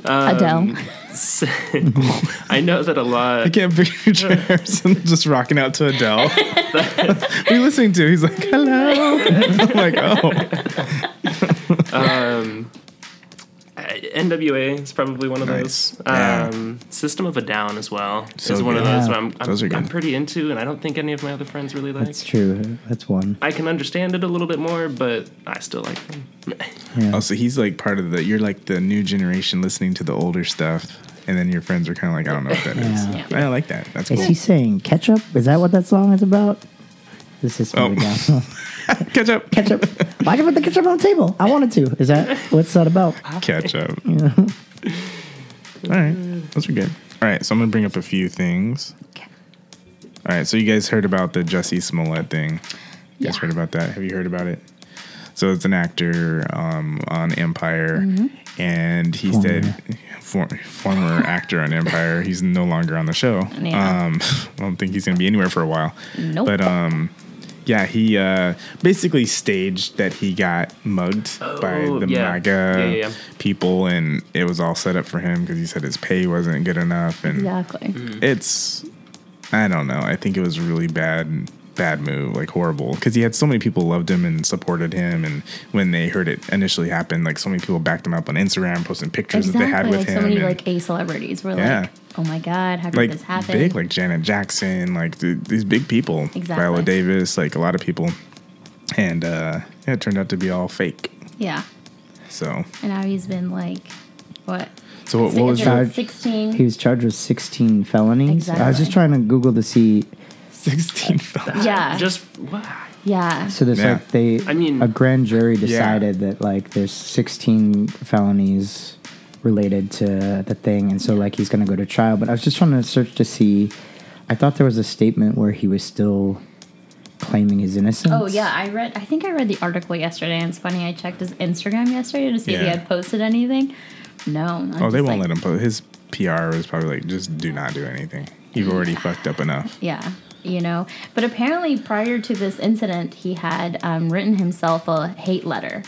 Speaker 1: Um,
Speaker 3: Adele.
Speaker 2: I know that a lot.
Speaker 1: I can't picture Harrison just rocking out to Adele. what are you listening to? He's like, hello. I'm like, oh.
Speaker 2: uh, NWA is probably one of
Speaker 1: Nice.
Speaker 2: those.
Speaker 1: Yeah.
Speaker 2: Um, System of a Down as well
Speaker 1: So
Speaker 2: is one of
Speaker 1: good.
Speaker 2: those.
Speaker 4: Yeah.
Speaker 2: I'm, I'm,
Speaker 1: Those are good.
Speaker 2: I'm pretty into, and I don't think any of my other friends really like.
Speaker 4: That's true. That's one.
Speaker 2: I can understand it a little bit more, but I still like them.
Speaker 1: Oh, so he's like part of the, you're like the new generation listening to the older stuff. And then your friends are kind of like, I don't know what that is.
Speaker 4: Yeah.
Speaker 1: I like that. That's cool.
Speaker 4: Is he saying ketchup? Is that what that song is about? This is
Speaker 1: Oh. Catch up.
Speaker 4: ketchup. Why'd you put the ketchup on the table? I wanted to. Is that what's that about?
Speaker 1: Catch up. All right. Those are good. All right. So I'm going to bring up a few things.
Speaker 3: Okay.
Speaker 1: All right, so you guys heard about the Jesse Smollett thing. You guys
Speaker 3: Yeah.
Speaker 1: heard about that? Have you heard about it? So it's an actor um, on Empire,
Speaker 3: Mm-hmm.
Speaker 1: and he said, for, former actor on Empire. He's no longer on the show.
Speaker 3: Yeah.
Speaker 1: Um, I don't think he's going to be anywhere for a while.
Speaker 3: Nope.
Speaker 1: But um, yeah, he uh, basically staged that he got mugged by
Speaker 2: Oh,
Speaker 1: the
Speaker 2: yeah.
Speaker 1: MAGA
Speaker 2: Yeah, yeah, yeah.
Speaker 1: people, and it was all set up for him because he said his pay wasn't good enough, and
Speaker 3: Exactly.
Speaker 1: Mm.
Speaker 2: Mm-hmm.
Speaker 1: it's I don't know. I think it was a really bad bad move, like horrible, because he had so many people loved him and supported him, and when they heard it initially happen, like so many people backed him up on Instagram, posting pictures that
Speaker 3: Exactly.
Speaker 1: they had with
Speaker 3: like
Speaker 1: him.
Speaker 3: so many
Speaker 1: and-
Speaker 3: like A celebrities were
Speaker 1: Yeah.
Speaker 3: like, oh my God, how did
Speaker 1: like
Speaker 3: this happen?
Speaker 1: big, like Janet Jackson, like th- these big people,
Speaker 3: Exactly.
Speaker 1: Viola Davis, like a lot of people, and uh, yeah, it turned out to be all fake.
Speaker 3: yeah.
Speaker 1: So,
Speaker 3: And now he's been like, what?
Speaker 1: so what,
Speaker 3: Six-
Speaker 1: what was
Speaker 3: is it
Speaker 1: your
Speaker 4: charged?
Speaker 3: 16?
Speaker 4: He was charged with 16 felonies. I was
Speaker 3: Exactly.
Speaker 4: just trying to Google to see.
Speaker 1: sixteen?
Speaker 3: yeah.
Speaker 2: Just wow.
Speaker 3: yeah.
Speaker 4: So there's
Speaker 1: Yeah.
Speaker 4: like they.
Speaker 2: I mean-
Speaker 4: a grand jury decided that like there's 16 felonies related to the thing, and so like he's going to go to trial. But I was just trying to search to see. I thought there was a statement where he was still claiming his innocence.
Speaker 3: Oh yeah, I read. I think I read the article yesterday. And it's funny, I checked his Instagram yesterday to see if he
Speaker 1: Yeah.
Speaker 3: had posted anything. No. I'm
Speaker 1: Oh, they
Speaker 3: just
Speaker 1: won't
Speaker 3: like-
Speaker 1: let him put his PR is probably like just do not do anything. You've already fucked up enough.
Speaker 3: Yeah, you know. But apparently, prior to this incident, he had um, written himself a hate letter,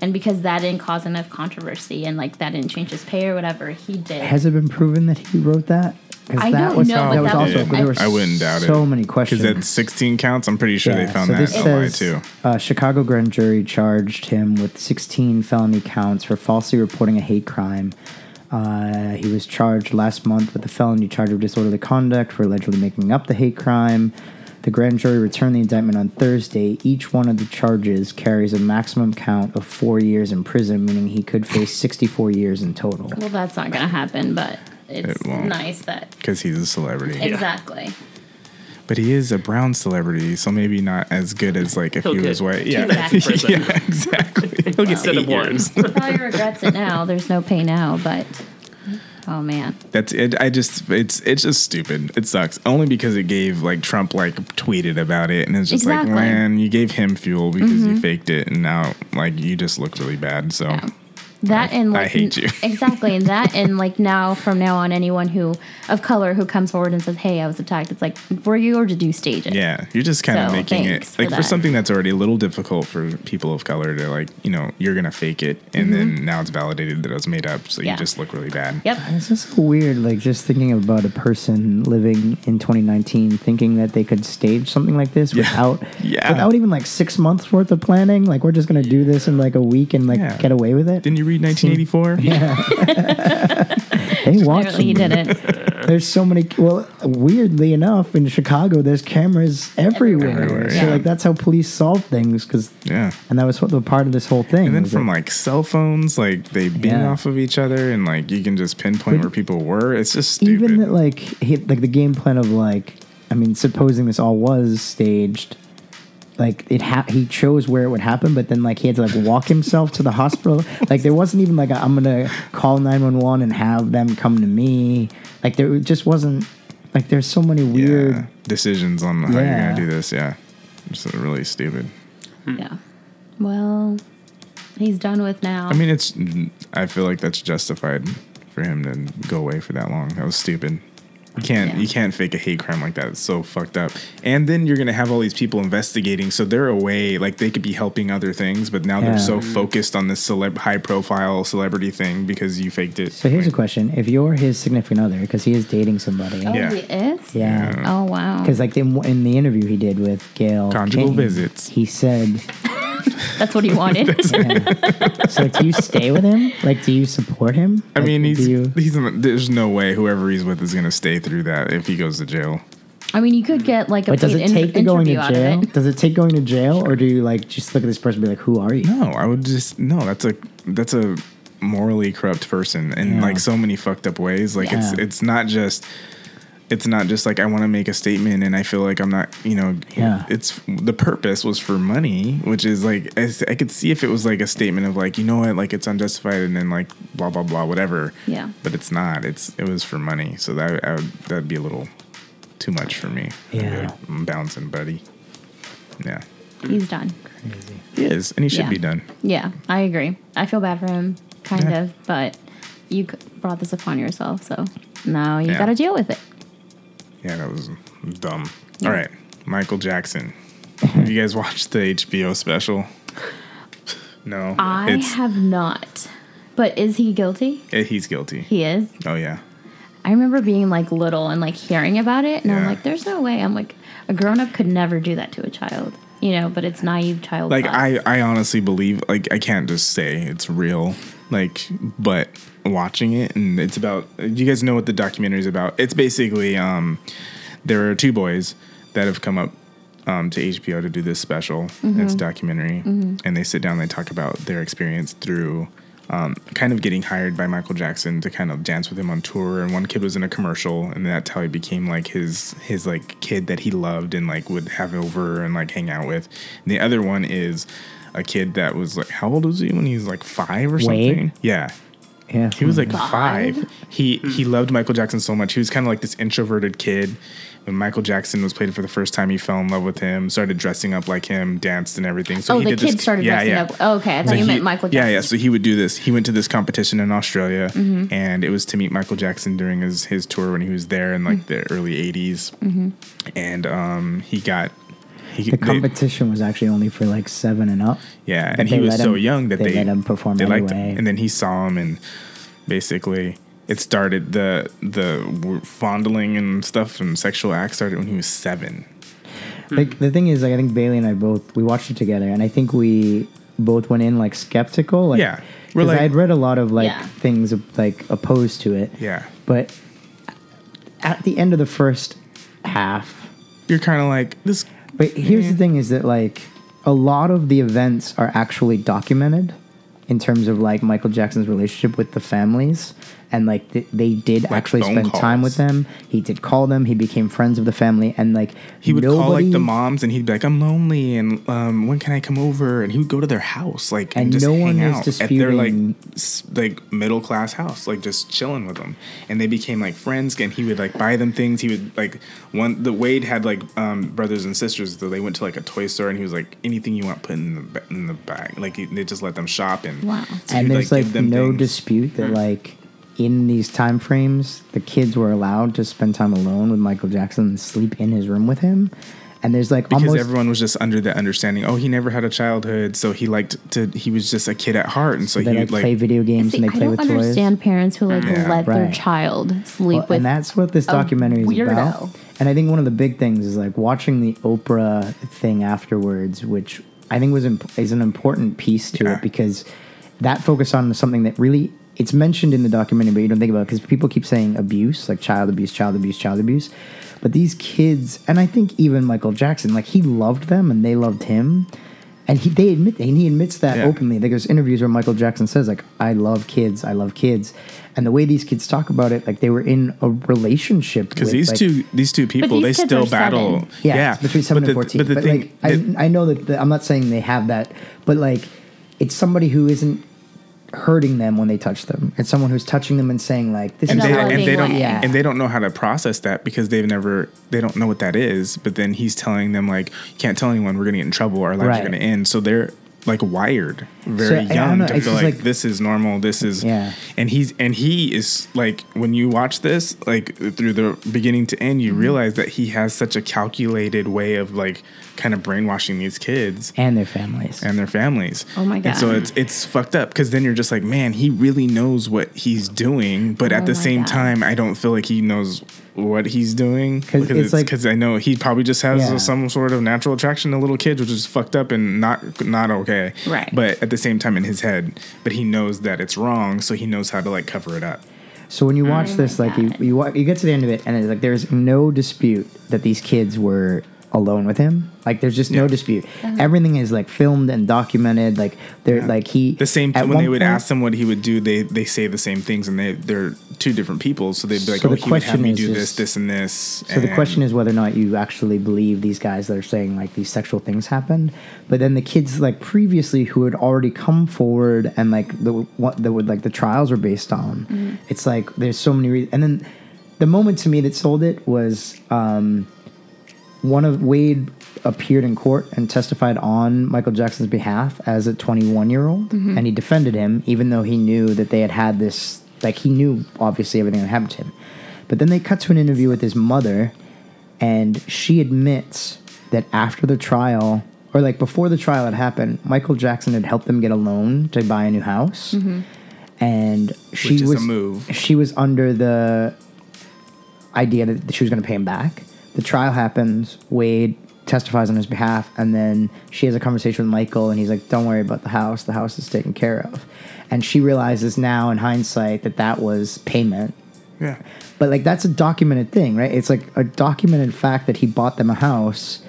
Speaker 3: and because that didn't cause enough controversy and like that didn't change his pay or whatever, he did.
Speaker 4: Has it been proven that he wrote that? 'Cause
Speaker 3: I
Speaker 4: that
Speaker 3: don't
Speaker 4: was,
Speaker 3: know,
Speaker 4: That
Speaker 3: but
Speaker 4: was
Speaker 3: that
Speaker 4: also.
Speaker 3: was-
Speaker 4: but there were
Speaker 1: I wouldn't doubt it.
Speaker 4: So many questions.
Speaker 1: Because at 16 counts, I'm pretty sure they
Speaker 4: Yeah,
Speaker 1: found
Speaker 4: so
Speaker 1: that
Speaker 4: this
Speaker 1: in a lie
Speaker 4: says,
Speaker 1: too.
Speaker 4: Uh, Chicago grand jury charged him with 16 felony counts for falsely reporting a hate crime. Uh, he was charged last month with a felony charge of disorderly conduct for allegedly making up the hate crime. The grand jury returned the indictment on Thursday. Each one of the charges carries a maximum count of four years in prison, meaning he could face 64 years in total.
Speaker 3: well, that's not gonna happen, but it's
Speaker 1: It won't.
Speaker 3: nice that
Speaker 1: Because he's a celebrity,
Speaker 3: exactly.
Speaker 1: but he is a brown celebrity, so maybe not as good as like if
Speaker 2: He'll
Speaker 1: he
Speaker 2: get
Speaker 1: was white.
Speaker 2: two
Speaker 1: Yeah,
Speaker 2: nights in prison.
Speaker 1: yeah, exactly. He'll get
Speaker 2: Instead
Speaker 1: eight
Speaker 2: of one.
Speaker 1: years.
Speaker 3: Probably regrets it now. There's no pay now, but oh man,
Speaker 1: That's it. I just it's it's just stupid. It sucks only because it gave like Trump like tweeted about it, and it's just
Speaker 3: Exactly. Mm-hmm.
Speaker 1: like man, you gave him fuel because you faked it, and now like you just look really bad. So
Speaker 3: Yeah. that and
Speaker 1: I
Speaker 3: like
Speaker 1: hate you.
Speaker 3: exactly, and that and like now from now on, anyone who of color who comes forward and says, "Hey, I was attacked," it's like, were you or did you stage it?
Speaker 1: Yeah, you're just kind of
Speaker 3: So,
Speaker 1: making it
Speaker 3: thanks for
Speaker 1: like for,
Speaker 3: that.
Speaker 1: something that's already a little difficult for people of color to like, you know, you're gonna fake it, and then now it's validated that it was made up, so
Speaker 3: Mm-hmm. Yeah.
Speaker 1: you just look really bad.
Speaker 3: Yep.
Speaker 4: It's just so weird, like just thinking about a person living in 2019, thinking that they could stage something like this without,
Speaker 1: Yeah.
Speaker 4: without even like six months worth of planning. Like we're just gonna do this in like a week and like
Speaker 1: Yeah.
Speaker 4: get away with it.
Speaker 1: Didn't you read 1984?
Speaker 4: they watched
Speaker 3: Apparently, he
Speaker 4: him.
Speaker 3: didn't.
Speaker 4: There's so many. Well, weirdly enough, in Chicago, there's cameras everywhere.
Speaker 1: Everywhere,
Speaker 4: so
Speaker 1: yeah.
Speaker 4: like that's how police solve things. Because
Speaker 1: Yeah.
Speaker 4: and that was what the part of this whole thing.
Speaker 1: And then
Speaker 4: was
Speaker 1: from
Speaker 4: that-
Speaker 1: like cell phones, like they bing
Speaker 4: Yeah.
Speaker 1: off of each other, and like you can just pinpoint where people were. It's just stupid.
Speaker 4: even that like he, like the game plan of like I mean, supposing this all was staged. Like it, ha- he chose where it would happen, but then like he had to like walk himself to the hospital. Like there wasn't even like i am I'm gonna call nine one one and have them come to me. Like there just wasn't. Like there's so many
Speaker 1: yeah.
Speaker 4: weird
Speaker 1: decisions on how you're
Speaker 4: Yeah.
Speaker 1: gonna do this. Yeah, it's really stupid.
Speaker 3: Yeah. Well, he's done with now.
Speaker 1: I mean, it's. I feel like that's justified for him to go away for that long. That was stupid. You can't
Speaker 3: Yeah.
Speaker 1: you can't fake a hate crime like that. It's so fucked up. And then you're gonna have all these people investigating, so they're away. Like they could be helping other things, but now
Speaker 4: Yeah.
Speaker 1: they're so focused on this celeb high profile celebrity thing because you faked it.
Speaker 4: So here's a question: If you're his significant other, because he is dating somebody,
Speaker 3: oh,
Speaker 1: yeah.
Speaker 3: he is?
Speaker 4: yeah,
Speaker 3: Oh, wow.
Speaker 4: because like in, in the interview he did with Gail,
Speaker 1: Conjugal visits.
Speaker 4: he said,
Speaker 3: That's what he wanted.
Speaker 4: "So like, do you stay with him? Like, do you support him?
Speaker 1: I
Speaker 4: Like,
Speaker 1: mean,
Speaker 4: do
Speaker 1: he's
Speaker 4: you-
Speaker 1: he's there's no way whoever he's with is gonna stay through that if he goes to jail.
Speaker 3: I mean, you could get like a
Speaker 4: But does
Speaker 3: paid
Speaker 4: it
Speaker 3: in-
Speaker 4: take the going
Speaker 3: interview
Speaker 4: to
Speaker 3: out of
Speaker 4: jail?
Speaker 3: it.
Speaker 4: Does it take going to jail, or do you like just look at this person and be like, "Who are you?"
Speaker 1: No, I would just no. That's a that's a morally corrupt person in
Speaker 4: Yeah.
Speaker 1: like so many fucked up ways. Like it's
Speaker 4: Yeah.
Speaker 1: it's not just it's not just like I want to make a statement and I feel like I'm not you know
Speaker 4: Yeah.
Speaker 1: It's the purpose was for money, which is like I, s- I could see if it was like a statement of like you know what like it's unjustified and then like blah blah blah whatever.
Speaker 3: Yeah.
Speaker 1: but it's not. It's it was for money, so that I would, that'd be a little too much for me. I'd be
Speaker 4: Yeah.
Speaker 1: like, I'm bouncing, buddy. Yeah,
Speaker 3: He's done.
Speaker 1: he is, and he should
Speaker 3: Yeah.
Speaker 1: be done.
Speaker 3: Yeah, I agree. I feel bad for him, kind
Speaker 1: Yeah.
Speaker 3: of, but you c- brought this upon yourself, so now you
Speaker 1: Yeah.
Speaker 3: got to deal with it.
Speaker 1: Yeah, that was dumb. All right, Michael Jackson. Have you guys watched the HBO special? No,
Speaker 3: I have not. But is he guilty?
Speaker 1: eh, he's guilty.
Speaker 3: He is.
Speaker 1: Oh yeah,
Speaker 3: I remember being like little and like hearing about it, and I'm
Speaker 1: Yeah.
Speaker 3: like, there's no way. I'm like, a grown up could never do that to a child, you know, but it's naive child.
Speaker 1: like
Speaker 3: thought.
Speaker 1: I, I honestly believe like I can't just say it's real, like but watching it and it's about you guys know what the documentary is about. It's basically um there are two boys that have come up um, to HBO to do this special. It's a documentary, and they sit down. They talk about their experience through um, kind of getting hired by Michael Jackson to kind of dance with him on tour. And one kid was in a commercial, and that's how he became like his his like kid that he loved and like would have over and like hang out with. And the other one is a kid that was like, how old was he when he was like five or something? Yeah,
Speaker 4: Yeah,
Speaker 1: he was like five. He he loved Michael Jackson so much. He was kind of like this introverted kid. When Michael Jackson was played for the first time, he fell in love with him, started dressing up like him, danced and everything. So
Speaker 3: oh,
Speaker 1: he
Speaker 3: the
Speaker 1: did this-
Speaker 3: kid started
Speaker 1: yeah,
Speaker 3: dressing
Speaker 1: yeah.
Speaker 3: up. Oh, okay, I thought
Speaker 1: So
Speaker 3: you
Speaker 1: he-
Speaker 3: meant Michael Jackson. Mm-hmm.
Speaker 1: Yeah, yeah. So he would do this. He went to this competition in Australia, and it was to meet Michael Jackson during his his tour when he was there in
Speaker 3: Mm.
Speaker 1: like the early '80s.
Speaker 3: Mm-hmm.
Speaker 1: And um, he got he,
Speaker 4: the
Speaker 1: they-
Speaker 4: competition was actually only for like seven and up.
Speaker 1: yeah,
Speaker 4: But
Speaker 1: and he
Speaker 4: they
Speaker 1: was
Speaker 4: let
Speaker 1: so
Speaker 4: him-
Speaker 1: young that
Speaker 4: they
Speaker 1: they,
Speaker 4: let him perform
Speaker 1: They liked
Speaker 4: anyway.
Speaker 1: him, and then he saw him, and basically, it started the the fondling and stuff and sexual acts started when he was seven. Hmm.
Speaker 4: Like the thing is, like I think Bailey and I both we watched it together, and I think we both went in like skeptical. Like,
Speaker 1: Yeah. We're
Speaker 4: because
Speaker 1: like-
Speaker 4: I had read a lot of like
Speaker 3: Yeah.
Speaker 4: things like opposed to it.
Speaker 1: Yeah,
Speaker 4: but at the end of the first half,
Speaker 1: you're kind of like this.
Speaker 4: but here's the thing: is that like a lot of the events are actually documented in terms of like Michael Jackson's relationship with the families, and like th- they did actually
Speaker 1: phone
Speaker 4: spend time with
Speaker 1: calls.
Speaker 4: them. He did call them. He became friends of the family, and like
Speaker 1: He would call like the
Speaker 4: nobody-
Speaker 1: moms, and he'd be like, "I'm lonely, and um, when can I come over?" And he would go to their house, like, and,
Speaker 4: And
Speaker 1: just
Speaker 4: no
Speaker 1: hang
Speaker 4: one
Speaker 1: out
Speaker 4: is
Speaker 1: at their like
Speaker 4: disputing-
Speaker 1: s- like middle class house, like just chilling with them. And they became like friends, and he would like buy them things. He would like one. The Wade had like um, brothers and sisters, though they went to like a toy store, and he was like, "Anything you want, put in the ba- in the bag." Like he, they just let them shop and
Speaker 3: Wow.
Speaker 1: so
Speaker 4: and
Speaker 1: he'd,
Speaker 4: there's
Speaker 1: give
Speaker 4: like, no
Speaker 1: things. Hmm.
Speaker 4: dispute that like in these time frames the kids were allowed to spend time alone with michael jackson and sleep in his room with him and there's like
Speaker 1: because
Speaker 4: almost
Speaker 1: everyone was just under the understanding. Oh, he never had a childhood, so he liked to. He was just a kid at heart, and so, he
Speaker 4: they like
Speaker 1: would like
Speaker 4: play video games
Speaker 3: See,
Speaker 4: and they
Speaker 3: I
Speaker 4: play
Speaker 3: don't
Speaker 4: with toys
Speaker 3: understand parents who like
Speaker 1: Yeah.
Speaker 3: let their
Speaker 4: Right.
Speaker 3: child sleep
Speaker 4: Well,
Speaker 3: with.
Speaker 4: and that's what this documentary is
Speaker 3: weirdo.
Speaker 4: about. And I think one of the big things is like watching the Oprah thing afterwards, which I think was imp- is an important piece to
Speaker 1: Yeah.
Speaker 4: it because that focused on something that really it's mentioned in the documentary, but you don't think about it because people keep saying abuse, like child abuse, child abuse, child abuse. But these kids, and I think even Michael Jackson, like he loved them and they loved him, and he they admit and he admits that
Speaker 1: Yeah.
Speaker 4: openly. Like there's interviews where Michael Jackson says like I love kids, I love kids, and the way these kids talk about it, like they were in a relationship
Speaker 1: Because
Speaker 4: with,
Speaker 1: these
Speaker 4: like-
Speaker 1: two these two people,
Speaker 3: these
Speaker 1: they
Speaker 3: kids
Speaker 1: still
Speaker 3: are
Speaker 1: battle.
Speaker 3: seven.
Speaker 4: yeah, it's between seven
Speaker 1: but
Speaker 4: and
Speaker 1: the,
Speaker 4: fourteen.
Speaker 1: But the thing,
Speaker 4: like,
Speaker 1: that-
Speaker 4: I, I know that the, I'm not saying they have that, but like, it's somebody who isn't hurting them when they touch them. It's someone who's touching them and saying like, "This
Speaker 1: and
Speaker 4: is
Speaker 1: they,
Speaker 3: No,
Speaker 4: how
Speaker 1: and
Speaker 4: I
Speaker 1: they
Speaker 3: they
Speaker 1: don't
Speaker 3: won't.
Speaker 4: Yeah.
Speaker 1: and they don't know how to process that because they've never they don't know what that is. But then he's telling them like, you can't tell anyone. We're gonna get in trouble. Our lives
Speaker 4: Right.
Speaker 1: are gonna end. So they're like wired
Speaker 4: So, I
Speaker 1: very
Speaker 4: don't
Speaker 1: young
Speaker 4: know,
Speaker 1: to
Speaker 4: it's
Speaker 1: feel
Speaker 4: just
Speaker 1: like,
Speaker 4: like-
Speaker 1: this is normal. This is
Speaker 4: Yeah.
Speaker 1: And he's and he is like when you watch this like through the beginning to end, you
Speaker 4: Mm-hmm.
Speaker 1: realize that he has such a calculated way of like kind of brainwashing these kids
Speaker 4: and their families."
Speaker 1: and their families.
Speaker 3: Oh my
Speaker 1: And so
Speaker 3: God.
Speaker 1: it's it's fucked up because then you're just like, man, he really knows what he's doing, but
Speaker 3: Oh
Speaker 1: at the
Speaker 3: my
Speaker 1: same
Speaker 3: God.
Speaker 1: time, I don't feel like he knows what he's doing
Speaker 4: 'Cause
Speaker 1: because
Speaker 4: it's
Speaker 1: it's
Speaker 4: like-
Speaker 1: because I know he probably just has
Speaker 4: Yeah.
Speaker 1: some sort of natural attraction to little kids, which is fucked up and not not okay.
Speaker 3: Right.
Speaker 1: But at the same time, in his head, but he knows that it's wrong, so he knows how to like cover it up.
Speaker 4: So when you watch this, like you,
Speaker 3: God.
Speaker 4: you wa- you get to the end of it, and it's like there's no dispute that these kids were alone with him. Like there's just no dispute. Everything is like filmed and documented. Like they're like he
Speaker 1: The same
Speaker 4: at
Speaker 1: when
Speaker 4: one
Speaker 1: they would
Speaker 4: point-
Speaker 1: ask them what he would do, they they say the same things, and they they're two different people, so they'd be like,
Speaker 4: So
Speaker 1: oh,
Speaker 4: the
Speaker 1: he would have
Speaker 4: question
Speaker 1: me
Speaker 4: is
Speaker 1: do this,
Speaker 4: just-
Speaker 1: this, and this.
Speaker 4: So the question is whether or not you actually believe these guys that are saying like these sexual things happened. But then the kids like previously who had already come forward and like the what the what, like the trials were based on. It's like there's so many reasons. And then the moment to me that sold it was um, one of Wade appeared in court and testified on Michael Jackson's behalf as a 21 year old, and he defended him even though he knew that they had had this. Like he knew obviously everything that happened to him. But then they cut to an interview with his mother, and she admits that after the trial, or like before the trial had happened, Michael Jackson had helped them get a loan to buy a new house, and she
Speaker 1: Which is a
Speaker 4: was
Speaker 1: move.
Speaker 4: she was under the idea that she was going to pay him back. The trial happens. Wade testifies on his behalf, and then she has a conversation with Michael, and he's like, "Don't worry about the house. The house is taken care of." And she realizes now, in hindsight, that that was payment
Speaker 1: yeah.
Speaker 4: but like that's a documented thing, right? It's like a documented fact that he bought them a house.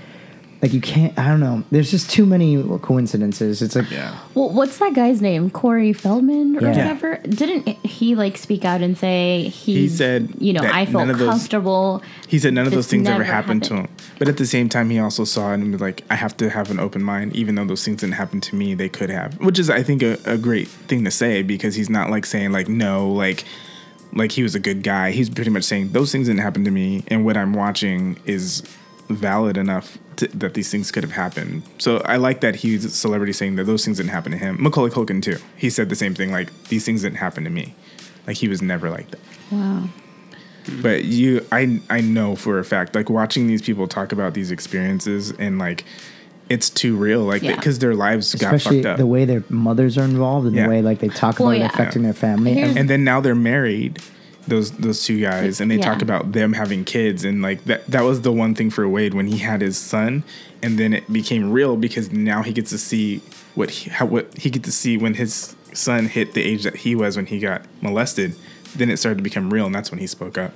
Speaker 4: Like you can't. I don't know. There's just too many coincidences. It's like
Speaker 1: Yeah.
Speaker 3: Well, what's that guy's name? Corey Feldman or
Speaker 4: Yeah.
Speaker 3: whatever? Didn't he like speak out and say he,
Speaker 1: He said
Speaker 3: you know,
Speaker 1: that
Speaker 3: I
Speaker 1: none
Speaker 3: felt
Speaker 1: of those-
Speaker 3: comfortable.
Speaker 1: He said none of
Speaker 3: This
Speaker 1: those things ever
Speaker 3: never
Speaker 1: happened,
Speaker 3: happened.
Speaker 1: to him. But at the same time, he also saw it and was like, I have to have an open mind, even though those things didn't happen to me, they could have. Which is, I think, a, a great thing to say because he's not like saying, like, no, like, like he was a good guy. He's pretty much saying, those things didn't happen to me, and what I'm watching is valid enough to, that these things could have happened. So I like that he's a celebrity saying that those things didn't happen to him. Macaulay Culkin, too. He said the same thing, like, these things didn't happen to me. Like, he was never like that
Speaker 3: Wow.
Speaker 1: but you I I know for a fact like watching these people talk about these experiences and like it's too real like
Speaker 3: Yeah.
Speaker 1: because their lives
Speaker 4: especially
Speaker 1: got fucked up
Speaker 4: the way their mothers are involved and
Speaker 1: Yeah.
Speaker 4: the way like they talk
Speaker 3: Well,
Speaker 4: about
Speaker 3: yeah.
Speaker 4: it affecting their family.
Speaker 3: Here's-
Speaker 4: And-
Speaker 1: and then now they're married those those two guys and they
Speaker 3: Yeah.
Speaker 1: talk about them having kids and like that that was the one thing for Wade when he had his son and then it became real because now he gets to see what he, how what he gets to see when his son hit the age that he was when he got molested then it started to become real and that's when he spoke up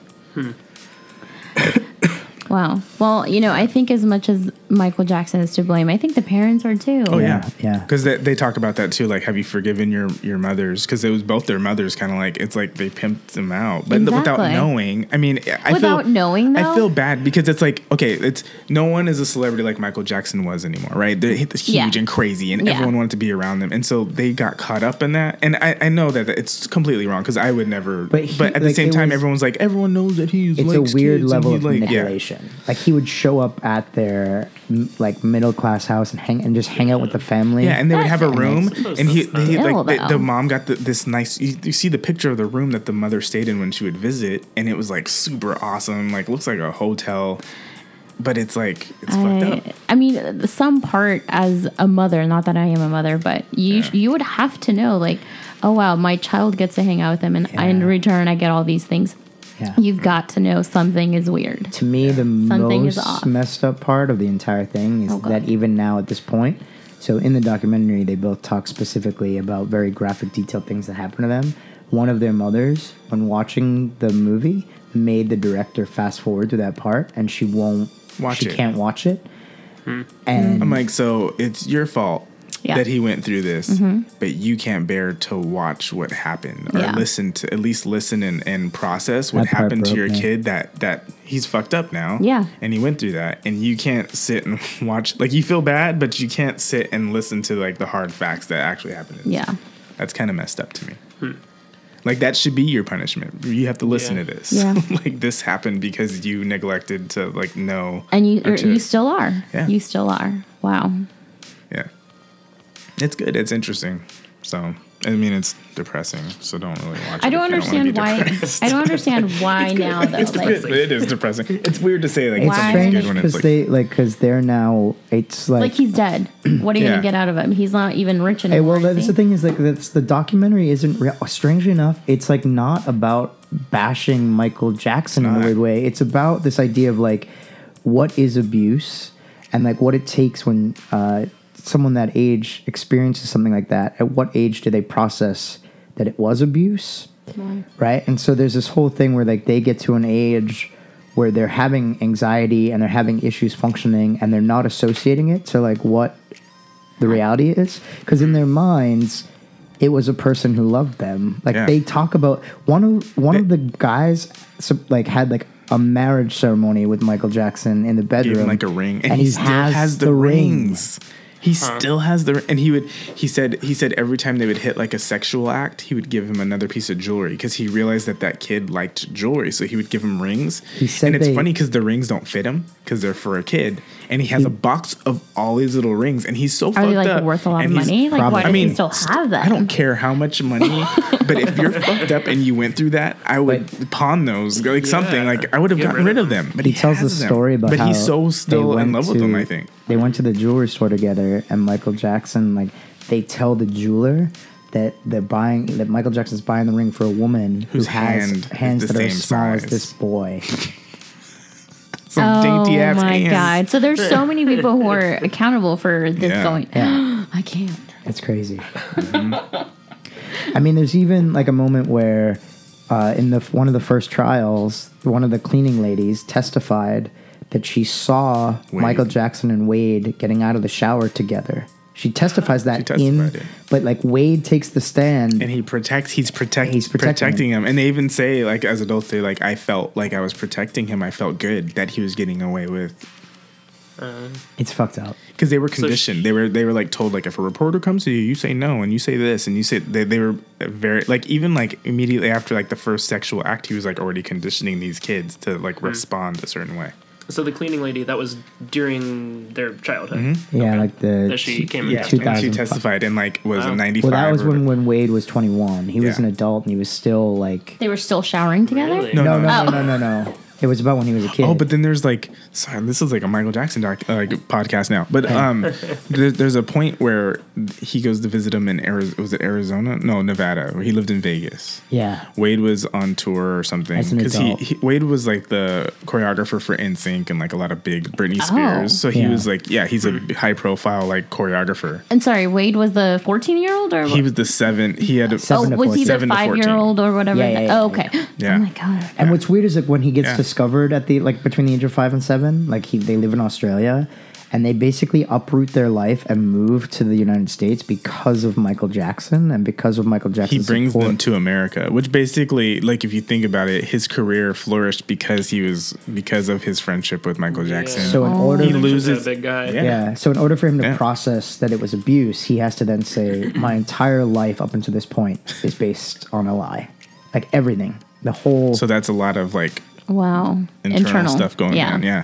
Speaker 3: Wow. Well, you know, I think as much as Michael Jackson is to blame, I think the parents are too.
Speaker 1: Oh
Speaker 4: Yeah,
Speaker 1: yeah,
Speaker 4: yeah.
Speaker 1: Because they, they talk about that too. Like, have you forgiven your your mothers? Because it was both their mothers. Kind of like it's like they pimped them out, but without
Speaker 3: Exactly.
Speaker 1: knowing. I mean, I
Speaker 3: Without
Speaker 1: feel,
Speaker 3: knowing,
Speaker 1: I
Speaker 3: though?
Speaker 1: feel bad because it's like okay, it's no one is a celebrity like Michael Jackson was anymore, right? They're huge
Speaker 3: Yeah.
Speaker 1: and crazy, and
Speaker 3: Yeah.
Speaker 1: everyone wanted to be around them, and so they got caught up in that. And I, I know that it's completely wrong because I would never.
Speaker 4: But
Speaker 1: But,
Speaker 4: he-
Speaker 1: at the
Speaker 4: like,
Speaker 1: same
Speaker 4: it
Speaker 1: time,
Speaker 4: was-
Speaker 1: everyone's like, everyone knows that he's
Speaker 4: it's
Speaker 1: likes
Speaker 4: a weird
Speaker 1: kids and
Speaker 4: level
Speaker 1: he
Speaker 4: of
Speaker 1: like, yeah.
Speaker 4: manipulation. Like he would show up at their m- like middle class house and hang and just hang out with the family.
Speaker 1: Yeah, and they would have a
Speaker 3: That's
Speaker 1: room,
Speaker 2: nice.
Speaker 1: and he, he
Speaker 3: Still,
Speaker 1: like the,
Speaker 3: though.
Speaker 1: the mom got the, this nice. You, you see the picture of the room that the mother stayed in when she would visit, and it was like super awesome. Like looks like a hotel, but it's like it's
Speaker 3: I,
Speaker 1: fucked up.
Speaker 3: I mean, some part as a mother, not that I am a mother, but you
Speaker 1: Yeah.
Speaker 3: you would have to know, like, oh wow, my child gets to hang out with them, and in
Speaker 4: Yeah.
Speaker 3: return, I get all these things.
Speaker 4: Yeah.
Speaker 3: You've got to know something is weird.
Speaker 4: to me the
Speaker 3: Something is
Speaker 4: most
Speaker 3: off.
Speaker 4: messed up part of the entire thing is
Speaker 3: Oh, God.
Speaker 4: that even now at this point so in the documentary they both talk specifically about very graphic detailed things that happened to them one of their mothers, when watching the movie, made the director fast forward to that part, and she won't.
Speaker 1: Watch
Speaker 4: she
Speaker 1: it. Hmm.
Speaker 4: can't watch it. And
Speaker 1: I'm like, so it's your fault
Speaker 3: Yeah. Mm-hmm.
Speaker 1: that he went through this, but you can't bear to watch what happened or
Speaker 3: Yeah.
Speaker 1: listen to at least listen and, and process what
Speaker 4: That part
Speaker 1: happened to
Speaker 4: broke
Speaker 1: your
Speaker 4: me.
Speaker 1: kid that that he's fucked up now.
Speaker 3: Yeah.
Speaker 1: And he went through that. And you can't sit and watch like you feel bad, but you can't sit and listen to like the hard facts that actually happened. to this.
Speaker 3: Yeah.
Speaker 1: That's kind of messed up to me. Like that should be your punishment. You have to listen
Speaker 2: Yeah.
Speaker 1: to this.
Speaker 3: Yeah.
Speaker 1: like this happened because you neglected to like know.
Speaker 3: And you
Speaker 1: or
Speaker 3: or
Speaker 1: to-
Speaker 3: you still are.
Speaker 1: Yeah.
Speaker 3: You still are. Wow.
Speaker 1: yeah. It's good. It's interesting. So, I mean, it's depressing. So don't really watch it.
Speaker 3: I
Speaker 1: if
Speaker 3: don't
Speaker 1: you
Speaker 3: understand
Speaker 1: wanna
Speaker 3: why.
Speaker 1: be
Speaker 3: I don't understand why now though.
Speaker 1: depressed.
Speaker 3: Like,
Speaker 1: it is depressing. It's weird to say like
Speaker 4: it's
Speaker 3: Why?
Speaker 1: something's
Speaker 4: strange
Speaker 1: good when it's
Speaker 4: because
Speaker 1: like
Speaker 4: they like because they're now. It's like,
Speaker 3: like he's dead. What are you
Speaker 1: Yeah.
Speaker 3: gonna get out of him? He's not even rich anymore.
Speaker 4: Hey, well,
Speaker 3: is
Speaker 4: that's
Speaker 3: he?
Speaker 4: the thing is like that's the documentary isn't real. Strangely enough, it's like not about bashing Michael Jackson in a
Speaker 1: not.
Speaker 4: weird way. It's about this idea of like what is abuse and like what it takes when uh, someone that age experiences something like that. At what age do they process that it was abuse? Right, and so there's this whole thing where like they get to an age where they're having anxiety and they're having issues functioning and they're not associating it to like what the reality is because in their minds it was a person who loved them like
Speaker 1: Yeah.
Speaker 4: they talk about one of one of the guys so- like had like a marriage ceremony with Michael Jackson in the bedroom
Speaker 1: gave him like a ring, and,
Speaker 4: and
Speaker 1: he, still has, the, rings. He still has the and he would he said he said every time they would hit like a sexual act he would give him another piece of jewelry because he realized that that kid liked jewelry so he would give him rings
Speaker 4: He said
Speaker 1: and it's
Speaker 4: they-
Speaker 1: funny because the rings don't fit him because they're for a kid and he has a box of all these little rings and he's so
Speaker 3: Are
Speaker 1: fucked
Speaker 3: they like
Speaker 1: up
Speaker 3: worth a lot of
Speaker 1: and he's-
Speaker 3: money? Like
Speaker 4: probably-
Speaker 3: why
Speaker 4: I
Speaker 3: does
Speaker 1: mean,
Speaker 3: he still have that?
Speaker 1: I don't care how much money, but if you're fucked up and you went through that, I would pawn those, like something.
Speaker 2: Yeah.
Speaker 1: Like I would have
Speaker 2: Get
Speaker 1: gotten rid
Speaker 2: rid of
Speaker 1: of them. But
Speaker 4: he tells the
Speaker 1: has them.
Speaker 4: story about
Speaker 1: But
Speaker 4: how
Speaker 1: he's so
Speaker 4: they
Speaker 1: still in
Speaker 4: went
Speaker 1: love with them.
Speaker 4: to-
Speaker 1: I think.
Speaker 4: they went to the jewelry store together, and Michael Jackson like they tell the jeweler that they're buying that Michael Jackson's buying the ring for a woman
Speaker 1: Whose
Speaker 4: who has
Speaker 1: hand is
Speaker 4: hands
Speaker 1: the
Speaker 4: that are
Speaker 1: same
Speaker 4: as small
Speaker 1: size.
Speaker 4: as this boy.
Speaker 1: Some dainty ass
Speaker 3: Oh my
Speaker 1: hands.
Speaker 3: god! So there's so many people who are accountable for this
Speaker 1: Yeah.
Speaker 3: going.
Speaker 4: Yeah.
Speaker 3: I can't.
Speaker 4: It's crazy. I mean, there's even like a moment where, uh, in the one of the first trials, one of the cleaning ladies testified that she saw
Speaker 1: Wade.
Speaker 4: Michael Jackson and Wade getting out of the shower together. She testifies that in,
Speaker 1: testified it.
Speaker 4: but like Wade takes the stand.
Speaker 1: And he protects. He's protect.
Speaker 4: He's protecting
Speaker 1: protecting him. And they even say, like as adults, they like I felt like I was protecting him. I felt good that he was getting away with
Speaker 4: it's fucked up.
Speaker 1: because they were
Speaker 2: she-
Speaker 1: conditioned. they were they were like told like if a reporter comes to you, you say no, and you say this, and you say they, they were very like even like immediately after like the first sexual act, he was like already conditioning these kids to like
Speaker 3: Hmm.
Speaker 1: respond a certain way.
Speaker 2: So the cleaning lady that was during their childhood.
Speaker 4: Yeah, like the
Speaker 2: That she came and
Speaker 4: yeah,
Speaker 2: testified.
Speaker 1: And she
Speaker 4: 2005.
Speaker 1: testified and like was
Speaker 2: Wow.
Speaker 1: a ninety
Speaker 4: Well,
Speaker 1: five.
Speaker 4: that was when when Wade was 21. He was
Speaker 1: Yeah.
Speaker 4: an adult and he was still like
Speaker 3: They were still showering together.
Speaker 2: Really?
Speaker 1: no,
Speaker 4: no
Speaker 1: no,
Speaker 4: no no no no no. It was about when he was a kid.
Speaker 1: Oh, but then there's like, sorry, this is like a Michael Jackson doc, uh, like podcast now. But um, there, there's a point where he goes to visit him in Arizona. Was it Arizona? No, Nevada. Where he lived in Vegas.
Speaker 4: yeah,
Speaker 1: Wade was on tour or something
Speaker 4: As an
Speaker 1: he,
Speaker 4: adult.
Speaker 1: he Wade was like the choreographer for NSYNC and like a lot of big Britney Spears. so he
Speaker 4: Yeah. Mm.
Speaker 1: was like, yeah, he's a high profile like choreographer.
Speaker 3: And sorry, Wade was the 14 year old or
Speaker 1: He was the seven. He had a,
Speaker 3: oh,
Speaker 4: Seven to
Speaker 3: was he the
Speaker 1: Seven to 14.
Speaker 3: five year old or whatever?
Speaker 4: Yeah, yeah, yeah,
Speaker 3: oh, okay.
Speaker 1: yeah.
Speaker 3: Oh my god.
Speaker 4: And what's weird is like when he gets
Speaker 1: Yeah.
Speaker 4: discovered at the like between the age of five and seven, like he they live in Australia, and they basically uproot their life and move to the United States because of Michael Jackson and because of Michael
Speaker 1: he
Speaker 4: Jackson's
Speaker 1: brings
Speaker 4: support.
Speaker 1: them to America, which basically, like, if you think about it, his career flourished because he was because of his friendship with Michael Jackson.
Speaker 4: So in order,
Speaker 1: he
Speaker 2: Just
Speaker 1: loses.
Speaker 2: that big guy.
Speaker 1: Yeah.
Speaker 4: yeah. So in order for him to
Speaker 1: Yeah.
Speaker 4: process that it was abuse, he has to then say, "My entire life up until this point is based on a lie, like everything, the whole."
Speaker 1: So that's a lot of like
Speaker 3: Wow.
Speaker 1: internal, stuff going
Speaker 3: yeah.
Speaker 1: on. Yeah,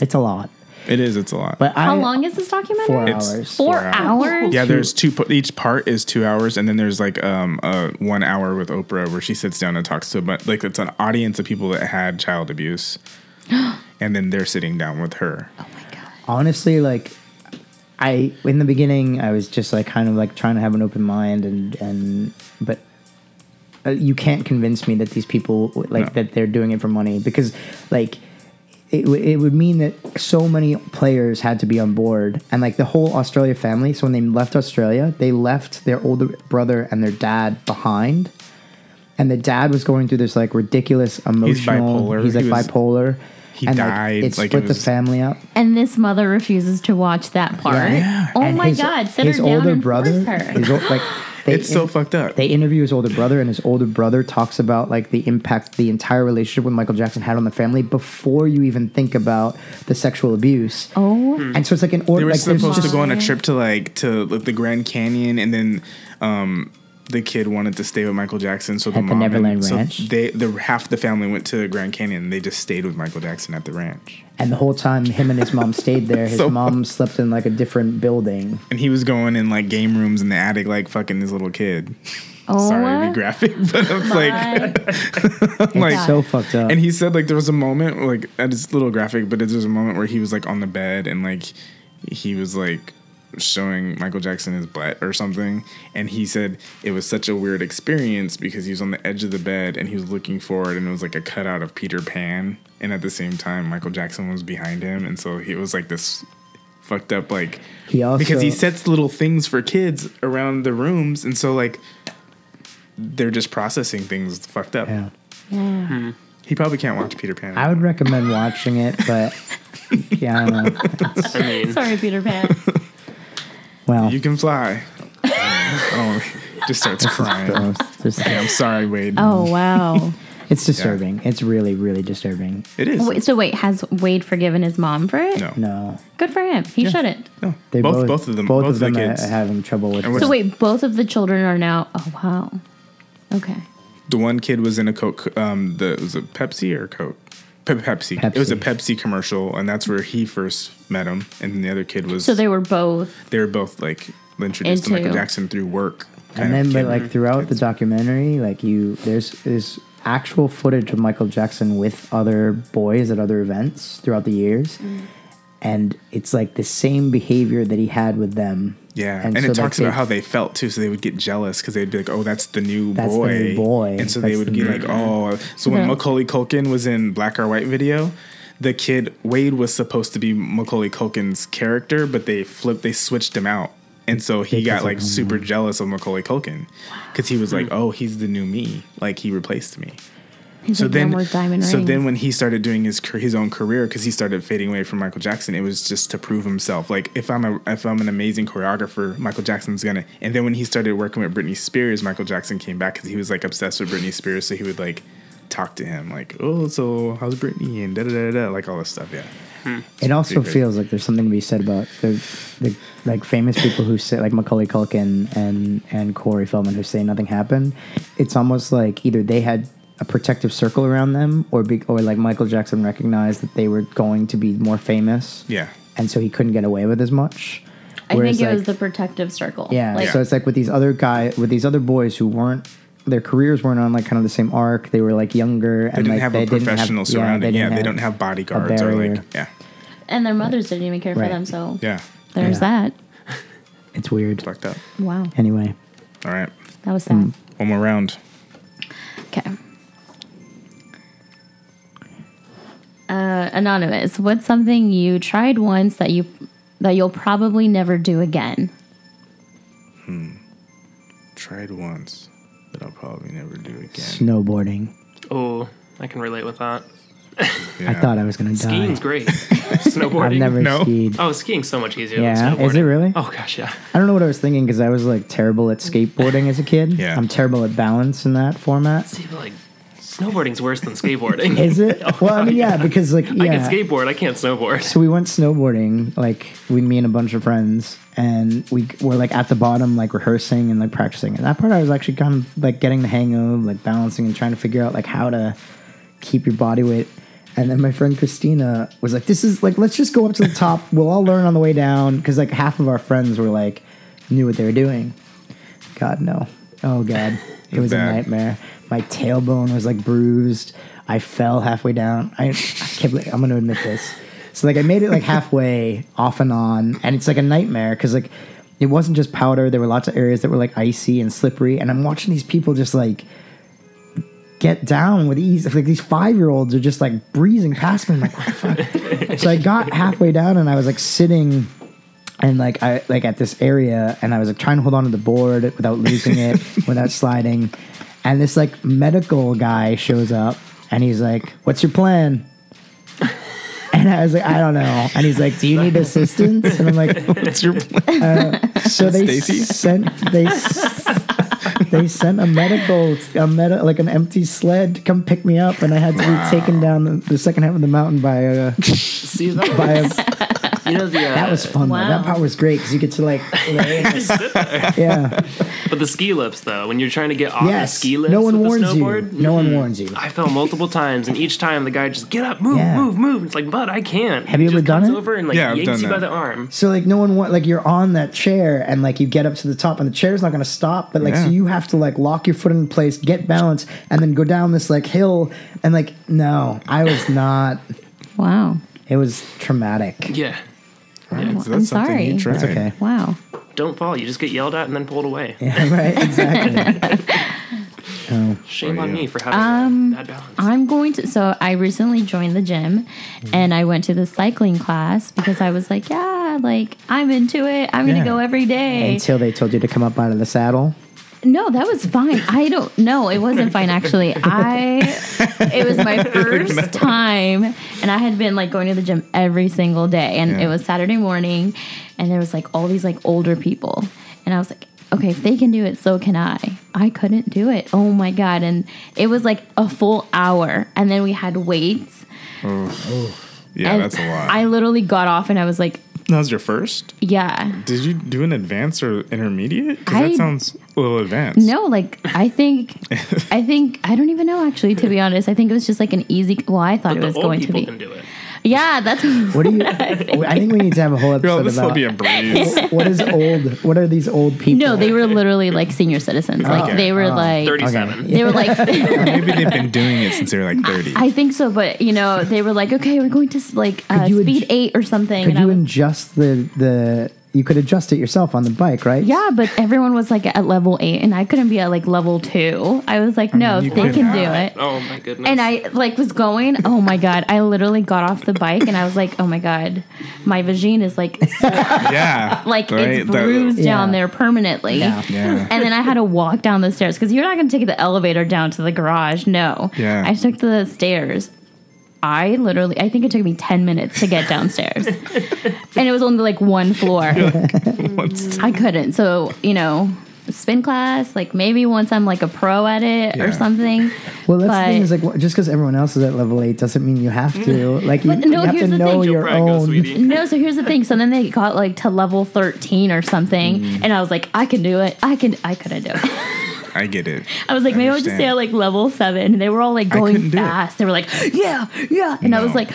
Speaker 4: it's a lot.
Speaker 1: it is. It's a lot.
Speaker 4: But
Speaker 3: How
Speaker 4: I,
Speaker 3: long is this
Speaker 4: Four
Speaker 3: documentary?
Speaker 1: It's
Speaker 4: hours.
Speaker 3: Four,
Speaker 1: four hours.
Speaker 3: hours.
Speaker 1: Yeah, there's two. pa- Each part is two hours, and then there's like um a one hour with Oprah where she sits down and talks to but like it's an audience of people that had child abuse, and then they're sitting down with her.
Speaker 3: Oh my god.
Speaker 4: honestly like i in the beginning i was just like kind of like trying to have an open mind and and but uh, you can't convince me that these people like
Speaker 1: No.
Speaker 4: that they're doing it for money because like it, w- it would mean that so many players had to be on board and like the whole australia family so when they left australia they left their older brother and their dad behind and the dad was going through this like ridiculous emotional
Speaker 1: bipolar.
Speaker 4: he's like
Speaker 1: He was-
Speaker 4: bipolar
Speaker 1: he
Speaker 4: and
Speaker 1: died,
Speaker 4: like, it
Speaker 1: like, it
Speaker 4: split
Speaker 1: was-
Speaker 4: the family up
Speaker 3: And this mother refuses to watch that part. Oh
Speaker 4: And
Speaker 3: my
Speaker 4: his-
Speaker 3: god, sit
Speaker 4: his
Speaker 3: her down
Speaker 4: older
Speaker 3: and
Speaker 4: brother
Speaker 3: force her.
Speaker 4: his ol- like they
Speaker 1: it's so
Speaker 4: in-
Speaker 1: fucked up.
Speaker 4: they interview his older brother and his older brother talks about like the impact the entire relationship with michael jackson had on the family before you even think about the sexual abuse
Speaker 3: oh,
Speaker 4: and so it's like an order
Speaker 1: they were
Speaker 4: like there's
Speaker 1: supposed to
Speaker 4: just-
Speaker 1: go on a trip to like to like, the Grand Canyon, and then um, the kid wanted to stay with Michael Jackson, so the
Speaker 4: At the
Speaker 1: mom and-
Speaker 4: Neverland
Speaker 1: so
Speaker 4: Ranch.
Speaker 1: they the half the family went to the Grand Canyon, and they just stayed with Michael Jackson at the ranch,
Speaker 4: and the whole time him and his mom stayed there his
Speaker 1: So-
Speaker 4: mom slept in like a different building
Speaker 1: and he was going in like game rooms in the attic, like fucking this little kid.
Speaker 3: oh
Speaker 1: Sorry to be graphic, but it's like
Speaker 3: my Oh
Speaker 1: like
Speaker 4: so fucked up
Speaker 1: And he said like there was a moment like at his little graphic, but there was a moment where he was like on the bed and like he was like showing Michael Jackson his butt or something. And he said it was such a weird experience because he was on the edge of the bed and he was looking forward and it was like a cutout of Peter Pan. And at the same time, Michael Jackson was behind him. And so he was like this fucked up like
Speaker 4: He also-
Speaker 1: because he sets little things for kids around the rooms and so like they're just processing things fucked up.
Speaker 4: yeah
Speaker 3: Yeah.
Speaker 1: He probably can't watch Peter Pan.
Speaker 4: i would recommend watching it but yeah i don't know
Speaker 2: I mean,
Speaker 3: Sorry, Peter Pan.
Speaker 4: well
Speaker 1: You can fly. oh, just starts crying.
Speaker 4: gross. Just-
Speaker 1: I'm sorry, Wade.
Speaker 3: Oh wow.
Speaker 4: it's disturbing it's really really disturbing
Speaker 1: It is.
Speaker 3: wait, so wait, has Wade forgiven his mom for it?
Speaker 1: no.
Speaker 4: no
Speaker 3: Good for him. He shouldn't.
Speaker 1: No.
Speaker 4: they
Speaker 1: both, both, of them.
Speaker 4: both, of
Speaker 1: the
Speaker 4: them uh, are
Speaker 1: kids.
Speaker 4: having trouble with
Speaker 1: And we're
Speaker 3: So wait, both of the children are now. Oh wow. Okay.
Speaker 1: the one kid was in a Coke. Um, the was it Pepsi or Coke? Pe- Pepsi. It was a Pepsi commercial, and that's where he first met him. And then the other kid was.
Speaker 3: So they were both.
Speaker 1: they were both like introduced to
Speaker 3: Into-
Speaker 1: Michael Jackson through work. kind
Speaker 4: and
Speaker 1: of
Speaker 4: then but
Speaker 1: kid.
Speaker 4: like throughout the documentary like you there's there's actual footage of michael jackson with other boys at other events throughout the years and it's like the same behavior that he had with them
Speaker 1: Yeah, and,
Speaker 4: so,
Speaker 1: it
Speaker 4: like,
Speaker 1: talks
Speaker 4: they-
Speaker 1: about how they felt too. So they would get jealous because they'd be like, "Oh, that's the new
Speaker 4: That's the
Speaker 1: boy."
Speaker 4: new boy.
Speaker 1: And so they
Speaker 4: That's
Speaker 1: would
Speaker 4: the
Speaker 1: be
Speaker 4: new-
Speaker 1: like, "Oh." So when
Speaker 3: Yeah.
Speaker 1: Macaulay Culkin was in Black or White video, the kid Wade was supposed to be Macaulay Culkin's character, but they flipped, they switched him out, and so he
Speaker 4: Because
Speaker 1: got
Speaker 4: of
Speaker 1: like
Speaker 4: him.
Speaker 1: super jealous of Macaulay Culkin because he was like, "Oh, he's the new me. Like he replaced me."
Speaker 3: He's
Speaker 1: So
Speaker 3: like,
Speaker 1: then,
Speaker 3: no more diamond
Speaker 1: so
Speaker 3: rings.
Speaker 1: then when he started doing his car- his own career because he started fading away from Michael Jackson, it was just to prove himself. Like if I'm a if I'm an amazing choreographer, Michael Jackson's gonna. And then when he started working with Britney Spears, Michael Jackson came back because he was like obsessed with Britney Spears, so he would like talk to him like, oh, so how's Britney and da da da da, like all this stuff. Yeah,
Speaker 4: it also
Speaker 1: Pretty great.
Speaker 4: feels like there's something to be said about the, the like famous people who say like Macaulay Culkin and and Corey Feldman who say nothing happened. It's almost like either they had a protective circle around them, or be, or like Michael Jackson recognized that they were going to be more famous,
Speaker 1: yeah.
Speaker 4: and so he couldn't get away with as much.
Speaker 3: I think
Speaker 4: Whereas,
Speaker 3: it was
Speaker 4: like-
Speaker 3: the protective circle.
Speaker 4: yeah,
Speaker 3: Like,
Speaker 4: so it's like with these other guy with these other boys who weren't their careers weren't on like kind of the same arc. They were like younger
Speaker 1: They
Speaker 4: and
Speaker 1: didn't
Speaker 4: like
Speaker 1: have
Speaker 4: they
Speaker 1: a professional
Speaker 4: didn't have,
Speaker 1: surrounding. Yeah, they,
Speaker 4: didn't
Speaker 1: don't have bodyguards or
Speaker 4: barrier.
Speaker 1: like yeah,
Speaker 3: And their mothers didn't even care
Speaker 4: Right.
Speaker 3: for them. So
Speaker 1: yeah,
Speaker 3: there's that.
Speaker 4: It's weird.
Speaker 1: fucked up.
Speaker 3: Wow.
Speaker 4: Anyway,
Speaker 1: All right,
Speaker 3: That was
Speaker 4: hmm.
Speaker 3: sad.
Speaker 1: one more round.
Speaker 3: Okay. Uh, anonymous, what's something you tried once that you that you'll probably never do again?
Speaker 1: Tried once, but I'll probably never do again.
Speaker 4: snowboarding.
Speaker 2: oh, I can relate with that.
Speaker 4: I
Speaker 1: Yeah.
Speaker 4: thought I was gonna die.
Speaker 2: Skiing's great. Snowboarding.
Speaker 4: I've never
Speaker 1: No.
Speaker 4: skied.
Speaker 2: Oh, skiing's so much easier.
Speaker 4: Yeah,
Speaker 2: than snowboarding.
Speaker 4: is it really?
Speaker 2: Oh gosh, yeah.
Speaker 4: I don't know what I was thinking because I was like terrible at skateboarding as a kid.
Speaker 1: Yeah.
Speaker 4: I'm terrible at balance in that format.
Speaker 2: See, but, like snowboarding's worse than skateboarding.
Speaker 4: Is it? well, I mean, yeah, because like,
Speaker 2: Oh,
Speaker 4: yeah.
Speaker 2: I can skateboard. I can't snowboard.
Speaker 4: So we went snowboarding, like we, me and a bunch of friends, and we were like at the bottom, like rehearsing and like practicing. And that part, I was actually kind of like getting the hang of, like balancing and trying to figure out like how to keep your body weight. And then my friend Christina was like, "This is like, let's just go up to the top. We'll all learn on the way down." Because like half of our friends were like knew what they were doing. God no. Oh god, it was
Speaker 1: Bad.
Speaker 4: a nightmare. My tailbone was like bruised. I fell halfway down. I, I can't believe I'm gonna admit this. So like I made it like halfway off and on, and it's like a nightmare because like it wasn't just powder. There were lots of areas that were like icy and slippery, and I'm watching these people just like get down with ease. Like these five year olds are just like breezing past me. I'm like, what the fuck? so I got halfway down and I was like sitting and like I like at this area and I was like trying to hold on to the board without losing it, without sliding. And this like medical guy shows up and he's like, What's your plan? And I was like, I don't know. And he's like, Do you need assistance? And I'm like,
Speaker 1: What's your plan?
Speaker 4: Uh, So they
Speaker 1: Stacy?
Speaker 4: sent they s- they sent a medical a medi- like an empty sled to come pick me up, and I had to be taken down the, the second half of the mountain by a
Speaker 2: See, that,
Speaker 4: by a
Speaker 2: you know, the, uh,
Speaker 4: That was fun. Though.
Speaker 3: Wow.
Speaker 4: That part was great because you get to like, lay in the- yeah,
Speaker 2: But the ski lifts, though, when you're trying to get off the
Speaker 4: yes.
Speaker 2: ski lifts
Speaker 4: no one
Speaker 2: with
Speaker 4: warns
Speaker 2: the
Speaker 4: you.
Speaker 2: snowboard,
Speaker 4: No one warns you.
Speaker 2: I fell multiple times, and each time the guy just get up, move,
Speaker 4: Yeah.
Speaker 2: move, move. It's like, but I can't.
Speaker 4: Have you
Speaker 2: He
Speaker 4: ever
Speaker 2: just
Speaker 4: done
Speaker 2: comes
Speaker 4: it?
Speaker 2: Over and like
Speaker 1: Yeah, I've
Speaker 2: yanks
Speaker 1: done
Speaker 2: you by
Speaker 1: that.
Speaker 2: the arm.
Speaker 4: So like, no one wa- like you're on that chair and like you get up to the top and the chair's not going to stop, but like so
Speaker 1: Yeah.
Speaker 4: you have to like lock your foot in place, get balance, and then go down this like hill and like no, I was not.
Speaker 3: Wow.
Speaker 4: It was traumatic.
Speaker 2: Yeah,
Speaker 1: that's
Speaker 3: I'm sorry.
Speaker 1: you
Speaker 3: That's
Speaker 1: tried.
Speaker 4: Okay.
Speaker 3: Wow.
Speaker 2: don't fall. You just get yelled at and then pulled away.
Speaker 4: Yeah, right. Exactly.
Speaker 2: Shame
Speaker 1: Oh,
Speaker 2: on
Speaker 1: yeah.
Speaker 2: me for having
Speaker 4: Um,
Speaker 2: that bad balance.
Speaker 3: I'm going to. So I recently joined the gym, and I went to the cycling class because I was like, yeah, like I'm into it. I'm
Speaker 4: Yeah.
Speaker 3: gonna go every day.
Speaker 4: Until they told you to come up out of the saddle.
Speaker 3: No, that was fine. I don't know. It wasn't fine actually. I it was my first time and I had been like going to the gym every single day and
Speaker 1: Yeah.
Speaker 3: it was Saturday morning and there was like all these like older people and I was like okay, if they can do it, so can I. I couldn't do it. Oh my god. And it was like a full hour and then we had weights.
Speaker 1: Yeah,
Speaker 3: and
Speaker 1: that's a lot.
Speaker 3: I literally got off and I was like,
Speaker 1: that was your first.
Speaker 3: yeah.
Speaker 1: Did you do an advanced or intermediate? 'Cause
Speaker 3: I-
Speaker 1: that sounds a little advanced.
Speaker 3: No, like I think, I think I don't even know actually. To be honest, I think it was just like an easy. Well, I thought
Speaker 2: But
Speaker 3: it
Speaker 2: the
Speaker 3: was
Speaker 2: old
Speaker 3: going to
Speaker 2: people
Speaker 3: be.
Speaker 2: can do it.
Speaker 3: Yeah, that's
Speaker 4: What do you? I think we need to have a whole episode
Speaker 1: Girl, this will
Speaker 4: about.
Speaker 1: be a breeze.
Speaker 4: what is old? What are these old people?
Speaker 3: no. They were literally like senior citizens. Like
Speaker 1: Okay.
Speaker 3: they were like
Speaker 2: Thirty-seven.
Speaker 4: Okay.
Speaker 3: they were like.
Speaker 1: Maybe they've been doing it since they were like 30.
Speaker 3: I think so, but you know they were like, okay, we're going to s- like uh,
Speaker 4: Could you
Speaker 3: speed
Speaker 4: adj-
Speaker 3: eight or something.
Speaker 4: Could
Speaker 3: and I
Speaker 4: you
Speaker 3: was,
Speaker 4: adjust the the? You could adjust it yourself on the bike, right?
Speaker 3: yeah, but everyone was like at level eight, and I couldn't be at like level two. I was like, no,
Speaker 1: you
Speaker 3: if they
Speaker 1: could
Speaker 3: can do
Speaker 1: not.
Speaker 3: it.
Speaker 2: Oh my goodness.
Speaker 3: And I like was going, oh my god! I literally got off the bike and I was like, oh my god, my vagine is like
Speaker 1: yeah.
Speaker 3: like
Speaker 1: right?
Speaker 3: it's
Speaker 1: That-
Speaker 3: bruised
Speaker 4: Yeah.
Speaker 3: down there permanently.
Speaker 4: Yeah.
Speaker 1: Yeah.
Speaker 3: And then I had to walk down the stairs because you're not going to take the elevator down to the garage. No.
Speaker 1: Yeah.
Speaker 3: I took the stairs. I literally, I think it took me 10 minutes to get downstairs. and it was only like one floor. I couldn't. So, you know, spin class, like maybe once I'm like a pro at it
Speaker 1: Yeah.
Speaker 3: or something.
Speaker 4: Well, that's the thing
Speaker 3: But-
Speaker 4: is like wh- just because everyone else is at level eight doesn't mean you have to. Like you,
Speaker 3: Mm. no,
Speaker 4: you have to
Speaker 3: here's the
Speaker 4: know
Speaker 3: thing.
Speaker 2: You'll
Speaker 4: your
Speaker 2: practice,
Speaker 4: own.
Speaker 2: sweetie.
Speaker 3: No, so here's the thing. So then they got like to level 13 or something.
Speaker 1: Mm.
Speaker 3: And I was like, I can do it. I can, I couldn't do it.
Speaker 1: I get it.
Speaker 3: I was like, maybe I'll just stay at
Speaker 1: Understand.
Speaker 3: like level seven. And they were all like
Speaker 1: couldn't
Speaker 3: going
Speaker 1: do it.
Speaker 3: fast. They were like, yeah, yeah. And I was
Speaker 1: No.
Speaker 3: like,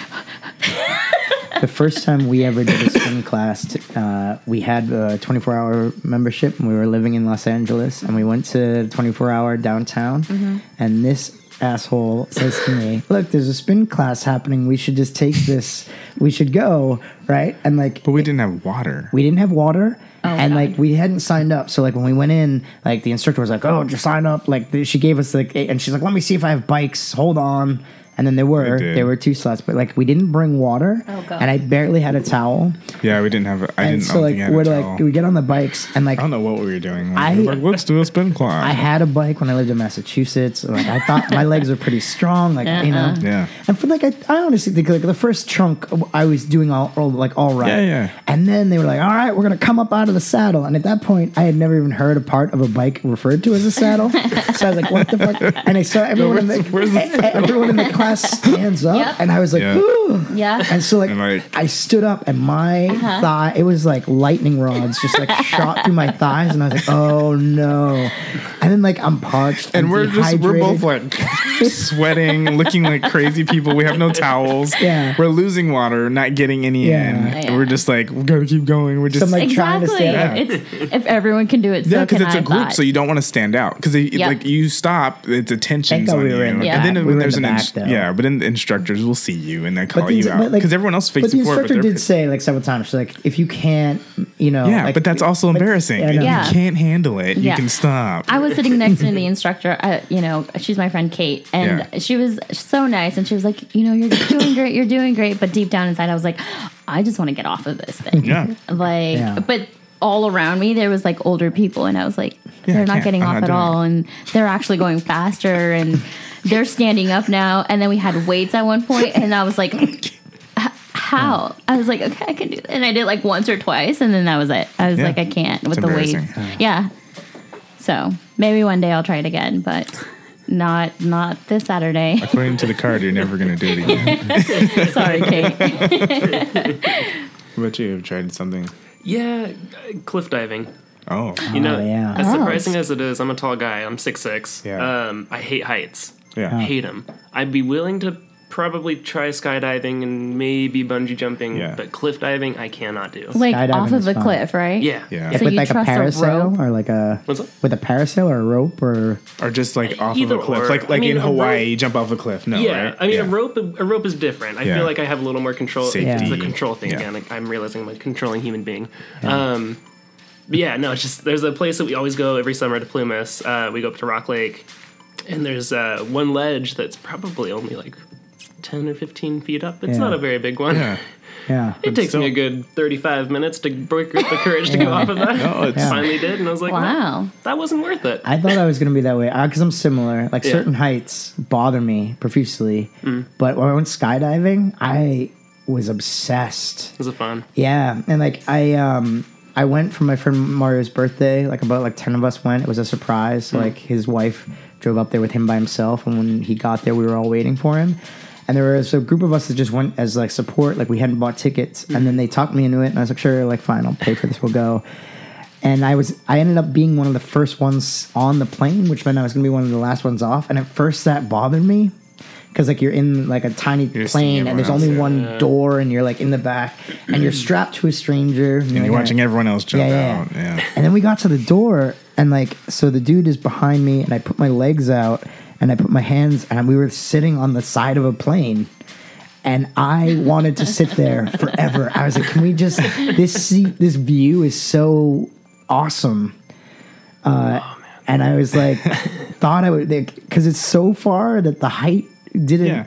Speaker 4: The first time we ever did a swim class, t- uh, we had a 24 hour membership and we were living in Los Angeles and we went to 24 hour downtown.
Speaker 3: Mm-hmm.
Speaker 4: And this asshole says to me, Look, there's a spin class happening. We should just take this. We should go, right? And like,
Speaker 1: But we didn't have water.
Speaker 4: we didn't have water. and
Speaker 3: Oh, God.
Speaker 4: like we hadn't signed up, so like when we went in, like the instructor was like, "Oh, just sign up." Like th- she gave us like, and she's like, "Let me see if I have bikes. Hold on." And then there were
Speaker 1: did.
Speaker 4: there were two slots, but like we didn't bring water,
Speaker 3: Oh, God.
Speaker 4: and I barely had a towel.
Speaker 1: Yeah, we didn't have. I
Speaker 4: And
Speaker 1: didn't.
Speaker 4: so like
Speaker 1: I don't
Speaker 4: we're
Speaker 1: think I had a
Speaker 4: like
Speaker 1: towel.
Speaker 4: we get on the bikes, and like
Speaker 1: I don't know what we were doing.
Speaker 4: I-
Speaker 1: I, we were like, let's do a spin climb.
Speaker 4: I had a bike when I lived in Massachusetts. Like I thought my legs were pretty strong, like you
Speaker 3: Uh-huh.
Speaker 4: know.
Speaker 1: Yeah.
Speaker 4: And for like I, I honestly think like the first chunk I was doing all, all like all right.
Speaker 1: Yeah, yeah.
Speaker 4: And then they were like, "All right, we're gonna come up out of the saddle." And at that point, I had never even heard a part of a bike referred to as a saddle. so I was like, "What the fuck?" And I saw everyone in the,
Speaker 1: where's the
Speaker 4: e- everyone in the class stands up,
Speaker 3: Yep.
Speaker 4: and I was like,
Speaker 1: Yeah.
Speaker 4: "Ooh."
Speaker 3: yeah.
Speaker 4: And so like,
Speaker 1: And, like-
Speaker 4: I stood up and my thigh it was like lightning rods just like shot through my thighs and I was like, oh no. And then like I'm parched.
Speaker 1: and
Speaker 4: I'm
Speaker 1: we're just we're both
Speaker 4: dehydrated.
Speaker 1: like sweating, looking like crazy people. We have no towels.
Speaker 4: Yeah.
Speaker 1: We're losing water, not getting any
Speaker 4: Yeah.
Speaker 1: in.
Speaker 4: Yeah.
Speaker 3: Oh,
Speaker 1: And we're just like, we gotta keep going. We're just
Speaker 4: Some, like, trying to
Speaker 3: exactly.
Speaker 4: stand
Speaker 1: out.
Speaker 3: It's if everyone can do it, so
Speaker 1: yeah, because
Speaker 3: can
Speaker 1: it's
Speaker 3: I
Speaker 1: a group,
Speaker 3: thought.
Speaker 1: so you don't want to stand out. Because
Speaker 3: Yep.
Speaker 1: like you stop, it's attention's
Speaker 4: Thank God
Speaker 1: on
Speaker 4: we were
Speaker 1: you.
Speaker 4: in the
Speaker 3: back.
Speaker 1: And then
Speaker 4: We were in
Speaker 1: there's
Speaker 4: the
Speaker 1: an
Speaker 4: back,
Speaker 1: ins-
Speaker 4: though.
Speaker 1: yeah, but then the instructors will see you and they call
Speaker 4: the
Speaker 1: you
Speaker 4: ins-
Speaker 1: out because
Speaker 4: but, like-
Speaker 1: everyone else fakes
Speaker 4: but the
Speaker 1: it for. it, But
Speaker 4: instructor
Speaker 1: they're-
Speaker 4: did say like several times, she's like, if you can't, you know,
Speaker 1: yeah,
Speaker 4: like,
Speaker 1: but that's also embarrassing.
Speaker 4: Yeah, I
Speaker 1: If
Speaker 4: know.
Speaker 3: Yeah.
Speaker 1: You can't handle it.
Speaker 3: Yeah.
Speaker 1: You can stop.
Speaker 3: I was sitting next to the instructor. I, you know, she's my friend Kate, and
Speaker 1: Yeah.
Speaker 3: she was so nice. And she was like, "You know, you're doing great. You're doing great." But deep down inside, I was like, "I just want to get off of this thing."
Speaker 1: yeah.
Speaker 3: Like,
Speaker 4: Yeah.
Speaker 3: but all around me, there was like older people, and I was like,
Speaker 1: Yeah, I
Speaker 3: "They're not
Speaker 1: can't.
Speaker 3: getting
Speaker 1: I'm
Speaker 3: off
Speaker 1: not
Speaker 3: at
Speaker 1: doing
Speaker 3: all, and they're actually going faster, and they're standing up now." And then we had weights at one point, and I was like. "H- How? I was like, okay, I can do that. And I did it like once or twice, and then that was it. I was
Speaker 1: Yeah.
Speaker 3: like, I can't with
Speaker 1: It's
Speaker 3: the weights.
Speaker 1: embarrassing.
Speaker 3: Yeah. So maybe one day I'll try it again, but not not this Saturday.
Speaker 1: According to the card, you're never gonna do it again.
Speaker 3: Sorry, Kate.
Speaker 1: what about you? Have you tried something?
Speaker 2: Yeah, uh, cliff diving.
Speaker 1: Oh,
Speaker 2: You know,
Speaker 4: yeah.
Speaker 2: as
Speaker 3: Oh.
Speaker 2: surprising as it is, I'm a tall guy. I'm 6'6".
Speaker 1: Yeah.
Speaker 2: Um, I hate heights.
Speaker 1: yeah,
Speaker 2: Hate them. I'd be willing to probably try skydiving and maybe bungee jumping,
Speaker 1: Yeah.
Speaker 2: but cliff diving I cannot do.
Speaker 3: Like
Speaker 4: Skydiving
Speaker 3: off
Speaker 4: is
Speaker 3: of a
Speaker 4: fun.
Speaker 3: cliff, right?
Speaker 2: yeah.
Speaker 1: Yeah.
Speaker 3: So
Speaker 4: with
Speaker 3: you
Speaker 4: like a
Speaker 3: trust a
Speaker 4: parasail
Speaker 3: rope?
Speaker 4: or like a
Speaker 2: What's up?
Speaker 4: with a parasail or a rope or
Speaker 1: or just like off
Speaker 2: Either
Speaker 1: of a cliff,
Speaker 2: or.
Speaker 1: like
Speaker 2: I
Speaker 1: like
Speaker 2: mean,
Speaker 1: in
Speaker 2: a
Speaker 1: Hawaii,
Speaker 2: rope-
Speaker 1: you jump off a cliff. No,
Speaker 2: Yeah,
Speaker 1: right?
Speaker 2: I mean
Speaker 1: yeah.
Speaker 2: a rope. A rope is different. I
Speaker 1: Yeah.
Speaker 2: feel like I have a little more control. It's
Speaker 1: Safety.
Speaker 2: the control thing
Speaker 1: Yeah.
Speaker 2: again. Like, I'm realizing I'm a controlling human being. Um, but yeah, no, it's just there's a place that we always go every summer to Plumas. Uh, we go up to Rock Lake, and there's uh, one ledge that's probably only like ten or fifteen feet up. It's
Speaker 4: Yeah.
Speaker 2: not a very big one.
Speaker 1: Yeah.
Speaker 4: yeah.
Speaker 2: It takes
Speaker 1: still-
Speaker 2: me a good 35 minutes to break up the courage to go off of that.
Speaker 1: No, Oh, it's-
Speaker 2: I finally did, and I was like, wow,
Speaker 3: Wow.
Speaker 2: that wasn't worth it.
Speaker 4: I thought I was gonna be that way because I'm similar. Like
Speaker 2: Yeah. Mm.
Speaker 4: certain heights bother me profusely, but when I went skydiving, I was obsessed.
Speaker 2: It was fun.
Speaker 4: Yeah, and like I um I went for my friend Mario's birthday. Like about like ten of us went. It was a surprise.
Speaker 1: Mm.
Speaker 4: So, Like his wife drove up there with him by himself, and when he got there, we were all waiting for him. And there was a group of us that just went as like support. Like we hadn't bought tickets, and then they talked me into it, and I was like, sure, like fine, I'll pay for this. We'll go. And I was I ended up being one of the first ones on the plane, which meant I was gonna be one of the last ones off. And at first that bothered me. Because like you're in like a tiny
Speaker 1: You're seeing
Speaker 4: plane and there's
Speaker 1: everyone
Speaker 4: only
Speaker 1: else,
Speaker 4: one door and you're like in the back and you're strapped to a stranger and,
Speaker 1: And
Speaker 4: like,
Speaker 1: you're watching everyone else jump
Speaker 4: Yeah, yeah.
Speaker 1: out. Yeah.
Speaker 4: and then we got to the door and like so the dude is behind me and I put my legs out and I put my hands and we were sitting on the side of a plane and I wanted to sit there forever. I was like, can we just this seat this view is so awesome.
Speaker 1: Oh,
Speaker 4: Uh, and I was like, thought I would because it's so far that the height didn't
Speaker 1: Yeah.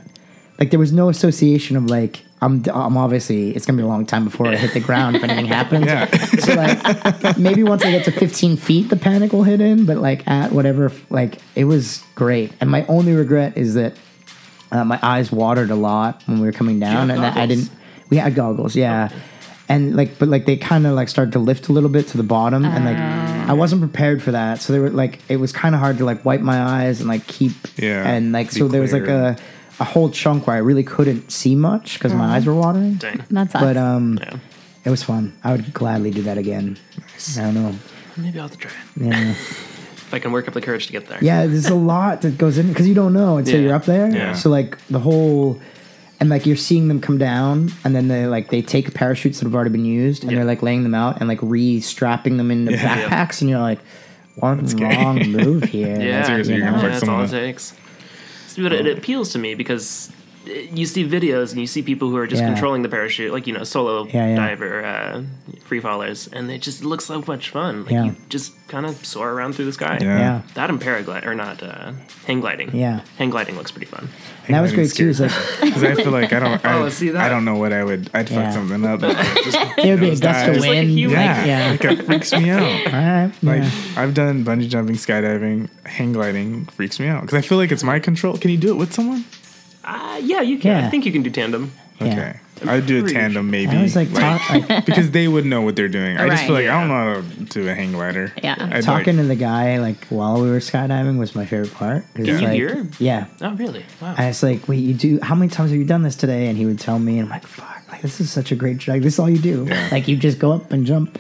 Speaker 4: like there was no association of like I'm I'm obviously it's gonna be a long time before I hit the ground if anything happens.
Speaker 1: Yeah.
Speaker 4: So like maybe once I get to 15 feet, the panic will hit in. But like at whatever, like it was great. And my only regret is that uh, my eyes watered a lot when we were coming
Speaker 2: have
Speaker 4: down, and that I
Speaker 2: goggles?
Speaker 4: didn't. We had goggles, yeah. And like, but like they kind of like started to lift a little bit to the bottom, and like
Speaker 1: Ah.
Speaker 4: I wasn't prepared for that, so they were like it was kind of hard to like wipe my eyes and like keep
Speaker 1: Yeah,
Speaker 4: and like
Speaker 1: be
Speaker 4: so there was like
Speaker 1: clear. Mm-hmm.
Speaker 4: a a whole chunk where I really couldn't see much because my eyes were watering.
Speaker 2: Dang.
Speaker 3: That sucks.
Speaker 1: uh,
Speaker 4: But um,
Speaker 2: Yeah.
Speaker 4: it was fun. I would gladly do that again. I don't know.
Speaker 2: Maybe I'll have to try it.
Speaker 4: Yeah,
Speaker 2: If I can work up the courage to get there.
Speaker 4: yeah. There's a lot that goes in because you don't know until
Speaker 2: Yeah.
Speaker 4: you're up there.
Speaker 1: Yeah.
Speaker 4: So like the whole, and like you're seeing them come down, and then they like they take parachutes that have already been used, and
Speaker 2: Yeah.
Speaker 4: they're like laying them out and like re-strapping them into
Speaker 2: Yeah.
Speaker 4: backpacks, and you're like, one wrong move here.
Speaker 2: Yeah,
Speaker 1: That's easy. You can
Speaker 2: yeah,
Speaker 1: fuck
Speaker 2: that's
Speaker 1: someone
Speaker 2: all it
Speaker 1: up.
Speaker 2: takes. So, but it, it appeals to me because uh, you see videos and you see people who are just
Speaker 4: Yeah.
Speaker 2: controlling the parachute, like you know, solo
Speaker 4: Yeah, yeah.
Speaker 2: diver, uh, free fallers, and it just looks so much fun. Like
Speaker 4: Yeah.
Speaker 2: you just kind of soar around through the sky.
Speaker 1: Yeah.
Speaker 4: Yeah.
Speaker 2: That and paragliding, or not uh, hang gliding.
Speaker 4: Yeah.
Speaker 2: hang gliding looks pretty fun.
Speaker 4: And that was great
Speaker 1: Hangman's
Speaker 4: too. It's like
Speaker 1: Because I feel like I don't. I,
Speaker 2: Oh, see that?
Speaker 1: I don't know what I would. I'd fuck
Speaker 4: Yeah.
Speaker 1: something up. Just,
Speaker 4: it would be a gust of
Speaker 1: Just
Speaker 4: wind.
Speaker 1: like
Speaker 2: a human.
Speaker 1: yeah,
Speaker 4: yeah.
Speaker 1: Like, it freaks me out.
Speaker 4: All right.
Speaker 1: Like
Speaker 4: yeah.
Speaker 1: I've done bungee jumping, skydiving, hang gliding. Freaks me out because I feel like it's my control. Can you do it with someone?
Speaker 2: Uh, yeah, you can. I
Speaker 4: Yeah.
Speaker 2: think you can do tandem.
Speaker 1: Okay, I'd do a
Speaker 2: Pretty
Speaker 1: tandem maybe.
Speaker 4: I was like, talk, like
Speaker 1: because they would know what they're doing. I just
Speaker 3: Right.
Speaker 1: feel like I don't know how to do a hang glider.
Speaker 3: Yeah.
Speaker 1: I'd
Speaker 4: talking
Speaker 1: Like,
Speaker 4: to the guy like while we were skydiving was my favorite part. 'cause,
Speaker 2: Did you
Speaker 4: like,
Speaker 2: hear him?
Speaker 4: Yeah.
Speaker 2: Oh, really? Wow.
Speaker 4: I was like, wait, you do, how many times have you done this today? And he would tell me, and I'm like, fuck, like, this is such a great, like, this is all you do.
Speaker 1: Yeah.
Speaker 4: Like, you just go up and jump.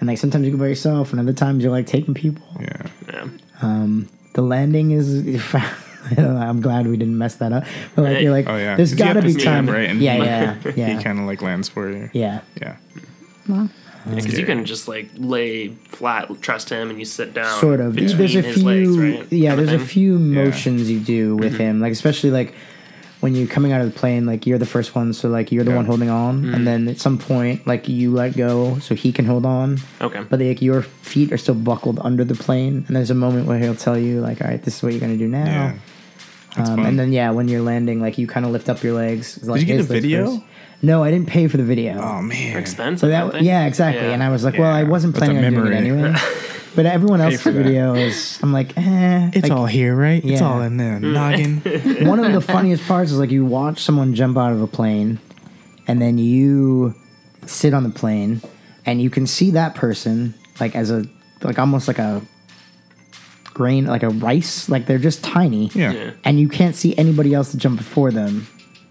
Speaker 4: And, like, sometimes you go by yourself, and other times you're, like, taking people.
Speaker 1: yeah.
Speaker 2: yeah.
Speaker 4: The landing is, I don't know, I'm glad we didn't mess that up. But, like,
Speaker 2: Right.
Speaker 4: you're like,
Speaker 1: Oh yeah.
Speaker 4: there's
Speaker 1: 'Cause you
Speaker 4: gotta
Speaker 1: have
Speaker 4: be
Speaker 1: to see him,
Speaker 4: time.
Speaker 1: right? And
Speaker 4: yeah,
Speaker 1: he-
Speaker 4: yeah, yeah.
Speaker 1: He kind of like lands for you.
Speaker 4: yeah.
Speaker 1: Yeah.
Speaker 3: Wow.
Speaker 2: because you can just like lay flat, trust him, and you sit down.
Speaker 4: sort of.
Speaker 2: between
Speaker 4: There's a
Speaker 2: his
Speaker 4: few,
Speaker 2: legs, right?
Speaker 4: yeah.
Speaker 2: Kind of
Speaker 4: There's a
Speaker 2: thing. Mm-hmm.
Speaker 4: few motions you do with him, like especially like when you're coming out of the plane, like you're the first one, so like you're the
Speaker 1: Yeah.
Speaker 4: one holding on,
Speaker 2: Mm.
Speaker 4: and then at some point, like you let go, so he can hold on.
Speaker 2: Okay.
Speaker 4: But like your feet are still buckled under the plane, and there's a moment where he'll tell you, like, all right, this is what you're gonna do now.
Speaker 1: Yeah. That's
Speaker 4: Um,
Speaker 1: fun.
Speaker 4: and then yeah, when you're landing, like you kind of lift up your legs. Like,
Speaker 1: you get
Speaker 4: his
Speaker 1: the
Speaker 4: legs
Speaker 1: video?
Speaker 4: first. No, I didn't pay for the video.
Speaker 1: oh man.
Speaker 2: expensive.
Speaker 4: So
Speaker 2: aren't
Speaker 4: that,
Speaker 2: they?
Speaker 4: yeah, exactly. And I was like, well, I
Speaker 1: Yeah,
Speaker 4: wasn't
Speaker 1: that's a
Speaker 4: planning on doing it
Speaker 1: memory.
Speaker 4: anyway. but everyone else's
Speaker 1: for that.
Speaker 4: videos, I'm like, eh.
Speaker 1: It's
Speaker 4: Like,
Speaker 1: all here, right? It's
Speaker 4: Yeah.
Speaker 1: all in there.
Speaker 2: Mm.
Speaker 1: Noggin.
Speaker 4: one of the funniest parts is like you watch someone jump out of a plane, and then you sit on the plane, and you can see that person like as a like almost like a grain, like a rice, like they're just tiny.
Speaker 2: Yeah.
Speaker 1: Yeah.
Speaker 4: And you can't see anybody else that jumped before them.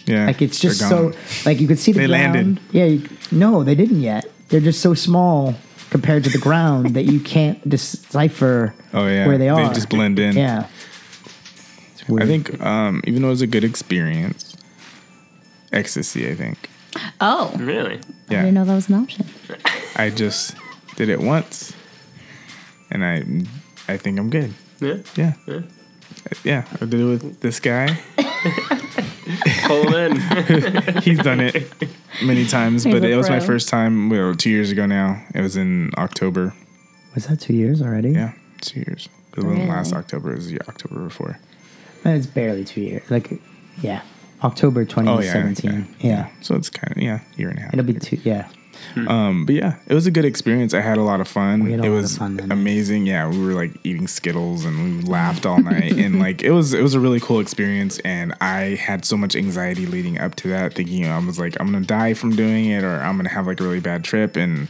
Speaker 1: Yeah.
Speaker 4: Like it's just
Speaker 1: They're
Speaker 4: so
Speaker 1: gone.
Speaker 4: like you could see the
Speaker 1: They
Speaker 4: ground.
Speaker 1: landed.
Speaker 4: Yeah, you, no, they didn't yet. They're just so small compared to the ground that you can't decipher
Speaker 1: Oh yeah.
Speaker 4: where they are.
Speaker 1: They just blend in.
Speaker 4: Yeah. It's weird.
Speaker 1: I think um, even though it was a good experience, ecstasy. I think.
Speaker 3: Oh,
Speaker 2: Really?
Speaker 3: I
Speaker 1: Yeah.
Speaker 3: didn't know that was an option.
Speaker 1: I just did it once, and I I think I'm good.
Speaker 2: Yeah.
Speaker 1: Yeah. Uh,
Speaker 2: Yeah.
Speaker 1: Yeah, I did it with this guy.
Speaker 2: Pull in.
Speaker 1: He's done it many times,
Speaker 3: He's
Speaker 1: but
Speaker 3: a
Speaker 1: it was my
Speaker 3: pro.
Speaker 1: first time. Well, two years ago now. It was in October.
Speaker 4: was that two years already?
Speaker 1: Yeah, two years. It wasn't
Speaker 3: Really?
Speaker 1: last October. It was the October before.
Speaker 4: Man, it's barely two years. Like, yeah, October
Speaker 1: Oh, yeah,
Speaker 4: twenty seventeen.
Speaker 1: yeah.
Speaker 4: Oh, yeah,
Speaker 1: So it's kind of yeah, year and a half.
Speaker 4: it'll be two. Yeah,
Speaker 1: Um, but yeah, it was a good experience. I had a lot of fun.
Speaker 4: We had a
Speaker 1: it
Speaker 4: lot of
Speaker 1: was
Speaker 4: fun that night.
Speaker 1: amazing. Yeah, we were like eating Skittles and we laughed all night, and like it was it was a really cool experience. And I had so much anxiety leading up to that, thinking I was like I'm gonna die from doing it, or I'm gonna have like a really bad trip. And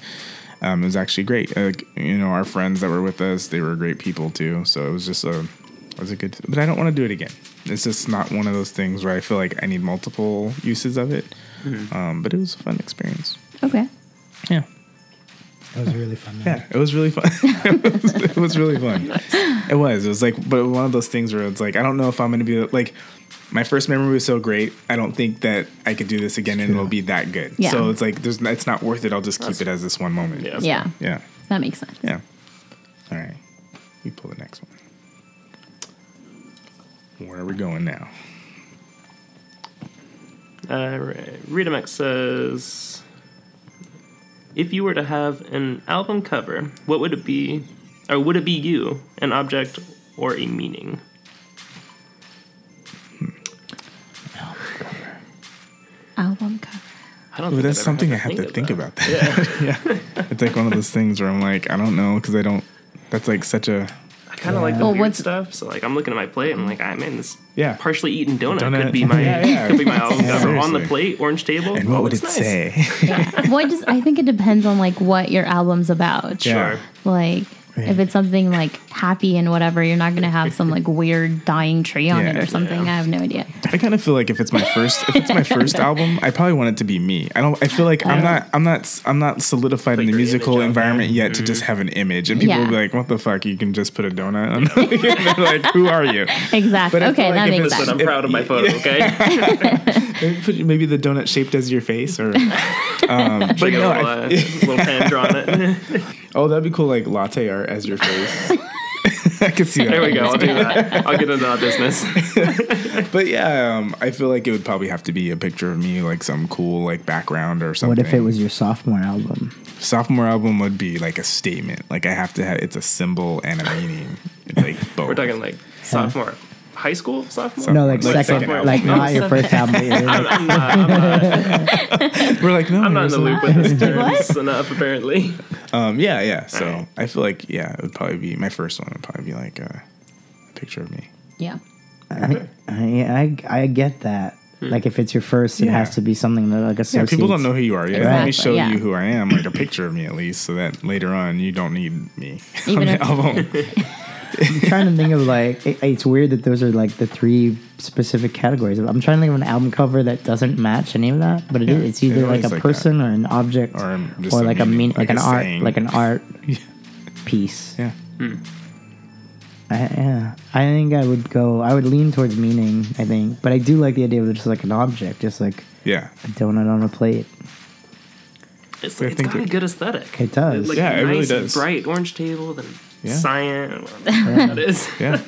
Speaker 1: um, it was actually great. Like you know, our friends that were with us, they were great people too. So it was just a it was a good. But I don't want to do it again. It's just not one of those things where I feel like I need multiple uses of it.
Speaker 4: Mm-hmm.
Speaker 1: Um, but it was a fun experience.
Speaker 3: Okay.
Speaker 1: Yeah.
Speaker 4: that was really fun.
Speaker 1: Yeah, it was really fun. it, was, it was really fun. It was. It was like, but one of those things where it's like, I don't know if I'm going to be like, my first memory was so great. I don't think that I could do this again and it'll be that good.
Speaker 3: Yeah.
Speaker 1: So it's like, there's, it's not worth it. I'll just keep it as this one moment.
Speaker 2: Yeah.
Speaker 3: Yeah,
Speaker 1: Yeah.
Speaker 3: that makes sense.
Speaker 1: Yeah. All right. You pull the next one. Where are we going now?
Speaker 2: All right. Ritamex says, if you were to have an album cover, what would it be? Or would it be you, an object, or a meaning?
Speaker 3: Album cover.
Speaker 2: I don't.
Speaker 1: Ooh,
Speaker 2: think
Speaker 1: that's
Speaker 2: I've ever
Speaker 1: something I
Speaker 2: had
Speaker 1: have to think
Speaker 2: of
Speaker 1: about. That. Yeah. It's like one of those things where I'm like, I don't know, because I don't, that's like such a,
Speaker 2: I kind of like the
Speaker 3: Well,
Speaker 2: weird
Speaker 3: what's-
Speaker 2: stuff. So like, I'm looking at my plate. and I'm like, I man, this
Speaker 1: Yeah.
Speaker 2: partially eaten donut,
Speaker 1: Donut.
Speaker 2: could be my
Speaker 1: Yeah, yeah.
Speaker 2: could be my album
Speaker 1: Yeah,
Speaker 2: cover on the
Speaker 1: seriously.
Speaker 2: plate, orange table.
Speaker 1: and what
Speaker 2: Oh,
Speaker 1: would it
Speaker 2: it's nice.
Speaker 1: say?
Speaker 3: what does I think it depends on like what your album's about.
Speaker 1: Yeah.
Speaker 2: Sure.
Speaker 3: Like if it's something like happy and whatever, you're not gonna have some like weird dying tree on it
Speaker 1: Yeah.
Speaker 3: or something.
Speaker 2: Yeah.
Speaker 3: I have no idea.
Speaker 1: I kind of feel like if it's my first, if it's my first album, I probably want it to be me. I don't. I feel like I'm not. I'm not. I'm not solidified in the
Speaker 2: your image out
Speaker 1: musical
Speaker 2: there.
Speaker 1: environment yet to just have an image, and people
Speaker 3: Yeah.
Speaker 1: will be like, "What the fuck? You can just put a donut on." They're like, "Who are you?"
Speaker 3: Exactly.
Speaker 1: But I feel
Speaker 3: Okay,
Speaker 1: like
Speaker 3: that
Speaker 1: if
Speaker 3: makes
Speaker 1: it's
Speaker 3: sense.
Speaker 2: But I'm
Speaker 1: If-
Speaker 2: proud of my photo. Okay.
Speaker 1: Maybe put- Maybe the donut shaped as your face, or um, but
Speaker 2: Like a
Speaker 1: no.
Speaker 2: little, uh,
Speaker 1: I-
Speaker 2: little pen drawn it.
Speaker 1: oh, that'd be cool. Like latte art as your face. I could see that.
Speaker 2: There we go. I'll do that. I'll get into that business.
Speaker 1: But yeah, um, I feel like it would probably have to be a picture of me, like some cool like background or something.
Speaker 4: What if it was your sophomore album?
Speaker 1: sophomore album would be like a statement. Like I have to have it's a symbol and a meaning. It's like both.
Speaker 2: We're talking like sophomore, high school sophomore.
Speaker 1: Some-
Speaker 4: No, like
Speaker 1: Like
Speaker 4: second,
Speaker 1: second
Speaker 4: like
Speaker 2: album.
Speaker 4: not your first album. But you're like,
Speaker 2: I'm not, I'm not,
Speaker 1: We're like no,
Speaker 2: I'm not in
Speaker 1: there's
Speaker 2: the
Speaker 1: a-
Speaker 2: loop with this
Speaker 3: What?
Speaker 2: terms enough apparently.
Speaker 1: Um, yeah, yeah. So I feel like yeah, it would probably be my first one. Would probably be like a, a picture of me.
Speaker 3: yeah.
Speaker 4: I, I, I, I get that. Like if it's your first,
Speaker 1: Hmm.
Speaker 4: it
Speaker 1: Yeah.
Speaker 4: has to be something that like
Speaker 1: Yeah,
Speaker 4: associates.
Speaker 1: people don't know who you are yet. Let me
Speaker 3: Exactly,
Speaker 1: show
Speaker 3: yeah.
Speaker 1: you who I am, like a picture of me at least, so that later on you don't need me on
Speaker 3: Even if-
Speaker 1: the album.
Speaker 4: I'm trying to think of like it- it's weird that those are like the three specific categories. I'm trying to think of an album cover that doesn't match any of that, but it is it's either
Speaker 1: it
Speaker 4: like
Speaker 1: is
Speaker 4: a
Speaker 1: like
Speaker 4: person or an object
Speaker 1: Or,
Speaker 4: or,
Speaker 1: um, just a
Speaker 4: like a
Speaker 1: meaning,
Speaker 4: mean like,
Speaker 1: like
Speaker 4: an
Speaker 1: a
Speaker 4: art
Speaker 1: saying.
Speaker 4: like an art
Speaker 1: yeah,
Speaker 4: piece.
Speaker 1: yeah.
Speaker 4: I, yeah, I think I would go. I would lean towards meaning. I think, but I do like the idea of just like an object, just like
Speaker 1: yeah.
Speaker 4: a donut on a plate.
Speaker 2: It's,
Speaker 1: I
Speaker 2: like, it's
Speaker 1: think
Speaker 2: got a
Speaker 1: it-
Speaker 2: good aesthetic.
Speaker 4: It does.
Speaker 2: Like,
Speaker 1: Yeah, it really
Speaker 2: nice,
Speaker 1: does.
Speaker 2: Bright orange table, then
Speaker 1: Yeah.
Speaker 2: cyan. whatever that is.
Speaker 1: Yeah.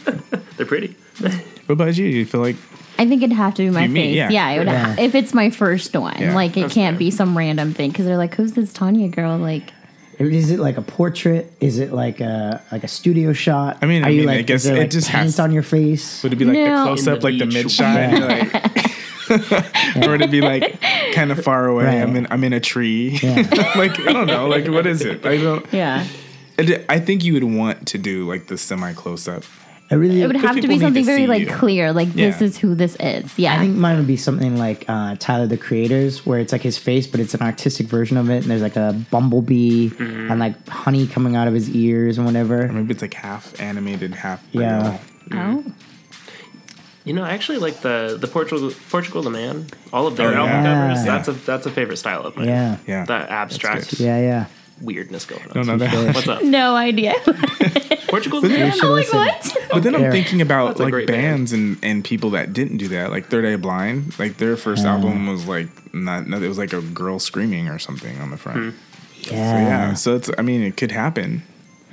Speaker 2: They're pretty.
Speaker 1: what about you? You feel like
Speaker 3: I think it'd have to be my
Speaker 1: You mean,
Speaker 3: face.
Speaker 1: yeah.
Speaker 3: Yeah, it would
Speaker 4: Yeah.
Speaker 3: if it's my first one.
Speaker 1: Yeah.
Speaker 3: Like it
Speaker 2: That's
Speaker 3: can't
Speaker 2: fair.
Speaker 3: be some random thing because they're like, who's this Tanya girl? Like,
Speaker 4: Is it like a portrait? Is it like a like a studio shot?
Speaker 1: I mean,
Speaker 4: Are
Speaker 1: I
Speaker 4: you
Speaker 1: mean, I
Speaker 4: like,
Speaker 1: guess
Speaker 4: is there
Speaker 1: it
Speaker 4: like
Speaker 1: just
Speaker 4: paint
Speaker 1: has-
Speaker 4: on your face.
Speaker 1: would it be like
Speaker 3: No.
Speaker 1: the close
Speaker 2: In
Speaker 1: up,
Speaker 2: the
Speaker 1: like the
Speaker 2: beach.
Speaker 1: mid shot, like, or would it be like kind of far away?
Speaker 4: Right.
Speaker 1: I'm in I'm in a tree.
Speaker 4: Yeah.
Speaker 1: like I don't know. Like what is it? I don't.
Speaker 3: yeah,
Speaker 1: I- I think you would want to do like the semi close up.
Speaker 4: I really.
Speaker 3: it would have to
Speaker 1: people need
Speaker 3: be
Speaker 1: to
Speaker 3: something very
Speaker 1: see
Speaker 3: like
Speaker 1: you.
Speaker 3: clear. Like this
Speaker 1: Yeah.
Speaker 3: is who this is. Yeah,
Speaker 4: I think mine would be something like uh, Tyler the Creator's, where it's like his face, but it's an artistic version of it, and there's like a bumblebee and like honey coming out of his ears and whatever.
Speaker 1: Maybe it's like half animated, half
Speaker 4: Yeah.
Speaker 1: real.
Speaker 3: oh,
Speaker 2: You know, I actually like the the Portugal Portugal the Man. All of their
Speaker 1: Oh,
Speaker 2: album
Speaker 4: yeah.
Speaker 2: covers. That's a that's a favorite style of mine.
Speaker 4: Yeah.
Speaker 1: Yeah.
Speaker 2: That abstract
Speaker 4: Yeah, yeah.
Speaker 2: weirdness going
Speaker 1: No,
Speaker 2: on.
Speaker 1: no,
Speaker 4: Sure.
Speaker 1: that.
Speaker 2: What's up?
Speaker 3: no idea.
Speaker 2: Portugal the
Speaker 1: But then-
Speaker 2: Man.
Speaker 3: I'm like,
Speaker 4: listen.
Speaker 3: what?
Speaker 1: But then I'm
Speaker 4: Yeah.
Speaker 1: thinking about
Speaker 2: That's a
Speaker 1: like
Speaker 2: great band.
Speaker 1: bands and, and people that didn't do that, like Third Eye Blind. Like their
Speaker 2: Mm.
Speaker 1: first album was like not, not it was like a girl screaming or something on the
Speaker 2: Hmm.
Speaker 1: front. So yeah,
Speaker 2: Mm.
Speaker 4: Yeah.
Speaker 1: so it's I mean it could happen,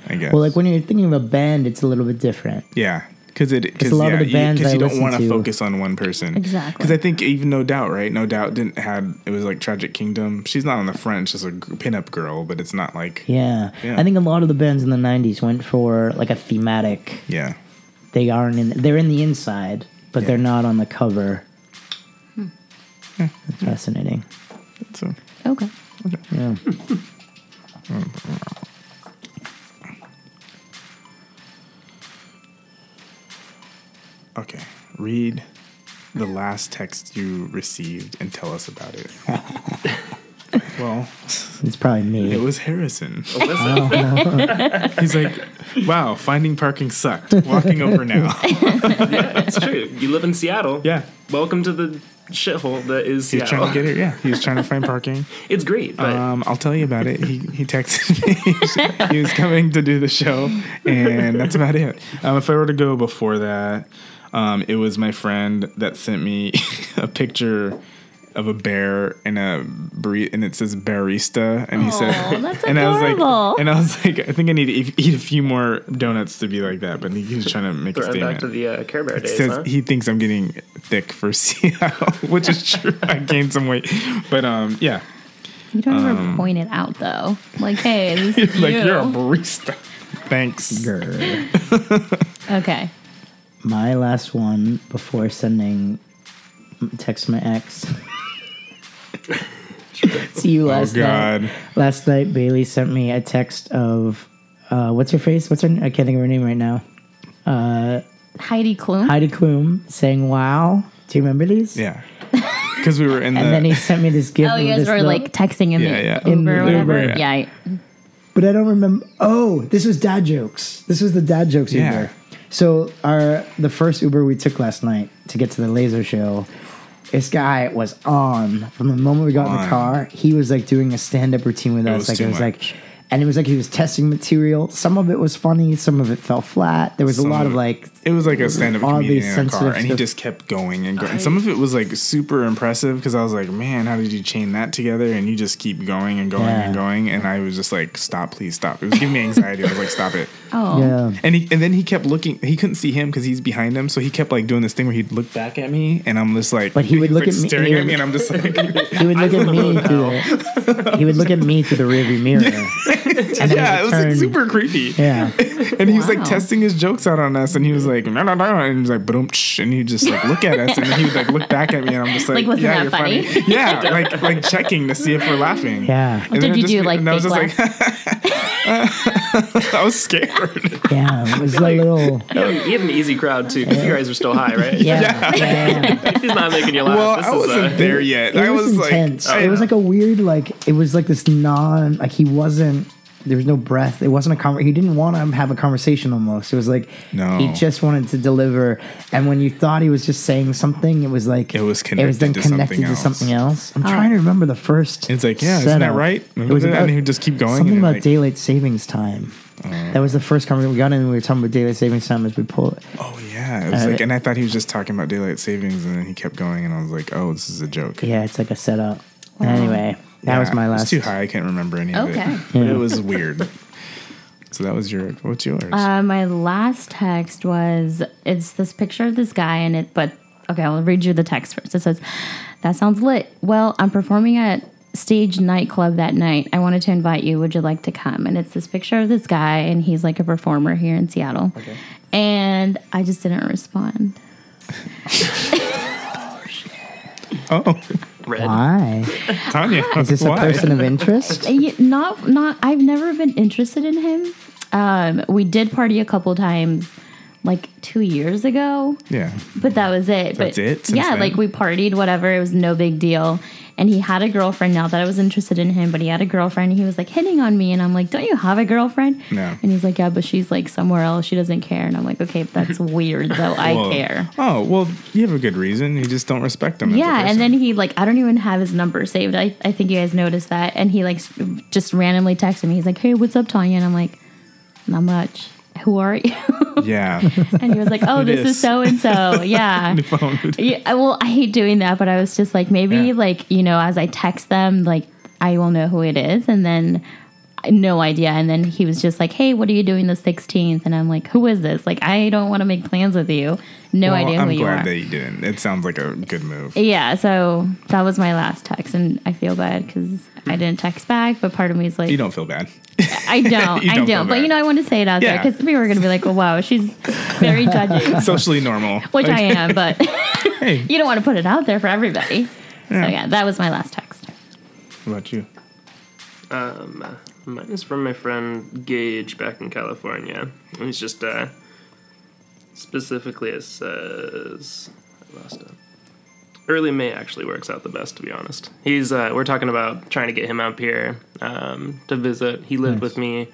Speaker 1: I guess.
Speaker 4: Well, like when you're thinking of a band, it's a little bit different.
Speaker 1: yeah, because it because
Speaker 4: a lot
Speaker 1: yeah,
Speaker 4: of the
Speaker 1: you-
Speaker 4: bands
Speaker 1: 'cause
Speaker 4: I
Speaker 1: you don't
Speaker 4: listen
Speaker 1: want to
Speaker 4: to-
Speaker 1: focus on one person
Speaker 3: Exactly.
Speaker 1: Because I think even No Doubt, right? No Doubt didn't had it was like Tragic Kingdom. She's not on the front; it's just a g- pinup girl, but it's not like
Speaker 4: Yeah.
Speaker 1: Yeah.
Speaker 4: I think a lot of the bands in the '90s went for like a thematic.
Speaker 1: yeah.
Speaker 4: They aren't in. They're in the inside, but they're
Speaker 1: Yeah.
Speaker 4: not on the cover. That's fascinating.
Speaker 1: So
Speaker 3: okay,
Speaker 4: Yeah.
Speaker 1: okay, read the last text you received and tell us about it. well.
Speaker 4: It's probably
Speaker 1: It
Speaker 4: me.
Speaker 1: Oh, was Harrison.
Speaker 2: Listen,
Speaker 4: Oh,
Speaker 1: He's like, wow, finding parking sucked. Walking over now.
Speaker 2: it's true. You live in Seattle.
Speaker 1: yeah.
Speaker 2: Welcome to the shithole that is
Speaker 1: He was
Speaker 2: Seattle.
Speaker 1: trying to get it. Yeah. He was trying to find parking.
Speaker 2: It's great, but
Speaker 1: Um, I'll tell you about it. He, he texted me. he was coming to do the show, and that's about it. Um, if I were to go before that, um, it was my friend that sent me a picture of a bear and a bre- and it says barista, and he
Speaker 3: Aw,
Speaker 1: said,
Speaker 3: that's
Speaker 1: and I was
Speaker 3: adorable.
Speaker 1: like, and I was like, I think I need to eat, eat a few more donuts to be like that. But he was trying to make a
Speaker 2: throwing
Speaker 1: statement.
Speaker 2: back to the uh, Care Bear days,
Speaker 1: says
Speaker 2: huh?
Speaker 1: he thinks I'm getting thick for Seattle, which is true. I gained some weight, but um, yeah,
Speaker 3: you don't ever point it out though. Like, hey, this is
Speaker 1: um, like
Speaker 3: you.
Speaker 1: you're a barista. Oh Thanks.
Speaker 4: Grr.
Speaker 3: okay,
Speaker 4: My last one before sending text my ex. See you
Speaker 1: Oh
Speaker 4: last night.
Speaker 1: God.
Speaker 4: Last night, Bailey sent me a text of, uh, what's her face? What's her? I can't think of her name right now.
Speaker 3: Heidi Klum.
Speaker 4: Heidi Klum saying "Wow." Do you remember these?
Speaker 1: Yeah. Uh, Because we were in
Speaker 4: And
Speaker 1: the.
Speaker 4: then he sent me this gift.
Speaker 3: oh,
Speaker 4: of
Speaker 3: you guys
Speaker 4: this
Speaker 3: were
Speaker 4: little-
Speaker 3: like texting him
Speaker 1: Yeah,
Speaker 3: in
Speaker 1: yeah.
Speaker 4: In
Speaker 3: Uber or
Speaker 4: Uber,
Speaker 3: whatever.
Speaker 1: yeah.
Speaker 3: yeah. I-
Speaker 4: But I don't remember. Oh, this was dad jokes. This was the dad jokes
Speaker 1: Yeah.
Speaker 4: Uber. So our the first Uber we took last night to get to the laser show, this guy was on from the moment we got in
Speaker 1: On.
Speaker 4: the car. He was like doing a stand up routine with
Speaker 1: was
Speaker 4: us. Like
Speaker 1: too
Speaker 4: it was
Speaker 1: much.
Speaker 4: like, and it was like he was testing material. Some of it was funny. Some of it fell flat. There was
Speaker 1: Some
Speaker 4: a lot
Speaker 1: of
Speaker 4: of
Speaker 1: it-
Speaker 4: like,
Speaker 1: it was like a stand-up
Speaker 4: Oddly
Speaker 1: comedian in a car,
Speaker 4: sensitive
Speaker 1: and he
Speaker 4: stuff.
Speaker 1: just kept going and going. And some of it was like super impressive because I was like, "Man, how did you chain that together?" And you just keep going and going and
Speaker 4: Yeah.
Speaker 1: going, and I was just like, "Stop, please stop!" It was giving me anxiety. I was like, "Stop it!"
Speaker 3: Oh,
Speaker 4: yeah,
Speaker 1: And he, and then he kept looking. He couldn't see him because he's behind him, so he kept like doing this thing where he'd look back at me, and I'm just like,
Speaker 4: But he would
Speaker 1: he's,
Speaker 4: look
Speaker 1: like,
Speaker 4: at me-
Speaker 1: staring
Speaker 4: he
Speaker 1: at me,
Speaker 4: would-
Speaker 1: and I'm just like,
Speaker 4: he would look at me through. the- He would look at me through the rearview mirror. And then
Speaker 1: yeah, it was like
Speaker 4: turn-
Speaker 1: super creepy.
Speaker 4: Yeah.
Speaker 1: And he was like
Speaker 3: Wow.
Speaker 1: testing his jokes out on us, and he was like, no, no, no, and he was like, boom, and he just like look at us, and then he would like look back at me, and I'm just like,
Speaker 3: Like, wasn't
Speaker 1: yeah,
Speaker 3: that
Speaker 1: you're funny,
Speaker 3: funny?
Speaker 1: yeah, like like checking to see if we're laughing,
Speaker 4: Yeah.
Speaker 1: And
Speaker 3: Did
Speaker 1: then
Speaker 3: you
Speaker 1: it
Speaker 3: do, like,
Speaker 1: and I was
Speaker 3: big
Speaker 1: just like, I was scared.
Speaker 4: Yeah, it was a little.
Speaker 2: You had, you Oh, had an easy crowd too, because you guys were still high, right?
Speaker 4: yeah. yeah.
Speaker 2: He's not making you laugh.
Speaker 1: Well,
Speaker 2: this
Speaker 1: I
Speaker 2: is,
Speaker 1: wasn't
Speaker 2: uh,
Speaker 1: there yet.
Speaker 4: It
Speaker 1: I
Speaker 4: was,
Speaker 1: was
Speaker 4: intense.
Speaker 1: like, I-
Speaker 4: it was like a weird, like it was like this non, like he wasn't. There was no breath. It wasn't a conver He didn't want to have a conversation. Almost, it was like
Speaker 1: No.
Speaker 4: he just wanted to deliver. And when you thought he was just saying something, it was like
Speaker 1: It was
Speaker 4: It was then
Speaker 1: connected to
Speaker 4: connected
Speaker 1: something
Speaker 4: to
Speaker 1: else.
Speaker 4: something else. I'm trying to remember the first.
Speaker 1: It's like, yeah, isn't that
Speaker 4: setup.
Speaker 1: right?
Speaker 4: It was
Speaker 1: and
Speaker 4: about,
Speaker 1: he would just keep going.
Speaker 4: something
Speaker 1: and
Speaker 4: about
Speaker 1: like, Oh.
Speaker 4: daylight savings time. that was the first conversation we got in. and We were talking about daylight savings time as we pulled.
Speaker 1: Oh yeah, it was
Speaker 4: Uh,
Speaker 1: like, and I thought he was just talking about daylight savings, and then he kept going, and I was like, oh, this is a joke.
Speaker 4: Yeah, it's like a setup. Anyway, That was my last.
Speaker 1: It's too high. I can't remember any of
Speaker 3: Okay.
Speaker 1: it. But
Speaker 4: Yeah.
Speaker 1: it was weird. so that was your. What's yours?
Speaker 3: Uh, my last text was it's this picture of this guy and it, but okay, I'll read you the text first. It says, "That sounds lit." Well, I'm performing at Stage Nightclub that night. I wanted to invite you. Would you like to come? And it's this picture of this guy and he's like a performer here in Seattle. Okay. And I just didn't respond.
Speaker 1: oh,
Speaker 2: Red.
Speaker 4: Why?
Speaker 1: Tanya.
Speaker 4: Is this a
Speaker 1: why?
Speaker 4: person of interest?
Speaker 3: Y- Not, not. I've never been interested in him. Um, we did party a couple times, like two years ago.
Speaker 1: Yeah.
Speaker 3: But that was it.
Speaker 1: That's
Speaker 3: but
Speaker 1: it since
Speaker 3: Yeah,
Speaker 1: then?
Speaker 3: like we partied, whatever. It was no big deal. And he had a girlfriend. Now that I was interested in him, but he had a girlfriend. And he was like hitting on me, and I'm like, "Don't you have a girlfriend?"
Speaker 1: No.
Speaker 3: And he's like, "Yeah, but she's like somewhere else. She doesn't care." And I'm like, "Okay, that's weird, though. I
Speaker 1: Whoa.
Speaker 3: care."
Speaker 1: Oh well, you have a good reason. You just don't respect them. as a
Speaker 3: Yeah,
Speaker 1: person.
Speaker 3: and then he like I don't even have his number saved. I, I think you guys noticed that. And he like s- just randomly texted me. He's like, "Hey, what's up, Tanya?" And I'm like, "Not much. Who are you?"
Speaker 1: yeah,
Speaker 3: And he was like, "Oh, this
Speaker 1: is.
Speaker 3: is so and so." Yeah. Yeah, I- well, I hate doing that, but I was just like, maybe,
Speaker 1: Yeah.
Speaker 3: like, you know, as I text them, like, I will know who it is. And then, I- no idea. And then he was just like, hey, what are you doing the 16th? And I'm like, who is this? Like, I don't want to make plans with you. No
Speaker 1: Well,
Speaker 3: idea who
Speaker 1: I'm
Speaker 3: you
Speaker 1: glad
Speaker 3: are.
Speaker 1: that you didn't. It sounds like a good move.
Speaker 3: yeah. So that was my last text. And I feel bad because I didn't text back. But part of me is like,
Speaker 1: You don't feel bad.
Speaker 3: I don't.
Speaker 1: you
Speaker 3: I
Speaker 1: don't feel
Speaker 3: don't. But,
Speaker 1: bad.
Speaker 3: you know, I want to say it out there 'cause
Speaker 1: Yeah.
Speaker 3: there because people are going to be like, well, wow, she's very judging,
Speaker 1: Socially normal.
Speaker 3: Uh-huh. which
Speaker 1: Like,
Speaker 3: I am. But.
Speaker 1: Hey,
Speaker 3: you don't want to put it out there for everybody.
Speaker 1: Yeah.
Speaker 3: So yeah, that was my last text.
Speaker 1: what about you?
Speaker 2: Mine is from my friend Gage back in California. And he's just uh, specifically it says I lost it. Early May actually works out the best, to be honest. He's uh, we're talking about trying to get him up here um, to visit. He lived with me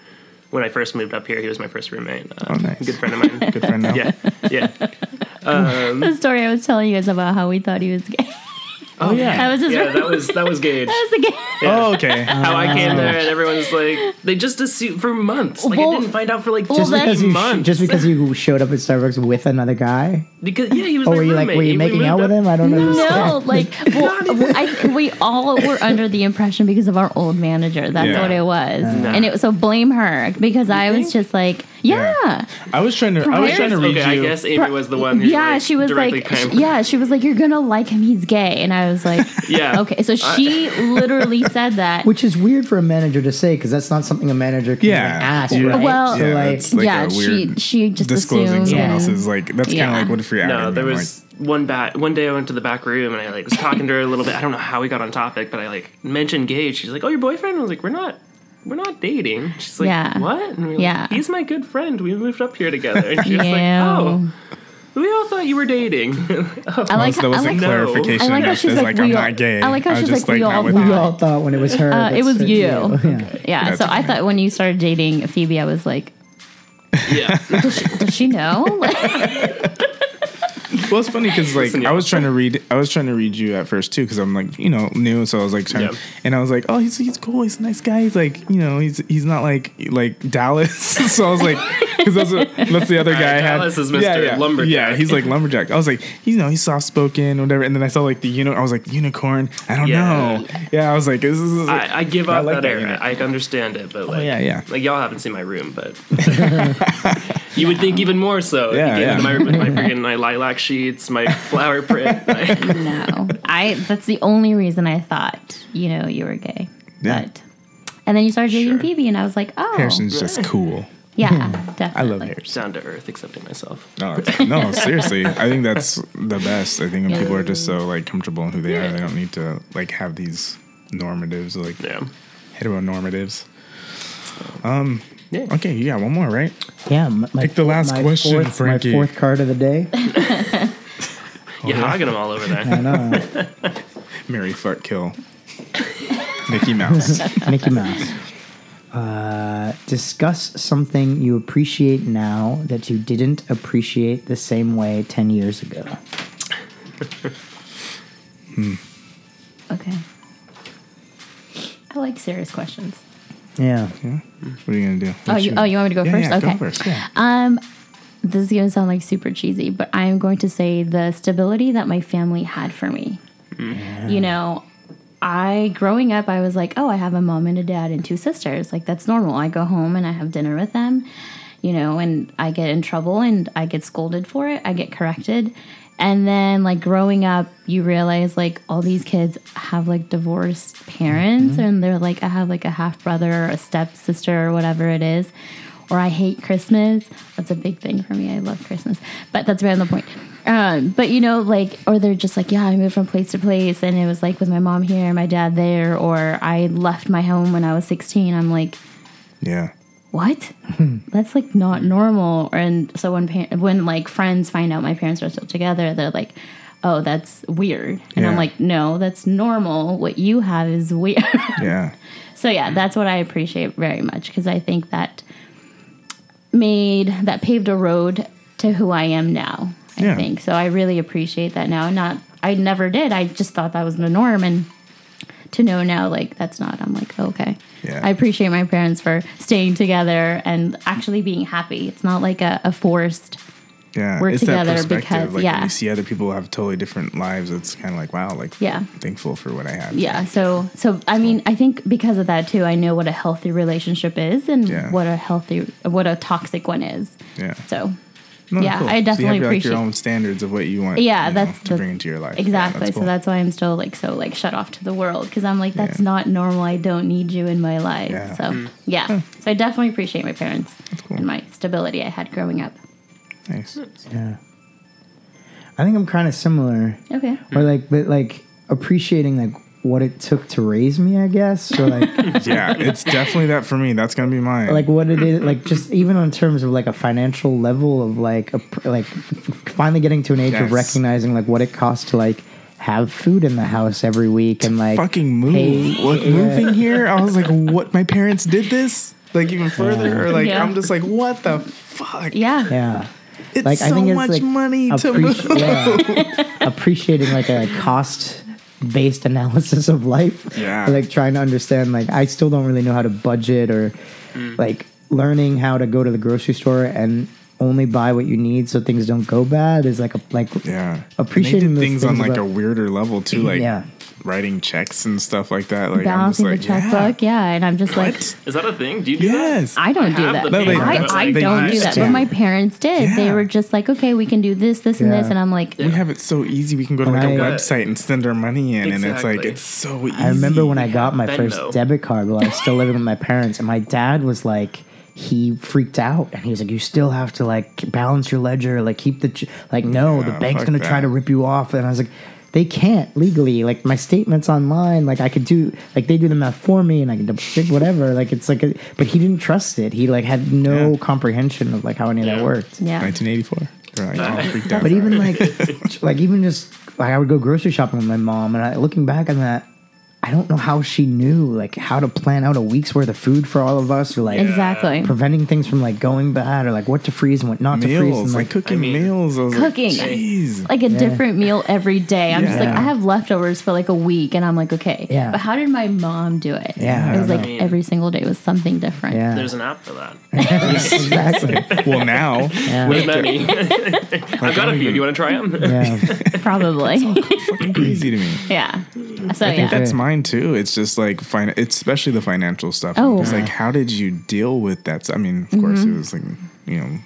Speaker 2: when I first moved up here. He was my first roommate. Uh,
Speaker 1: Oh, nice.
Speaker 2: Good friend of mine.
Speaker 1: Good friend now.
Speaker 2: yeah, yeah.
Speaker 3: The story I was telling you guys about how we thought he was gay.
Speaker 2: Oh yeah,
Speaker 3: That was his-
Speaker 2: yeah. That was that was Gage.
Speaker 3: That was the gay.
Speaker 1: Oh, okay.
Speaker 2: How I came there and everyone's like, they just assumed for months. Like I
Speaker 3: Well-
Speaker 2: didn't find out for like
Speaker 3: Well,
Speaker 2: just
Speaker 4: Just because you sh-
Speaker 2: months.
Speaker 4: just because you showed up at Starbucks with another guy,
Speaker 2: Because yeah, he was.
Speaker 4: or
Speaker 2: my
Speaker 4: Oh, were you like
Speaker 2: roommate.
Speaker 4: were you
Speaker 2: We
Speaker 4: making
Speaker 2: moved
Speaker 4: out with
Speaker 2: up-
Speaker 4: him? I don't understand.
Speaker 3: No, like well, I, we all were under the impression because of our old manager. That's
Speaker 1: Yeah.
Speaker 3: what it was, and it so blame her because I was just like, yeah,
Speaker 1: Yeah. I was trying to. I was
Speaker 3: Prior-
Speaker 1: trying to read
Speaker 2: Okay, I
Speaker 1: you.
Speaker 2: guess Amy was the one. Who
Speaker 3: yeah.
Speaker 2: like,
Speaker 3: she was
Speaker 2: directly
Speaker 3: like,
Speaker 2: came-
Speaker 3: yeah, she was like, you're gonna like him. He's gay, and I was like,
Speaker 2: yeah.
Speaker 3: okay. So she literally said that.
Speaker 4: Which is weird for a manager to say because that's not something a manager can
Speaker 1: Yeah.
Speaker 4: even ask.
Speaker 1: Yeah.
Speaker 4: Right?
Speaker 3: Well-
Speaker 4: so
Speaker 1: yeah,
Speaker 4: like,
Speaker 1: that's like
Speaker 3: yeah,
Speaker 1: a
Speaker 3: she
Speaker 1: weird
Speaker 3: she just
Speaker 1: disclosing
Speaker 3: assumed.
Speaker 1: someone
Speaker 4: Yeah.
Speaker 1: else's like that's kind
Speaker 3: Yeah.
Speaker 1: of like what if you're
Speaker 2: No,
Speaker 1: outing
Speaker 2: there
Speaker 1: them,
Speaker 2: was one bat. One day I went to the back room and I like was talking to her a little bit. I don't know how we got on topic, but I like mentioned Gage. She's like, "Oh, your boyfriend?" I was like, "We're not." We're not dating. She's like,
Speaker 3: Yeah.
Speaker 2: what? And we were
Speaker 3: Yeah.
Speaker 2: like, he's my good friend. We moved up here together. And she was
Speaker 3: Yeah.
Speaker 2: like, oh, we all thought you were dating.
Speaker 3: I
Speaker 1: like,
Speaker 3: like
Speaker 1: so there
Speaker 3: I
Speaker 1: was
Speaker 3: like
Speaker 1: a
Speaker 2: No.
Speaker 1: clarification.
Speaker 3: I like how
Speaker 1: that
Speaker 3: she's
Speaker 1: says, like,
Speaker 3: like, we
Speaker 1: I'm
Speaker 3: all-
Speaker 1: not gay.
Speaker 3: I like how
Speaker 1: was
Speaker 3: she's
Speaker 1: just,
Speaker 3: like, we
Speaker 1: not
Speaker 3: all
Speaker 1: with
Speaker 3: thought-
Speaker 1: it.
Speaker 4: we all thought when it was her.
Speaker 3: Uh,
Speaker 4: that's
Speaker 3: it was
Speaker 4: her-
Speaker 3: you.
Speaker 4: Yeah.
Speaker 3: Yeah.
Speaker 1: That's
Speaker 3: so I
Speaker 1: okay.
Speaker 3: thought when you started dating Phoebe, I was like,
Speaker 2: yeah.
Speaker 3: does she, does she know? Like,
Speaker 1: Well, it's funny because like
Speaker 2: Listen,
Speaker 1: I
Speaker 2: y'all.
Speaker 1: was trying to read, I was trying to read you at first too because I'm like you know new, so I was like trying,
Speaker 2: Yeah.
Speaker 1: and I was like, oh, he's he's cool, he's a nice guy, he's like you know he's he's not like like Dallas, so I was like because that's, what- that's the other guy I had.
Speaker 2: Dallas is Mr. Lumberjack.
Speaker 1: Yeah, he's like lumberjack. I was like, you know, he's soft spoken, whatever. And then I saw like the uni- I was like unicorn. I don't
Speaker 2: Yeah.
Speaker 1: know. Yeah, I was like, this is.
Speaker 2: I, I give up
Speaker 1: like
Speaker 2: that,
Speaker 1: that
Speaker 2: era.
Speaker 1: unit.
Speaker 2: I understand it, but like,
Speaker 1: yeah, yeah.
Speaker 2: Like y'all haven't seen my room, but you would think even more so.
Speaker 1: Yeah,
Speaker 2: if you
Speaker 1: yeah.
Speaker 2: gave me My, my freaking my lilac sheets, my flower print. my-
Speaker 3: no. I. That's the only reason I thought you know you were gay.
Speaker 1: Yeah.
Speaker 3: But and then you started dating
Speaker 2: Sure.
Speaker 3: Phoebe, and I was like, oh,
Speaker 1: Harrison's just cool.
Speaker 3: yeah, definitely.
Speaker 1: I love Harrison.
Speaker 2: down to earth, accepting myself.
Speaker 1: No, it's- no, seriously. I think that's the best. I think when people are just so like comfortable in who they are, they don't need to like have these normatives, like
Speaker 2: Yeah.
Speaker 1: heteronormatives.
Speaker 2: Yeah.
Speaker 1: Okay, you got one more, right?
Speaker 4: Yeah, my, my
Speaker 1: Pick the
Speaker 4: four-
Speaker 1: last
Speaker 4: my
Speaker 1: question,
Speaker 4: fourth,
Speaker 1: Frankie.
Speaker 4: My fourth card of the day.
Speaker 2: You're hogging them all over
Speaker 4: I
Speaker 2: there.
Speaker 4: know.
Speaker 1: Mary Fart Kill. Mickey Mouse.
Speaker 4: Mickey Mouse. Uh, discuss something you appreciate now that you didn't appreciate the same way ten years ago.
Speaker 3: Okay. I like serious questions.
Speaker 4: Yeah.
Speaker 1: Yeah. What are you gonna do?
Speaker 3: Oh, you, oh, you want me to go
Speaker 1: yeah,
Speaker 3: first?
Speaker 1: yeah,
Speaker 3: okay.
Speaker 1: Go first. Yeah.
Speaker 3: Um, this is gonna sound like super cheesy, but I am going to say the stability that my family had for me. You know, I growing up, I was like, oh, I have a mom and a dad and two sisters. Like that's normal. I go home and I have dinner with them, you know, and I get in trouble and I get scolded for it. I get corrected. And then like growing up, you realize like all these kids have like divorced parents and they're like I have like a half brother or a stepsister or whatever it is. Or I hate Christmas. That's a big thing for me. I love Christmas. But that's around the point. Um, but you know, like, or they're just like, yeah, I moved from place to place, and it was like with my mom here, my dad there, or I left my home when I was 16. I'm like,
Speaker 1: Yeah.
Speaker 3: what? That's like not normal. And so when pa- when like friends find out my parents are still together, they're like, oh, that's weird. And I'm
Speaker 1: Yeah.
Speaker 3: like, no, that's normal. What you have is weird.
Speaker 1: Yeah.
Speaker 3: so yeah, that's what I appreciate very much because I think that made that paved a road to who I am now. I
Speaker 1: Yeah.
Speaker 3: think so. I really appreciate that now. Not I never did. I just thought that was the norm and. To know now, like that's not. I'm like okay.
Speaker 1: Yeah.
Speaker 3: I appreciate my parents for staying together and actually being happy. It's not like a, a forced.
Speaker 1: Yeah.
Speaker 3: We're
Speaker 1: it's
Speaker 3: together
Speaker 1: that perspective.
Speaker 3: because-
Speaker 1: like
Speaker 3: yeah.
Speaker 1: when you see other people have totally different lives, it's kinda like, wow, like
Speaker 3: Yeah.
Speaker 1: thankful for what I have.
Speaker 3: Yeah. So so I mean I think because of that too I know what a healthy relationship is and
Speaker 1: Yeah.
Speaker 3: what a healthy what a toxic one is.
Speaker 1: Yeah.
Speaker 3: So
Speaker 1: No,
Speaker 3: yeah, I
Speaker 1: So you
Speaker 3: definitely
Speaker 1: have, like,
Speaker 3: appreciate-
Speaker 1: your own standards of what you want.
Speaker 3: Yeah,
Speaker 1: you know,
Speaker 3: that's
Speaker 1: to
Speaker 3: the-
Speaker 1: bring into your life. Yeah,
Speaker 3: Exactly.
Speaker 1: cool.
Speaker 3: So that's why I'm still like so like shut off to the world because I'm like that's
Speaker 1: Yeah.
Speaker 3: not normal. I don't need you in my life.
Speaker 1: Yeah.
Speaker 3: So yeah. So I definitely appreciate my parents
Speaker 1: cool.
Speaker 3: and my stability I had growing up.
Speaker 1: nice.
Speaker 4: Yeah. I think I'm kind of similar.
Speaker 3: Okay.
Speaker 4: Or like, but like appreciating like what it took to raise me, I guess. Or like,
Speaker 1: yeah, it's definitely that for me. That's gonna be mine.
Speaker 4: like what it is like just even in terms of like a financial level of like a, pr- like finally getting to an age
Speaker 1: Yes.
Speaker 4: of recognizing like what it costs to like have food in the house every week and like
Speaker 1: fucking move.
Speaker 4: Hey,
Speaker 1: Like, Moving here, I was like, what? My parents did this? Like even further, or like
Speaker 3: Yeah.
Speaker 1: I'm just like, what the fuck?
Speaker 3: Yeah.
Speaker 4: yeah
Speaker 1: it's
Speaker 4: like
Speaker 1: so
Speaker 4: I think it's
Speaker 1: much
Speaker 4: like
Speaker 1: money to move.
Speaker 4: appreci- yeah. appreciating like a cost based analysis of life
Speaker 1: Yeah.
Speaker 4: like trying to understand like i still don't really know how to budget or
Speaker 1: Mm.
Speaker 4: like learning how to go to the grocery store and only buy what you need so things don't go bad is like a like
Speaker 1: Yeah,
Speaker 4: Appreciating
Speaker 1: And
Speaker 4: those
Speaker 1: they did things, on
Speaker 4: things
Speaker 1: like
Speaker 4: about-
Speaker 1: a weirder level too, like
Speaker 4: Yeah.
Speaker 1: writing checks and stuff like that. Like I'm just
Speaker 3: Balancing
Speaker 1: like,
Speaker 3: the
Speaker 1: yeah.
Speaker 3: checkbook. Yeah. And I'm just like
Speaker 1: What?
Speaker 2: Is that a thing? Do you do
Speaker 1: Yes.
Speaker 3: I don't do
Speaker 2: have
Speaker 3: that.
Speaker 2: the No,
Speaker 1: they-
Speaker 3: I,
Speaker 1: that's-
Speaker 3: I
Speaker 1: they
Speaker 3: don't do
Speaker 1: used
Speaker 3: that.
Speaker 1: to.
Speaker 3: But my parents did. They
Speaker 1: Yeah.
Speaker 3: were just like, okay, we can do this, this, and this.
Speaker 4: Yeah.
Speaker 3: And I'm like,
Speaker 1: we have it so easy. We can go to
Speaker 4: And
Speaker 1: like a
Speaker 4: I-
Speaker 1: website and send our money in, and it's like
Speaker 2: Exactly.
Speaker 1: it's so easy.
Speaker 4: I remember when I got my
Speaker 2: Venmo.
Speaker 4: first debit card while I was still living with my parents, and my dad was like, he freaked out, and he was like, "You still have to like balance your ledger, like keep the ch- like no, the
Speaker 1: Yeah,
Speaker 4: bank's
Speaker 1: fuck
Speaker 4: gonna try
Speaker 1: that.
Speaker 4: to rip you off." And I was like, "They can't legally. Like my statements online, like I could do like they do the math for me, and I can double check whatever. Like it's like, a, but he didn't trust it. He like had no
Speaker 1: Yeah.
Speaker 4: comprehension of like how any of that
Speaker 2: Yeah.
Speaker 4: worked.
Speaker 3: yeah.
Speaker 1: 1984. They're like, all freaked out.
Speaker 4: But even like, like even just like I would go grocery shopping with my mom, and I, looking back on that, I don't know how she knew like how to plan out a week's worth of food for all of us, or like
Speaker 3: Exactly.
Speaker 4: preventing things from like going bad, or like what to freeze and what not to freeze. And,
Speaker 1: meals, like cooking meals, I was
Speaker 3: Cooking.
Speaker 1: Like, Jeez.
Speaker 3: Like a different meal every day. I'm just like,
Speaker 4: Yeah.
Speaker 3: I have leftovers for like a week, and I'm like, okay,
Speaker 4: Yeah.
Speaker 3: But how did my mom do it?
Speaker 4: Yeah, I
Speaker 3: it was
Speaker 4: don't
Speaker 3: like
Speaker 2: know.
Speaker 3: every single day was something different.
Speaker 4: yeah,
Speaker 2: There's an app for that.
Speaker 4: exactly.
Speaker 1: well, now
Speaker 4: Yeah.
Speaker 2: With many. I've got a
Speaker 1: oh,
Speaker 2: few. Do you want to try them?
Speaker 4: yeah,
Speaker 3: Probably.
Speaker 1: fucking crazy to me.
Speaker 3: yeah. So
Speaker 1: I think
Speaker 3: yeah.
Speaker 1: that's mine too. It's just like fin- it's especially the financial stuff.
Speaker 3: Oh. Mm-hmm.
Speaker 1: it's like how did you deal with that? So, I mean, of course, it was like you know,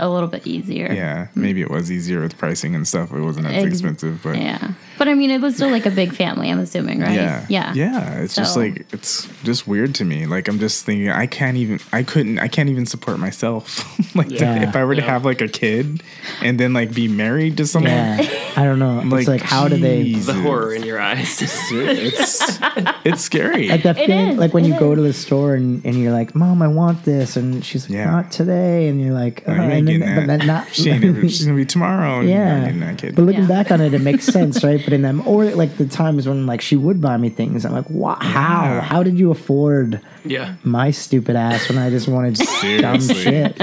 Speaker 3: A little bit easier.
Speaker 1: yeah, maybe it was easier with pricing and stuff. It wasn't as
Speaker 3: Ex-
Speaker 1: expensive, but
Speaker 3: Yeah. But I mean, it was still like a big family, I'm assuming, right?
Speaker 1: yeah,
Speaker 3: Yeah.
Speaker 1: yeah. It's just
Speaker 3: So-
Speaker 1: like it's just weird to me. Like I'm just thinking, I can't even, I couldn't, I can't even support myself. like
Speaker 4: Yeah.
Speaker 1: if I were to
Speaker 2: Yeah.
Speaker 1: have like a kid and then like be married to someone,
Speaker 4: yeah. I don't know. it's like how do they?
Speaker 1: Jesus.
Speaker 2: The horror in your eyes.
Speaker 1: It's it's scary.
Speaker 4: Like that
Speaker 3: It
Speaker 4: feeling,
Speaker 3: is,
Speaker 4: like when
Speaker 3: it
Speaker 4: you go
Speaker 3: is.
Speaker 4: to the store and, and you're like, "Mom, I want this," and she's like,
Speaker 1: Yeah.
Speaker 4: "Not today," and you're like, oh,
Speaker 1: You ain't
Speaker 4: and then,
Speaker 1: getting
Speaker 4: but
Speaker 1: that.
Speaker 4: then not
Speaker 1: she ain't ever, she's gonna be tomorrow. and you're not
Speaker 4: Yeah.
Speaker 1: getting that kid.
Speaker 4: But looking
Speaker 3: Yeah.
Speaker 4: back on it, it makes sense, right? But in them, or like the times when like she would buy me things, I'm like, wow, how? How did you afford
Speaker 2: yeah.
Speaker 4: my stupid ass when I just wanted dumb
Speaker 1: Seriously.
Speaker 4: shit?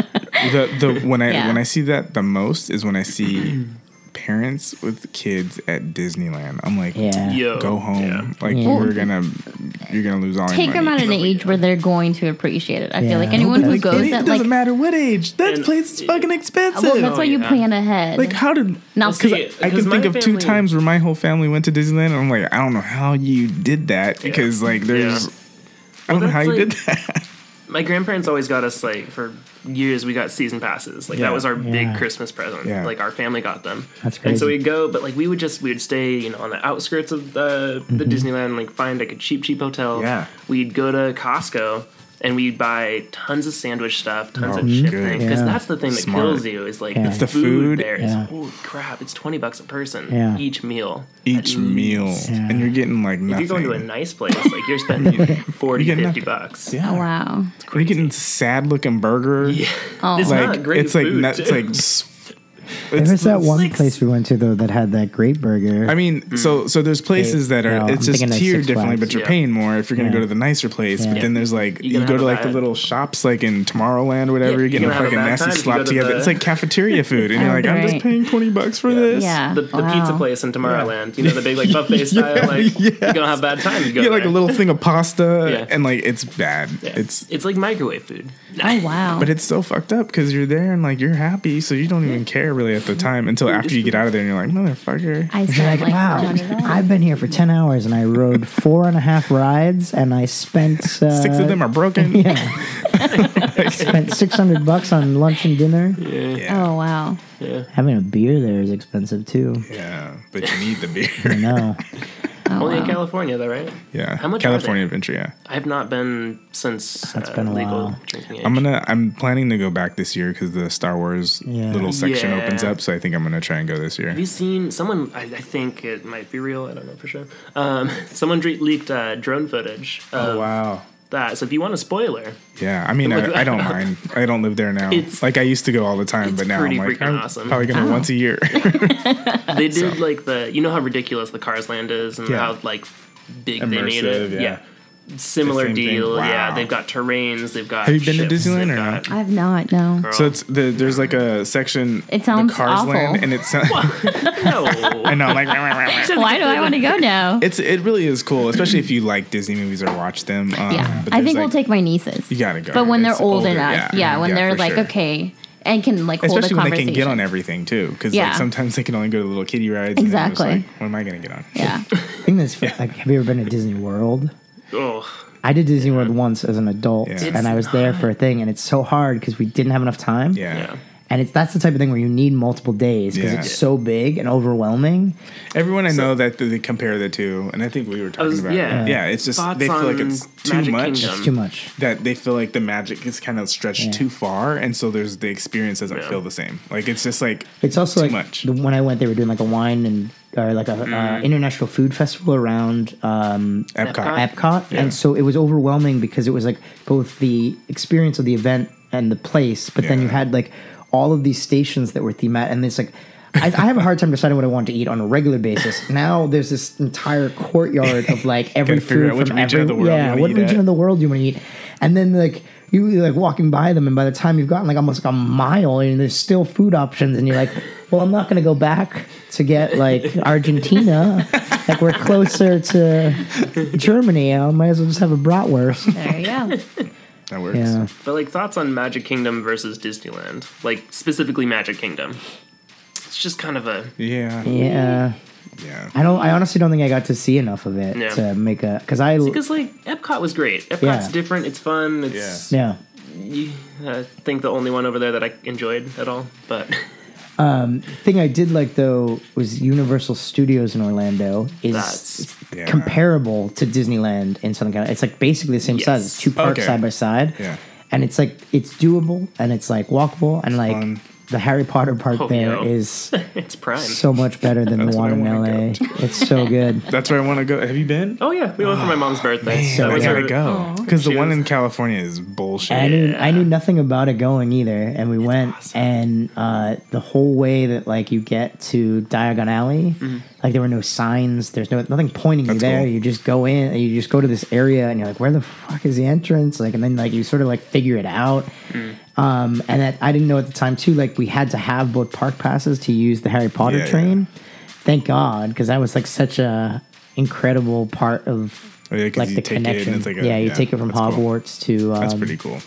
Speaker 1: the the when I
Speaker 3: Yeah.
Speaker 1: when I see that the most is when I see parents with kids at Disneyland. I'm like,
Speaker 4: Yeah.
Speaker 2: Yo,
Speaker 1: go home.
Speaker 2: yeah.
Speaker 1: Like
Speaker 4: Yeah.
Speaker 1: you're gonna you're gonna lose all
Speaker 3: Take
Speaker 1: your
Speaker 3: them
Speaker 1: money.
Speaker 3: at an age where they're going to appreciate it. I
Speaker 4: Yeah.
Speaker 3: feel like anyone who
Speaker 4: Like,
Speaker 3: goes
Speaker 1: it
Speaker 3: at
Speaker 1: doesn't
Speaker 3: like
Speaker 1: matter what age. That
Speaker 2: And-
Speaker 1: place is fucking expensive.
Speaker 3: well, that's why you
Speaker 2: Oh, yeah.
Speaker 3: plan ahead.
Speaker 1: like how did
Speaker 3: Now-
Speaker 1: because I,
Speaker 2: See,
Speaker 1: I
Speaker 2: because
Speaker 1: can think
Speaker 2: my
Speaker 1: of two
Speaker 2: family-
Speaker 1: times where my whole family went to Disneyland and I'm like, I don't know how you did that because like there's
Speaker 2: Yeah.
Speaker 1: I don't know
Speaker 2: Well,
Speaker 1: how
Speaker 2: that's
Speaker 1: you did
Speaker 2: like-
Speaker 1: that.
Speaker 2: My grandparents always got us like for years. We got season passes. Like
Speaker 1: Yeah.
Speaker 2: that was our
Speaker 4: Yeah.
Speaker 2: big Christmas present.
Speaker 1: Yeah.
Speaker 2: Like our family got them.
Speaker 4: That's
Speaker 2: And so
Speaker 4: crazy.
Speaker 2: we'd go, but like we would just we would stay you know on the outskirts of the the Disneyland. Like find like a cheap cheap hotel.
Speaker 1: Mm-hmm. Yeah.
Speaker 2: We'd go to Costco. And we'd buy tons of sandwich stuff, tons
Speaker 1: Oh,
Speaker 2: of chip
Speaker 1: good.
Speaker 2: things, because
Speaker 4: Yeah.
Speaker 2: that's the thing that
Speaker 1: Smart.
Speaker 2: kills you is like
Speaker 4: Yeah.
Speaker 2: the,
Speaker 4: It's
Speaker 1: the food.
Speaker 2: food, there. It's,
Speaker 4: Yeah.
Speaker 2: holy crap! It's twenty bucks a person
Speaker 4: Yeah.
Speaker 2: each meal.
Speaker 1: Each
Speaker 2: At
Speaker 1: meal.
Speaker 2: least.
Speaker 4: Yeah.
Speaker 1: And you're getting like
Speaker 2: If
Speaker 1: nothing.
Speaker 2: you're going to a nice place, like you're spending 40,
Speaker 1: You get
Speaker 2: 50
Speaker 1: nothing.
Speaker 2: bucks.
Speaker 1: yeah.
Speaker 3: oh, wow.
Speaker 1: You're getting sad looking burger.
Speaker 3: Oh,
Speaker 2: It's
Speaker 1: Like
Speaker 2: not great
Speaker 1: it's like
Speaker 2: food,
Speaker 1: nuts
Speaker 2: too.
Speaker 1: it's like s-
Speaker 4: There was that one
Speaker 2: six-
Speaker 4: place we went to though that had that great burger.
Speaker 1: I mean,
Speaker 2: Mm.
Speaker 1: so so there's places that are
Speaker 4: No,
Speaker 1: it's
Speaker 4: I'm
Speaker 1: just
Speaker 4: thinking of
Speaker 1: tiered
Speaker 4: Six
Speaker 1: differently,
Speaker 4: Flags.
Speaker 1: but you're
Speaker 2: Yeah.
Speaker 1: paying more if you're gonna
Speaker 4: Yeah.
Speaker 1: go to the nicer place. But
Speaker 4: Yeah.
Speaker 1: then there's like
Speaker 2: You're
Speaker 1: you
Speaker 2: gonna
Speaker 1: go
Speaker 2: have
Speaker 1: to
Speaker 2: a
Speaker 1: like the
Speaker 2: bad-
Speaker 1: little shops like in Tomorrowland or whatever,
Speaker 2: you're
Speaker 1: you're getting
Speaker 2: gonna have a
Speaker 1: fucking
Speaker 2: bad
Speaker 1: nasty
Speaker 2: time if you
Speaker 1: slop
Speaker 2: go to
Speaker 1: together.
Speaker 2: the-
Speaker 1: It's like cafeteria food, and you're
Speaker 3: Oh,
Speaker 1: like, I'm just
Speaker 3: great.
Speaker 1: paying twenty bucks for this.
Speaker 3: yeah.
Speaker 2: The, the
Speaker 1: Oh,
Speaker 3: wow.
Speaker 2: pizza place in Tomorrowland, you know, the big like buffet style, like you're gonna have a bad time. You go
Speaker 1: You get like a
Speaker 2: there.
Speaker 1: little thing of pasta,
Speaker 2: Yeah.
Speaker 1: and like it's bad.
Speaker 2: Yeah.
Speaker 1: It's
Speaker 2: it's like microwave food.
Speaker 3: Oh, wow.
Speaker 1: but it's so fucked up because you're there and like you're happy, so you don't even care really at the time until after you get out of there, and you're like, motherfucker.
Speaker 3: I
Speaker 4: You're
Speaker 3: spent
Speaker 4: like,
Speaker 3: like,
Speaker 4: wow,
Speaker 3: $400.
Speaker 4: I've been here for 10 hours and I rode four and a half rides and I spent uh,
Speaker 1: Six of them are broken.
Speaker 4: Yeah. spent 600 bucks on lunch and dinner.
Speaker 2: Yeah,
Speaker 3: Oh, wow.
Speaker 2: yeah.
Speaker 4: Having a beer there is expensive too.
Speaker 1: yeah, but you need the beer.
Speaker 4: I know.
Speaker 3: Oh,
Speaker 2: Only in
Speaker 3: wow.
Speaker 2: California, though, right?
Speaker 1: Yeah,
Speaker 2: How much are
Speaker 1: California
Speaker 2: they?
Speaker 1: Adventure. Yeah.
Speaker 2: I've not been since
Speaker 4: That's
Speaker 2: uh,
Speaker 4: been a
Speaker 2: legal
Speaker 4: while.
Speaker 2: drinking age.
Speaker 1: I'm gonna. I'm planning to go back this year because the Star Wars
Speaker 4: Yeah.
Speaker 1: little section
Speaker 2: Yeah.
Speaker 1: opens up. So I think I'm gonna try and go this year.
Speaker 2: Have you seen someone? I, I think it might be real. I don't know for sure. Um, someone dre- leaked uh, drone footage of
Speaker 1: Oh, wow.
Speaker 2: that. So if you want a spoiler,
Speaker 1: Yeah, I mean, I, I don't mind. I don't live there now.
Speaker 2: It's-
Speaker 1: like I used to go all the time,
Speaker 2: it's
Speaker 1: but now I'm
Speaker 2: pretty
Speaker 1: like,
Speaker 2: freaking
Speaker 1: I'm
Speaker 2: awesome.
Speaker 1: probably gonna once a year.
Speaker 2: They did like the you know how ridiculous the Cars Land is and
Speaker 1: Yeah.
Speaker 2: how like big they made
Speaker 1: Immersive,
Speaker 2: it.
Speaker 1: yeah.
Speaker 2: Yeah. Similar
Speaker 1: The same thing.
Speaker 2: deal.
Speaker 1: Wow.
Speaker 2: Yeah, they've got terrains, they've got
Speaker 1: Have you been to
Speaker 2: ships,
Speaker 1: Disneyland
Speaker 2: they've
Speaker 1: or not?
Speaker 2: got-
Speaker 3: I've not, no.
Speaker 2: Girl.
Speaker 1: so it's the, there's like a section.
Speaker 3: It sounds
Speaker 1: the Cars
Speaker 3: awful.
Speaker 1: Land, and it's I
Speaker 2: no.
Speaker 1: know like. rah, rah, rah, rah.
Speaker 3: Why do I want to go now?
Speaker 1: It's it really is cool, especially if you like Disney movies or watch them. Um,
Speaker 3: Yeah,
Speaker 1: but
Speaker 3: I
Speaker 1: there's,
Speaker 3: think we'll
Speaker 1: like-
Speaker 3: take my nieces.
Speaker 1: You gotta go.
Speaker 3: But when they're
Speaker 1: It's
Speaker 3: old
Speaker 1: older,
Speaker 3: enough,
Speaker 1: yeah.
Speaker 3: yeah, when
Speaker 1: Yeah,
Speaker 3: they're
Speaker 1: for
Speaker 3: like
Speaker 1: sure.
Speaker 3: okay and can like hold
Speaker 1: especially
Speaker 3: a
Speaker 1: when they
Speaker 3: conversation.
Speaker 1: can get on everything too, because
Speaker 3: Yeah.
Speaker 1: like sometimes they can only go to the little kiddie rides. and they're just
Speaker 3: Exactly.
Speaker 1: like, what am I gonna get on?
Speaker 3: Yeah.
Speaker 4: I think that's like, have you ever been to Disney World?
Speaker 2: oh,
Speaker 4: I did Disney World once as an adult
Speaker 1: Yeah.
Speaker 4: and I was there for a thing and it's so hard because we didn't have enough time.
Speaker 1: Yeah.
Speaker 2: yeah.
Speaker 4: And it's that's the type of thing where you need multiple days because
Speaker 1: Yeah.
Speaker 4: it's so big and overwhelming.
Speaker 1: Everyone I know that they compare the two, and I think we were talking
Speaker 2: was-
Speaker 1: about
Speaker 2: Oh, yeah.
Speaker 1: it. Yeah, it's just
Speaker 2: Thoughts
Speaker 1: they feel like
Speaker 2: on
Speaker 1: it's too
Speaker 2: Magic
Speaker 1: much.
Speaker 2: Kingdom?
Speaker 4: It's too much.
Speaker 1: That they feel like the magic is kind of stretched too far, and so there's the experience doesn't
Speaker 2: Yeah.
Speaker 1: feel the same. Like it's just like
Speaker 4: It's also
Speaker 1: too
Speaker 4: like
Speaker 1: much. Mm.
Speaker 4: The, when I went, they were doing like a wine and or like a uh, international food festival around um,
Speaker 1: Epcot.
Speaker 2: Epcot.
Speaker 4: Epcot,
Speaker 1: Yeah.
Speaker 4: and so it was overwhelming because it was like both the experience of the event and the place, but then you
Speaker 1: Yeah.
Speaker 4: had like all of these stations that were thematic, and it's like. I, I have a hard time deciding what I want to eat on a regular basis. Now there's this entire courtyard of like every
Speaker 1: Gotta figure
Speaker 4: food
Speaker 1: out which
Speaker 4: from
Speaker 1: region
Speaker 4: every
Speaker 1: of the world you
Speaker 4: yeah,
Speaker 1: wanna
Speaker 4: what
Speaker 1: eat
Speaker 4: region
Speaker 1: at.
Speaker 4: of the world you want to eat, and then like you you're, like walking by them, and by the time you've gotten like almost like a mile, and there's still food options, and you're like, well, I'm not gonna go back to get like Argentina, like we're closer to Germany. I might as well just have a bratwurst.
Speaker 3: There you go.
Speaker 1: that works.
Speaker 4: Yeah,
Speaker 2: But like thoughts on Magic Kingdom versus Disneyland, like specifically Magic Kingdom. It's just kind of a
Speaker 1: Yeah,
Speaker 4: yeah.
Speaker 1: yeah.
Speaker 4: I don't. I honestly don't think I got to see enough of it
Speaker 2: Yeah.
Speaker 4: to make a because I
Speaker 2: because like Epcot was great. Epcot's
Speaker 4: Yeah.
Speaker 2: different. It's fun. It's
Speaker 4: yeah.
Speaker 2: you, I think the only one over there that I enjoyed at all. But
Speaker 4: thing I did like though was Universal Studios in Orlando is
Speaker 2: That's-
Speaker 4: it's
Speaker 1: Yeah.
Speaker 4: comparable to Disneyland in Southern California. It's like basically the same
Speaker 2: Yes.
Speaker 4: size. It's two parks
Speaker 1: Okay.
Speaker 4: side by side.
Speaker 1: Yeah.
Speaker 4: And it's like it's doable and it's like walkable and like
Speaker 1: fun.
Speaker 4: the Harry Potter park
Speaker 2: Oh,
Speaker 4: there
Speaker 2: yeah.
Speaker 4: is
Speaker 2: it's prime.
Speaker 4: so much better than the
Speaker 1: That's
Speaker 4: one
Speaker 1: what
Speaker 4: in
Speaker 1: I wanna
Speaker 4: LA. It's so good.
Speaker 1: That's where I want to go. Have you been?
Speaker 2: oh yeah, we went for my mom's birthday.
Speaker 1: So I
Speaker 2: was
Speaker 1: gotta
Speaker 2: her-
Speaker 1: go because the
Speaker 2: She
Speaker 1: one
Speaker 2: was-
Speaker 1: in California is bullshit.
Speaker 4: I knew I knew nothing about it going either, and we went
Speaker 2: awesome.
Speaker 4: and uh, the whole way that like you get to Diagon Alley, like there were no signs, there's no nothing pointing you
Speaker 1: Mm-hmm. That's
Speaker 4: there.
Speaker 1: cool.
Speaker 4: You just go in, and you just go to this area, and you're like, where the fuck is the
Speaker 1: Mm-hmm.
Speaker 4: entrance? Like, and then like you sort of like figure it out. Um, and that, I didn't know at the time too. Like we we had to have both park passes to use the Harry Potter
Speaker 1: Yeah, yeah.
Speaker 4: train. Thank God, because that was like such a incredible part of
Speaker 1: Oh, yeah, 'cause
Speaker 4: like
Speaker 1: you
Speaker 4: the
Speaker 1: take it and
Speaker 4: connection.
Speaker 1: it's like a-
Speaker 4: yeah, you
Speaker 1: yeah,
Speaker 4: take it from
Speaker 1: that's cool.
Speaker 4: Hogwarts to um,
Speaker 1: That's pretty cool.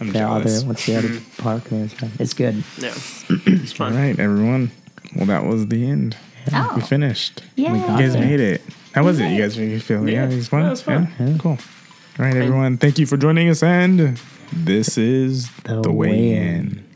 Speaker 1: I'm
Speaker 4: the other.
Speaker 1: jealous.
Speaker 4: What's the other park name? It's good.
Speaker 2: Yeah, it's
Speaker 1: All
Speaker 2: fun.
Speaker 1: right, everyone. Well, that was the end. We
Speaker 3: Oh,
Speaker 1: finished.
Speaker 3: yeah.
Speaker 4: my
Speaker 1: You guys
Speaker 4: Yeah.
Speaker 1: made it. How was it? You guys made it feel? Yeah,
Speaker 2: Yeah.
Speaker 1: it was fun.
Speaker 2: Yeah, it was fun.
Speaker 1: Yeah? Cool. All right, everyone. Thank you for joining us. And this is
Speaker 4: The
Speaker 1: the way
Speaker 4: Way
Speaker 1: in.
Speaker 4: In.